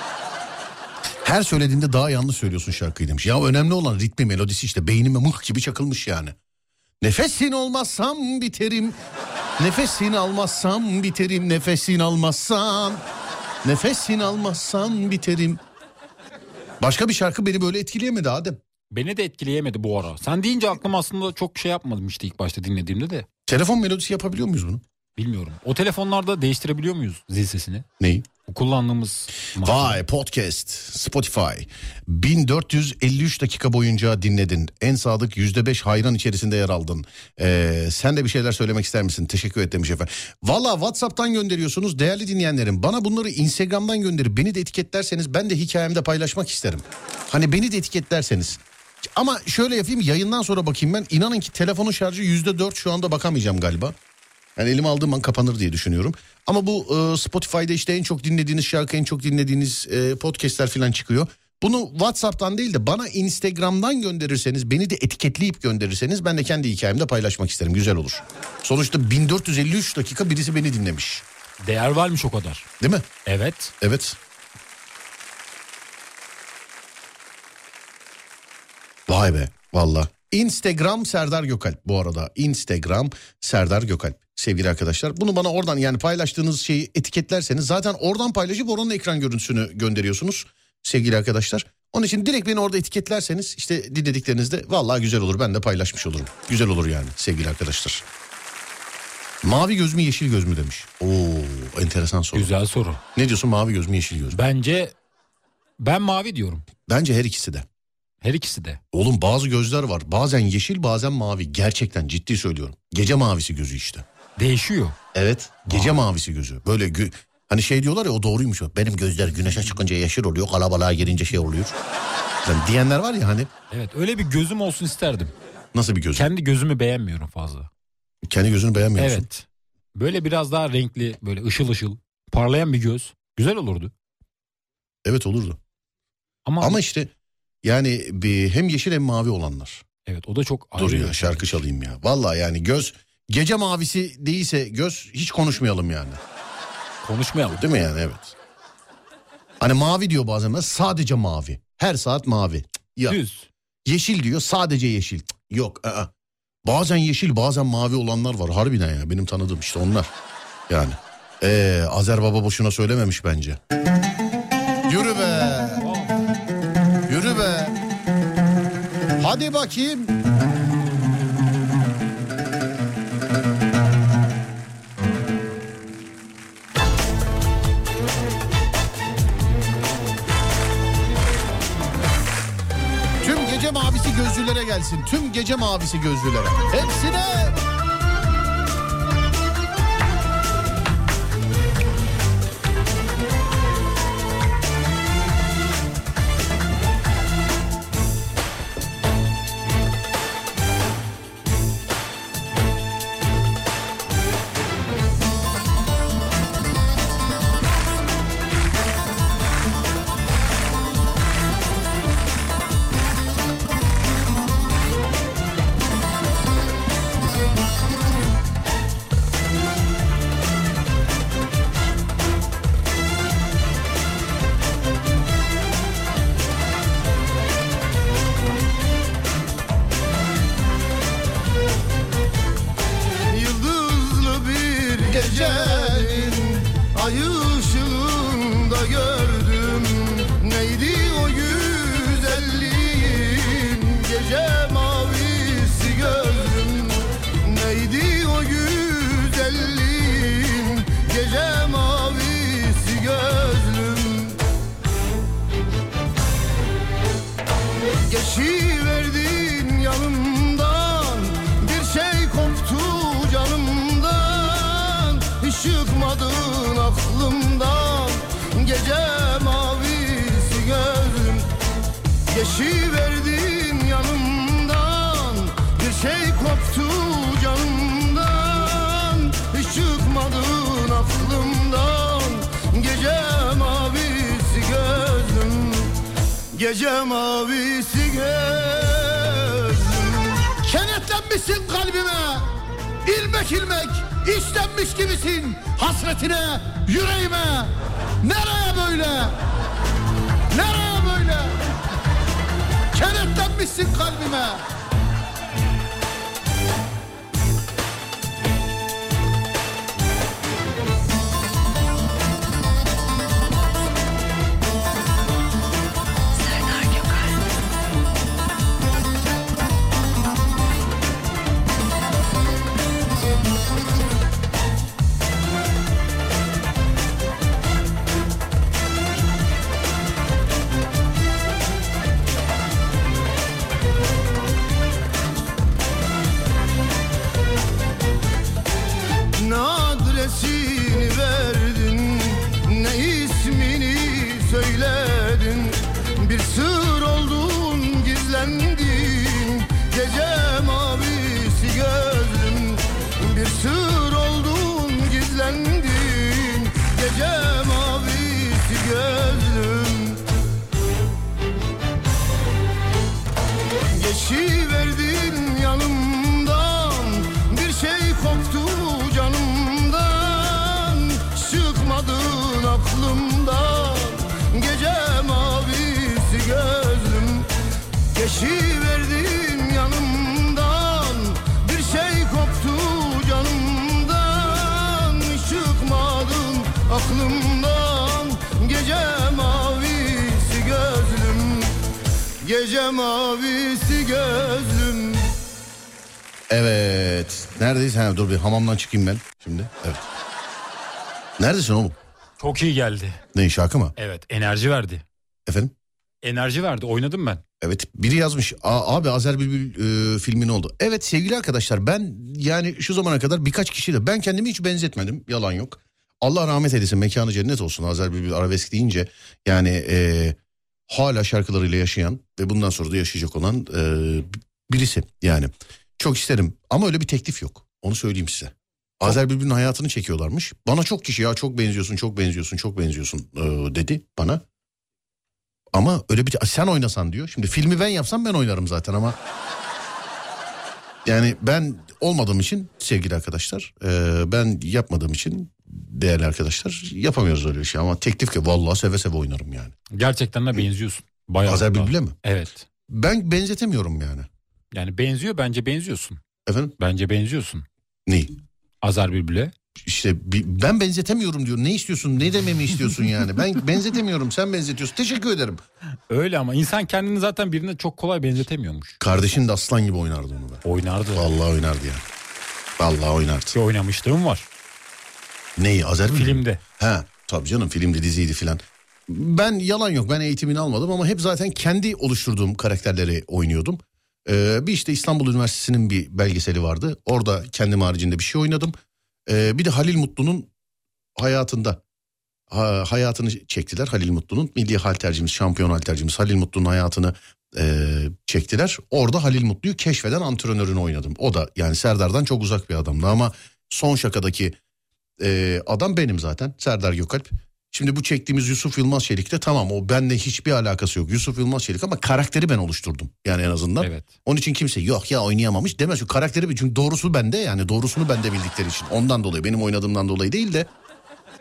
[SPEAKER 2] Her söylediğinde daha yanlış söylüyorsun şarkıyı demiş. Ya önemli olan ritmi melodisi işte beynime mıh gibi çakılmış yani. Nefesin olmazsam biterim. Nefesin almazsam biterim. Nefesin almazsam. Nefesin almazsam biterim. Başka bir şarkı beni böyle etkileyemedi Adem.
[SPEAKER 3] Beni de etkileyemedi bu ara. Sen deyince aklım aslında çok şey yapmadım işte ilk başta dinlediğimde de.
[SPEAKER 2] Telefon melodisi yapabiliyor muyuz bunu?
[SPEAKER 3] Bilmiyorum. O telefonlarda değiştirebiliyor muyuz zil sesini?
[SPEAKER 2] Neyi?
[SPEAKER 3] Bu Kullandığımız
[SPEAKER 2] Vay podcast Spotify 1453 dakika boyunca dinledin en sadık %5 hayran içerisinde yer aldın Ee, sen de bir şeyler söylemek ister misin teşekkür et demiş efendim valla whatsapp'tan gönderiyorsunuz değerli dinleyenlerim bana bunları instagram'dan gönderip beni de etiketlerseniz ben de hikayemde paylaşmak isterim hani beni de etiketlerseniz ama şöyle yapayım yayından sonra bakayım ben inanın ki telefonun şarjı %4 şu anda bakamayacağım galiba yani elime aldığım an kapanır diye düşünüyorum. Ama bu e, Spotify'da işte en çok dinlediğiniz şarkı, en çok dinlediğiniz e, podcastler falan çıkıyor. Bunu WhatsApp'tan değil de bana Instagram'dan gönderirseniz, beni de etiketleyip gönderirseniz ben de kendi hikayemde paylaşmak isterim. Güzel olur. Sonuçta 1453 dakika birisi beni dinlemiş.
[SPEAKER 3] değer varmış o kadar.
[SPEAKER 2] Değil mi?
[SPEAKER 3] Evet.
[SPEAKER 2] Evet. Vay be valla. Instagram Serdar Gökalp bu arada. Instagram Serdar Gökalp sevgili arkadaşlar. Bunu bana oradan yani paylaştığınız şeyi etiketlerseniz zaten oradan paylaşıp oranın ekran görüntüsünü gönderiyorsunuz sevgili arkadaşlar. Onun için direkt beni orada etiketlerseniz işte dinlediklerinizde vallahi güzel olur. Ben de paylaşmış olurum. Güzel olur yani sevgili arkadaşlar. Mavi göz mü yeşil göz mü demiş. Oo enteresan soru.
[SPEAKER 3] Güzel soru.
[SPEAKER 2] Ne diyorsun mavi göz mü yeşil göz mü?
[SPEAKER 3] Bence ben mavi diyorum.
[SPEAKER 2] Bence her ikisi de.
[SPEAKER 3] Her ikisi de.
[SPEAKER 2] Oğlum bazı gözler var. Bazen yeşil bazen mavi. Gerçekten ciddi söylüyorum. Gece mavisi gözü işte.
[SPEAKER 3] Değişiyor.
[SPEAKER 2] Evet. Gece mavisi gözü. Böyle gü- hani şey diyorlar ya o doğruymuş. o. Benim gözler güneşe çıkınca yeşil oluyor. Kalabalığa girince şey oluyor. Yani diyenler var ya hani
[SPEAKER 3] Evet öyle bir gözüm olsun isterdim.
[SPEAKER 2] nasıl bir göz?
[SPEAKER 3] Kendi gözümü beğenmiyorum fazla.
[SPEAKER 2] Kendi gözünü beğenmiyor musun?
[SPEAKER 3] Evet. Böyle biraz daha renkli böyle ışıl ışıl parlayan bir göz. Güzel olurdu.
[SPEAKER 2] Evet olurdu.
[SPEAKER 3] Ama,
[SPEAKER 2] Ama işte Yani bir, hem yeşil hem mavi olanlar.
[SPEAKER 9] Evet o da çok ayrı
[SPEAKER 2] Dur
[SPEAKER 9] bir
[SPEAKER 2] ya
[SPEAKER 3] şey.
[SPEAKER 9] yaşam.
[SPEAKER 2] şarkı çalayım ya. Vallahi yani göz gece mavisi değilse göz hiç konuşmayalım yani.
[SPEAKER 9] Konuşmayalım.
[SPEAKER 2] Değil mi yani evet. Hani mavi diyor bazen mesela, sadece mavi. Her saat mavi. Cık, Yok.
[SPEAKER 9] Düz.
[SPEAKER 2] Yeşil diyor sadece yeşil. Cık, Yok. ı-ı. Bazen yeşil bazen mavi olanlar var harbiden ya benim tanıdığım işte onlar. Yani. Ee, Azer Baba boşuna söylememiş bence. Yürü be. Yürü be. Hadi bakayım. Tüm gece mavisi gözlülere gelsin. Tüm gece mavisi gözlülere. Hepsine.
[SPEAKER 10] Yıldızlı bir gecenin Ay ışığında gördüm Neydi o güzelliğin Gece mavisi gözüm Neydi o güzelliğin Gece mavisi gözlüm Geçiverdin yanımdan Bir şey koptu canımdan Hiç yıkmadın aklımdan Gece mavisi gözüm Geçiverdin yanımdan Bir şey koptu canımdan Hiç yıkmadın aklımdan Gece mavisi gözüm Gece mavisi gözüm
[SPEAKER 2] Kenetlenmişsin kalbime. İlmek ilmek istenmiş gibisin. Hasretine, yüreğime. Nereye böyle? Nereye böyle? Kenetlenmişsin kalbime.
[SPEAKER 10] Ne adresini verdin Ne ismini söyledin Bir sır oldun gizlendin Gece mavisi gözlüm Bir sır oldun gizlendin Gece mavisi gözlüm Geçiverdin yanımdan Bir şey koptu canımdan Çıkmadın aklımdan Gece mavisi gözüm Geçiverdin yanımdan Bir şey koptu canımdan Çıkmadın aklımdan Gece mavisi gözlüm Gece mavisi gözlüm
[SPEAKER 2] Evet. Neredeyiz? Ha, dur bir hamamdan çıkayım ben şimdi. Evet. Neredesin oğlum?
[SPEAKER 9] Çok iyi geldi.
[SPEAKER 2] Ne şarkı mı?
[SPEAKER 9] Evet enerji verdi.
[SPEAKER 2] Efendim?
[SPEAKER 9] Enerji verdi oynadım ben.
[SPEAKER 2] Evet biri yazmış "A- abi Azer Bülbül e, filmi ne oldu? Evet sevgili arkadaşlar ben yani şu zamana kadar birkaç kişiyle ben kendimi hiç benzetmedim yalan yok. Allah rahmet eylesin mekanı cennet olsun Azer Bülbül arabesk deyince yani e, hala şarkılarıyla yaşayan ve bundan sonra da yaşayacak olan e, birisi yani. Çok isterim ama öyle bir teklif yok onu söyleyeyim size. Azer Bülbül'ün hayatını çekiyorlarmış. Bana çok kişi ya çok benziyorsun çok benziyorsun çok benziyorsun e, dedi bana. Ama öyle bir sen oynasan diyor. Şimdi filmi ben yapsam ben oynarım zaten ama. Yani ben olmadığım için sevgili arkadaşlar, e, ben yapmadığım için değerli arkadaşlar yapamıyoruz öyle bir şey. Ama teklif ki vallahi seve seve oynarım yani.
[SPEAKER 3] Gerçekten de benziyorsun. Bayağı.
[SPEAKER 2] Azer
[SPEAKER 3] da.
[SPEAKER 2] Bülbül'e mi?
[SPEAKER 3] Evet.
[SPEAKER 2] Ben benzetemiyorum yani.
[SPEAKER 3] Yani benziyor bence benziyorsun.
[SPEAKER 2] Efendim?
[SPEAKER 3] Bence benziyorsun.
[SPEAKER 2] Neyi?
[SPEAKER 3] Azer Bülbül'e.
[SPEAKER 2] İşte bi- ben benzetemiyorum diyor. Ne istiyorsun? Ne dememi istiyorsun yani? Ben benzetemiyorum. Sen benzetiyorsun. Teşekkür ederim.
[SPEAKER 3] Öyle ama insan kendini zaten birine çok kolay benzetemiyormuş.
[SPEAKER 2] Kardeşin de aslan gibi oynardı onu be.
[SPEAKER 3] Oynardı.
[SPEAKER 2] Vallahi oynardı ya. Vallahi oynardı.
[SPEAKER 3] Ki oynamışlığım var.
[SPEAKER 2] Neyi? Azer mi?
[SPEAKER 3] Filmde.
[SPEAKER 2] He. Tabii canım filmdi diziydi filan. Ben yalan yok ben eğitimini almadım ama hep zaten kendi oluşturduğum karakterleri oynuyordum. Ee, bir işte İstanbul Üniversitesi'nin bir belgeseli vardı. Orada kendim haricinde bir şey oynadım. Ee, bir de Halil Mutlu'nun hayatında ha- hayatını çektiler Halil Mutlu'nun. Milli haltercimiz, şampiyon haltercimiz Halil Mutlu'nun hayatını e, çektiler. Orada Halil Mutlu'yu keşfeden antrenörünü oynadım. O da yani Serdar'dan çok uzak bir adamdı ama son şakadaki ee, adam benim zaten Serdar Gökalp. Şimdi bu çektiğimiz Yusuf Yılmaz Çelik de tamam o benle hiçbir alakası yok. Yusuf Yılmaz Çelik ama karakteri ben oluşturdum yani en azından.
[SPEAKER 3] Evet.
[SPEAKER 2] Onun için kimse yok ya oynayamamış demez. Şu karakteri çünkü doğrusu bende yani doğrusunu bende bildikleri için. Ondan dolayı benim oynadığımdan dolayı değil de.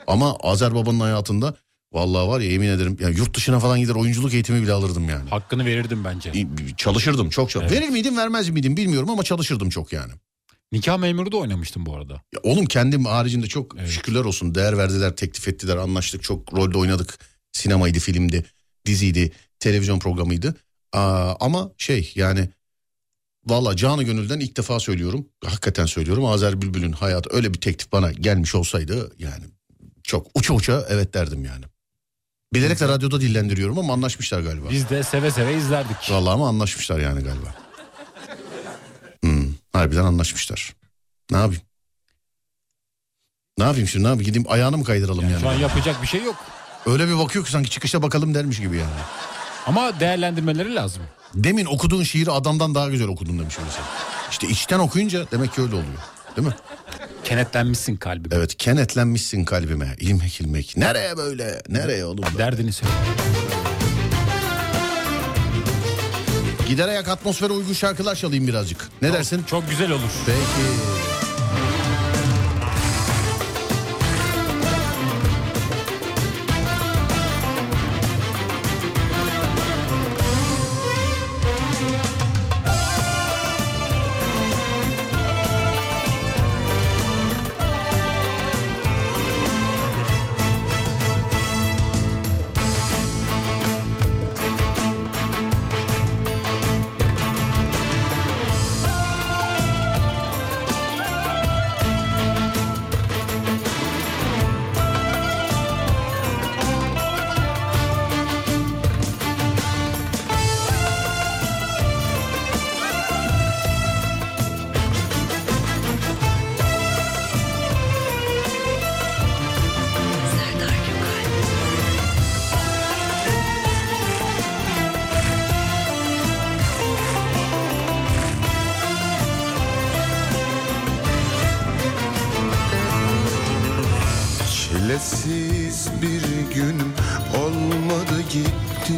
[SPEAKER 2] Ama Azer Baba'nın hayatında vallahi var ya yemin ederim ya yurt dışına falan gider oyunculuk eğitimi bile alırdım yani.
[SPEAKER 3] Hakkını verirdim bence.
[SPEAKER 2] Çalışırdım çok çok.
[SPEAKER 3] Evet.
[SPEAKER 2] Verir miydim vermez miydim bilmiyorum ama çalışırdım çok yani.
[SPEAKER 3] Nikah memuru da oynamıştım bu arada.
[SPEAKER 2] Ya oğlum kendim haricinde çok
[SPEAKER 3] Evet.
[SPEAKER 2] şükürler olsun değer verdiler, teklif ettiler, anlaştık. Çok rolde oynadık. Sinemaydı, filmdi, diziydi, televizyon programıydı. Aa, ama şey yani valla canı gönülden ilk defa söylüyorum. Hakikaten söylüyorum. Azer Bülbül'ün hayatı öyle bir teklif bana gelmiş olsaydı yani çok uça uça evet derdim yani. Bilerek de radyoda dillendiriyorum ama anlaşmışlar galiba.
[SPEAKER 3] Biz de seve seve izlerdik.
[SPEAKER 2] Vallahi ama anlaşmışlar yani galiba. Hmm, harbiden anlaşmışlar. Ne yapayım? Ne yapayım şimdi ne yapayım? Gideyim ayağını mı kaydıralım yani?
[SPEAKER 3] Şu an yapacak bir şey yok.
[SPEAKER 2] Öyle bir bakıyor ki sanki çıkışta bakalım dermiş gibi yani.
[SPEAKER 3] Ama değerlendirmeleri lazım.
[SPEAKER 2] Demin okuduğun şiiri adamdan daha güzel okudun demiş mesela. İşte içten okuyunca demek ki öyle oluyor. Değil mi?
[SPEAKER 3] Kenetlenmişsin kalbim.
[SPEAKER 2] Evet kenetlenmişsin kalbime. İlmek ilmek. Nereye E böyle? Nereye oğlum? böyle?
[SPEAKER 3] Derdini söyle.
[SPEAKER 2] Gider ayak atmosfere uygun şarkılar çalayım birazcık. Ne dersin?
[SPEAKER 3] Çok güzel olur.
[SPEAKER 2] Peki.
[SPEAKER 11] Çilesiz bir gün olmadı gitti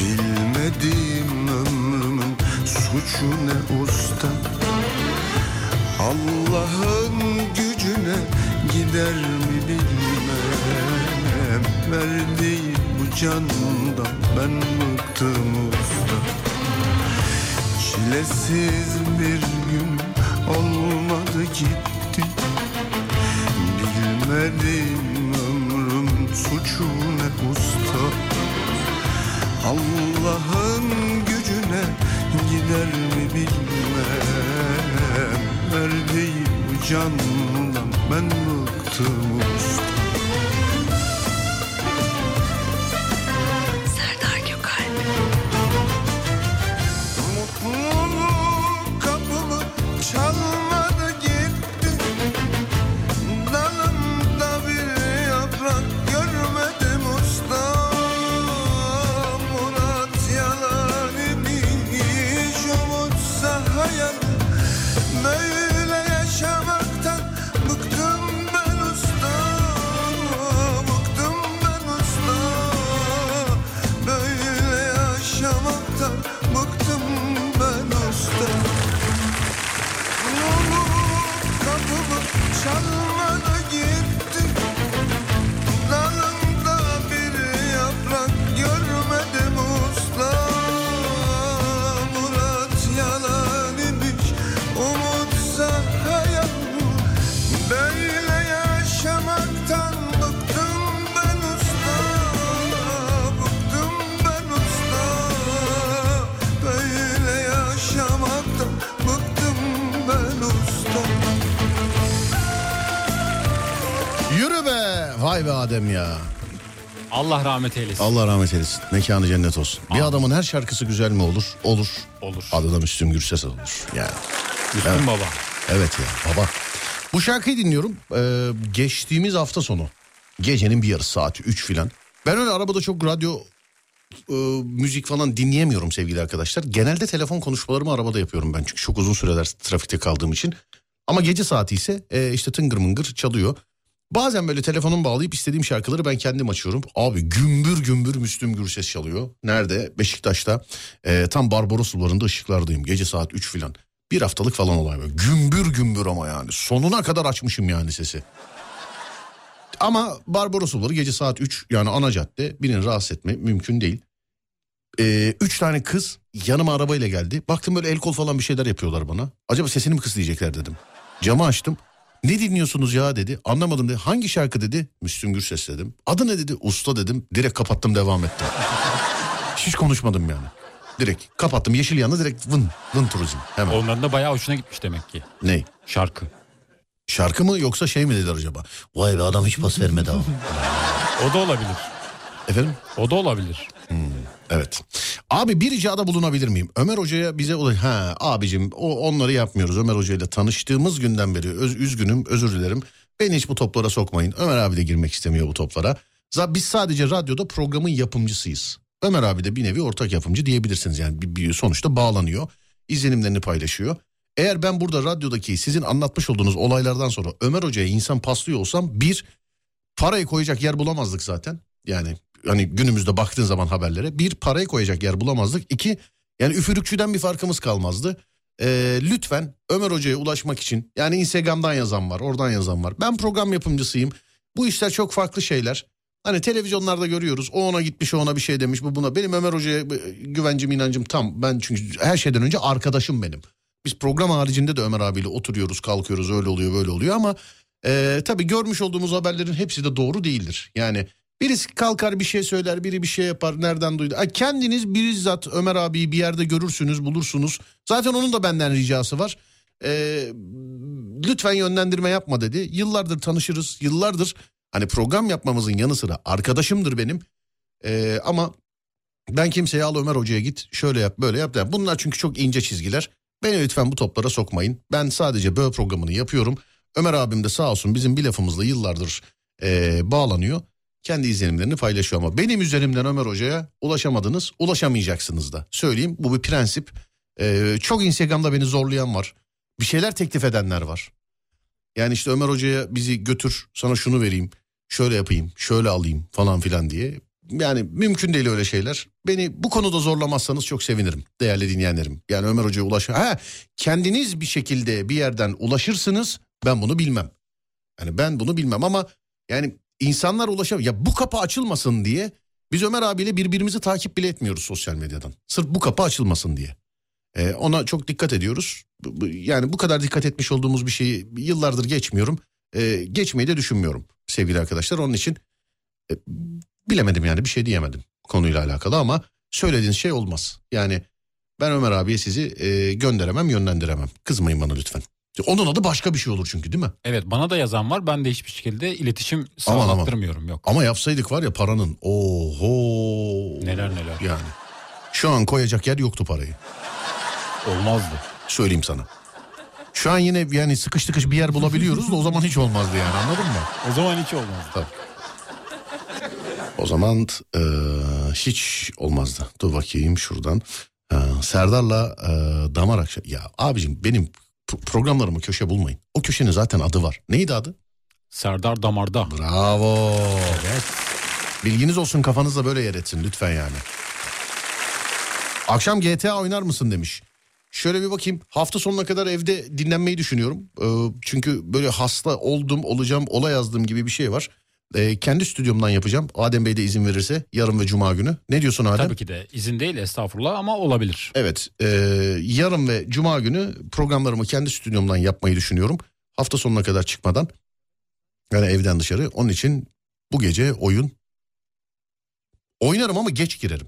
[SPEAKER 11] Bilmediğim ömrümün suçu ne usta Allah'ın gücüne gider mi bilmem Verdiği bu candan ben bıktım usta Çilesiz bir gün olmadı gitti Bilmedim ömrüm suçu ne usta Allah'ın gücüne gider mi bilmem Verdiği bu candan ben bıktım usta Mutluluk kapımı çalmadı gitti Dalımda bir yaprak görmedim usta Murat yalan imiş umutsa hayal Böyle yaşamaktan bıktım ben usta
[SPEAKER 2] Vay be Adem ya.
[SPEAKER 3] Allah rahmet eylesin.
[SPEAKER 2] Allah rahmet eylesin. Mekanı cennet olsun. Bir adamın her şarkısı güzel mi olur? Olur.
[SPEAKER 3] Olur.
[SPEAKER 2] Adı da Müslüm Gürses olur. Yani.
[SPEAKER 3] Müslüm
[SPEAKER 2] Evet.
[SPEAKER 3] Baba.
[SPEAKER 2] Evet ya baba. Bu şarkıyı dinliyorum. Ee, geçtiğimiz hafta sonu. Gecenin bir yarısı saati 3 filan. Ben öyle arabada çok radyo e, müzik falan dinleyemiyorum sevgili arkadaşlar. Genelde telefon konuşmalarımı arabada yapıyorum ben. Çünkü çok uzun süreler trafikte kaldığım için. Ama gece saati ise e, işte tıngır mıngır çalıyor. Bazen böyle telefonum bağlayıp istediğim şarkıları ben kendim açıyorum. Abi gümbür gümbür Müslüm Gürses çalıyor. Nerede? Beşiktaş'ta. E, tam Barbaros sularında ışıklardayım. Gece saat 3 filan. Bir haftalık falan olay böyle. Gümbür gümbür ama yani. Sonuna kadar açmışım yani sesi. Ama Barbaros suları gece saat 3 yani ana cadde birini rahatsız etme mümkün değil. Ee, üç tane kız yanıma arabayla geldi. Baktım böyle el kol falan bir şeyler yapıyorlar bana. Acaba sesini mi kısıtlayacaklar dedim. Camı açtım. Ne dinliyorsunuz ya dedi. Anlamadım dedi. Hangi şarkı dedi. Müslüm Gürses dedim. Adı ne dedi. Usta dedim. Direkt kapattım devam ettim. Hiç konuşmadım yani. Direkt kapattım. Yeşil yanı direkt vın vın turizm. Hemen.
[SPEAKER 3] Onların da bayağı hoşuna gitmiş demek ki
[SPEAKER 2] Ney?
[SPEAKER 3] şarkı.
[SPEAKER 2] Şarkı mı yoksa şey mi dediler acaba?
[SPEAKER 8] Vay be adam hiç pas vermedi ama.
[SPEAKER 3] O da olabilir.
[SPEAKER 2] Efendim?
[SPEAKER 3] O da olabilir.
[SPEAKER 2] Evet. Abi bir ricada bulunabilir miyim? Ömer Hoca'ya bize ulaş... Ha abicim o, onları yapmıyoruz. Ömer Hoca ile tanıştığımız günden beri öz, üzgünüm özür dilerim. Beni hiç bu toplara sokmayın. Ömer abi de girmek istemiyor bu toplara. Za- Biz sadece radyoda programın yapımcısıyız. Ömer abi de bir nevi ortak yapımcı diyebilirsiniz. Yani bir, bir sonuçta bağlanıyor. İzlenimlerini paylaşıyor. Eğer ben burada radyodaki sizin anlatmış olduğunuz olaylardan sonra Ömer Hoca'ya insan paslıyor olsam bir parayı koyacak yer bulamazdık zaten. Yani hani günümüzde baktığın zaman haberlere bir parayı koyacak yer bulamazdık. İki yani üfürükçüden bir farkımız kalmazdı. Ee, lütfen Ömer Hoca'ya ulaşmak için yani Instagram'dan yazan var oradan yazan var. Ben program yapımcısıyım. Bu işler çok farklı şeyler. Hani televizyonlarda görüyoruz o ona gitmiş o ona bir şey demiş bu buna. Benim Ömer Hoca'ya e, güvencim inancım tam. Ben çünkü her şeyden önce arkadaşım benim. Biz program haricinde de Ömer abiyle oturuyoruz kalkıyoruz öyle oluyor böyle oluyor ama ee, tabii görmüş olduğumuz haberlerin hepsi de doğru değildir. Yani birisi kalkar bir şey söyler, biri bir şey yapar. Nereden duydu? Ha, kendiniz bizzat Ömer abiyi bir yerde görürsünüz, bulursunuz. Zaten onun da benden ricası var. Ee, lütfen yönlendirme yapma dedi. Yıllardır tanışırız, yıllardır hani program yapmamızın yanı sıra arkadaşımdır benim. Ee, ama ben kimseye al Ömer Hoca'ya git, şöyle yap, böyle yap. demem. Bunlar çünkü çok ince çizgiler. Beni lütfen bu toplara sokmayın. Ben sadece böyle programını yapıyorum. Ömer abim de sağ olsun bizim bir lafımızla yıllardır eee, bağlanıyor. Kendi izlenimlerini paylaşıyor ama benim üzerimden Ömer Hoca'ya ulaşamadınız, ulaşamayacaksınız da. Söyleyeyim bu bir prensip. Eee, çok Instagram'da beni zorlayan var. Bir şeyler teklif edenler var. Yani işte Ömer Hoca'ya bizi götür, sana şunu vereyim, şöyle yapayım, şöyle alayım falan filan diye. Yani mümkün değil öyle şeyler. Beni bu konuda zorlamazsanız çok sevinirim değerli dinleyenlerim. Yani Ömer Hoca'ya ulaş... Ha, kendiniz bir şekilde bir yerden ulaşırsınız ben bunu bilmem. Yani ben bunu bilmem ama yani insanlar ulaşam ya bu kapı açılmasın diye biz Ömer abiyle birbirimizi takip bile etmiyoruz sosyal medyadan. Sırf bu kapı açılmasın diye. Ee, ona çok dikkat ediyoruz. Bu- bu- Yani bu kadar dikkat etmiş olduğumuz bir şeyi yıllardır geçmiyorum. Ee, geçmeyi de düşünmüyorum sevgili arkadaşlar. Onun için e, bilemedim yani bir şey diyemedim konuyla alakalı ama söylediğiniz şey olmaz. Yani ben Ömer abiye sizi e, gönderemem yönlendiremem. Kızmayın bana lütfen. Onun adı başka bir şey olur çünkü değil mi?
[SPEAKER 3] Evet bana da yazan var. Ben de hiçbir şekilde iletişim
[SPEAKER 2] Aman, aman.
[SPEAKER 3] sağlattırmıyorum. Yok.
[SPEAKER 2] Ama yapsaydık var ya paranın oho.
[SPEAKER 3] Neler neler.
[SPEAKER 2] Yani şu an koyacak yer yoktu parayı.
[SPEAKER 3] Olmazdı.
[SPEAKER 2] Söyleyeyim sana. Şu an yine yani sıkış tıkış bir yer bulabiliyoruz da o zaman hiç olmazdı yani anladın mı?
[SPEAKER 3] O zaman hiç olmazdı.
[SPEAKER 2] O zaman e, hiç olmazdı. Dur bakayım şuradan. E, Serdar'la e, damar akşam. Ya abicim benim pro- programlarımı köşe bulmayın. O köşenin zaten adı var. Neydi adı?
[SPEAKER 3] Serdar Damar'da.
[SPEAKER 2] Bravo. Bilginiz olsun kafanızda böyle yer etsin lütfen yani. Akşam GTA oynar mısın demiş. Şöyle bir bakayım hafta sonuna kadar evde dinlenmeyi düşünüyorum. Ee, çünkü böyle hasta oldum olacağım ola yazdım gibi bir şey var. Ee, kendi stüdyomdan yapacağım. Adem Bey de izin verirse yarın ve cuma günü. Ne diyorsun Adem?
[SPEAKER 3] Tabii ki de izin değil estağfurullah ama olabilir.
[SPEAKER 2] Evet e, yarın ve cuma günü programlarımı kendi stüdyomdan yapmayı düşünüyorum. Hafta sonuna kadar çıkmadan yani evden dışarı. Onun için bu gece oyun oynarım ama geç girerim.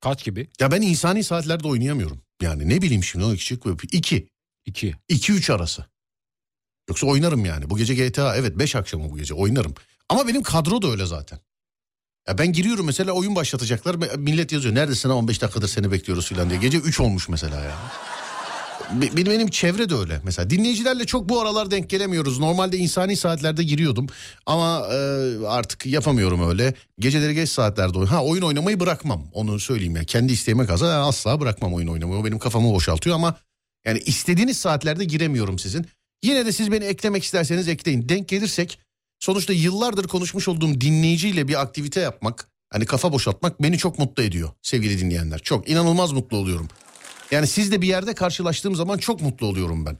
[SPEAKER 3] Kaç gibi?
[SPEAKER 2] Ya ben insani saatlerde oynayamıyorum. Yani ne bileyim şimdi 12 2
[SPEAKER 3] İki.
[SPEAKER 2] 2 3 arası. Yoksa oynarım yani. Bu gece GTA evet 5 akşamı bu gece oynarım. Ama benim kadro da öyle zaten. Ya ben giriyorum mesela oyun başlatacaklar. Millet yazıyor neredesin ha 15 dakikadır seni bekliyoruz filan diye. Gece 3 olmuş mesela ya. Be- Benim, benim çevre de öyle. Mesela dinleyicilerle çok bu aralar denk gelemiyoruz. Normalde insani saatlerde giriyordum. Ama e, artık yapamıyorum öyle. Geceleri geç saatlerde oyun. Ha oyun oynamayı bırakmam. Onu söyleyeyim ya. Kendi isteğime kaza asla bırakmam oyun oynamayı. O benim kafamı boşaltıyor ama yani istediğiniz saatlerde giremiyorum sizin. Yine de siz beni eklemek isterseniz ekleyin. Denk gelirsek sonuçta yıllardır konuşmuş olduğum dinleyiciyle bir aktivite yapmak, hani kafa boşaltmak beni çok mutlu ediyor sevgili dinleyenler. Çok inanılmaz mutlu oluyorum. Yani sizle bir yerde karşılaştığım zaman çok mutlu oluyorum ben.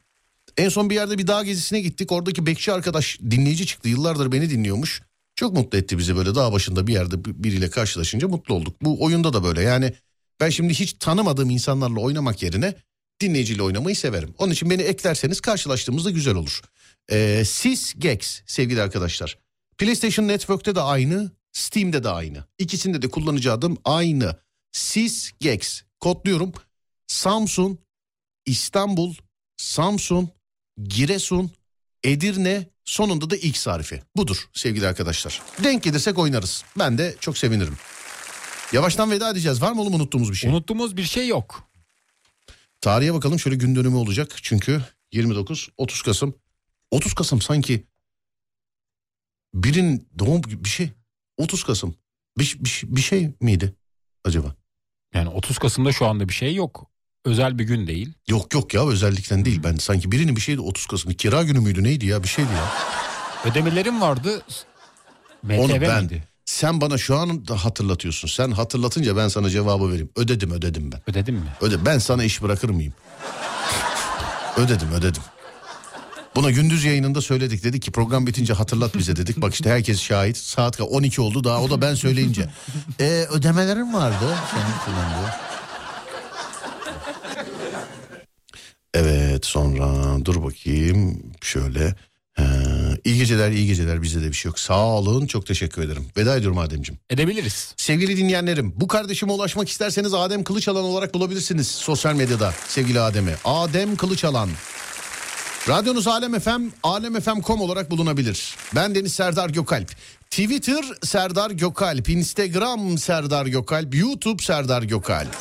[SPEAKER 2] En son bir yerde bir dağ gezisine gittik. Oradaki bekçi arkadaş dinleyici çıktı. Yıllardır beni dinliyormuş. Çok mutlu etti bizi böyle dağ başında bir yerde bir- biriyle karşılaşınca mutlu olduk. Bu oyunda da böyle yani ben şimdi hiç tanımadığım insanlarla oynamak yerine dinleyiciyle oynamayı severim. Onun için beni eklerseniz karşılaştığımızda güzel olur. Ee, Sis Gex sevgili arkadaşlar. PlayStation Network'te de aynı, Steam'de de aynı. İkisinde de kullanıcı adım aynı. Sis Gex kodluyorum. Samsun, İstanbul, Samsun, Giresun, Edirne sonunda da X harfi. Budur sevgili arkadaşlar. Denk gelirsek oynarız. Ben de çok sevinirim. Yavaştan veda edeceğiz. Var mı oğlum unuttuğumuz bir şey?
[SPEAKER 3] Unuttuğumuz bir şey yok.
[SPEAKER 2] Tarihe bakalım şöyle gün dönümü olacak. Çünkü 29 30 Kasım. 30 Kasım sanki birin doğum gibi bir şey. 30 Kasım. Bir, bir, bir şey miydi acaba?
[SPEAKER 3] Yani 30 Kasım'da şu anda bir şey yok. Özel bir gün değil.
[SPEAKER 2] Yok yok ya özellikten değil. Ben sanki birinin bir şeydi 30 Kasım. Kira günü müydü neydi ya bir şeydi ya.
[SPEAKER 3] Ödemelerim vardı.
[SPEAKER 2] Onu
[SPEAKER 3] MTV
[SPEAKER 2] ben-
[SPEAKER 3] E, miydi?
[SPEAKER 2] Sen bana şu an da hatırlatıyorsun. Sen hatırlatınca ben sana cevabı vereyim. Ödedim ödedim ben.
[SPEAKER 3] Ödedim mi?
[SPEAKER 2] Öde ben sana iş bırakır mıyım? ödedim ödedim. Buna gündüz yayınında söyledik dedik ki program bitince hatırlat bize dedik. Bak işte herkes şahit. Saat ka- 12 oldu daha o da ben söyleyince. e, ödemelerim vardı senin filan diyor. Evet sonra dur bakayım şöyle. Ee, iyi geceler iyi geceler bizde de bir şey yok. Sağ olun çok teşekkür ederim. Veda ediyorum Ademciğim.
[SPEAKER 3] Edebiliriz.
[SPEAKER 2] Sevgili dinleyenlerim bu kardeşime ulaşmak isterseniz Adem Kılıçalan olarak bulabilirsiniz sosyal medyada sevgili Adem'i. Adem Kılıçalan. Radyonuz Alem FM, alemfm.com olarak bulunabilir. Ben Deniz Serdar Gökalp. Twitter Serdar Gökalp, Instagram Serdar Gökalp, YouTube Serdar Gökalp.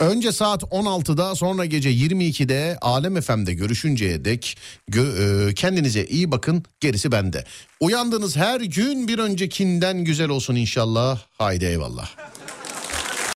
[SPEAKER 2] Önce saat 16'da sonra gece 22'de Alem FM'de görüşünceye dek gö- e, kendinize iyi bakın gerisi bende. Uyandığınız her gün bir öncekinden güzel olsun inşallah. Haydi eyvallah.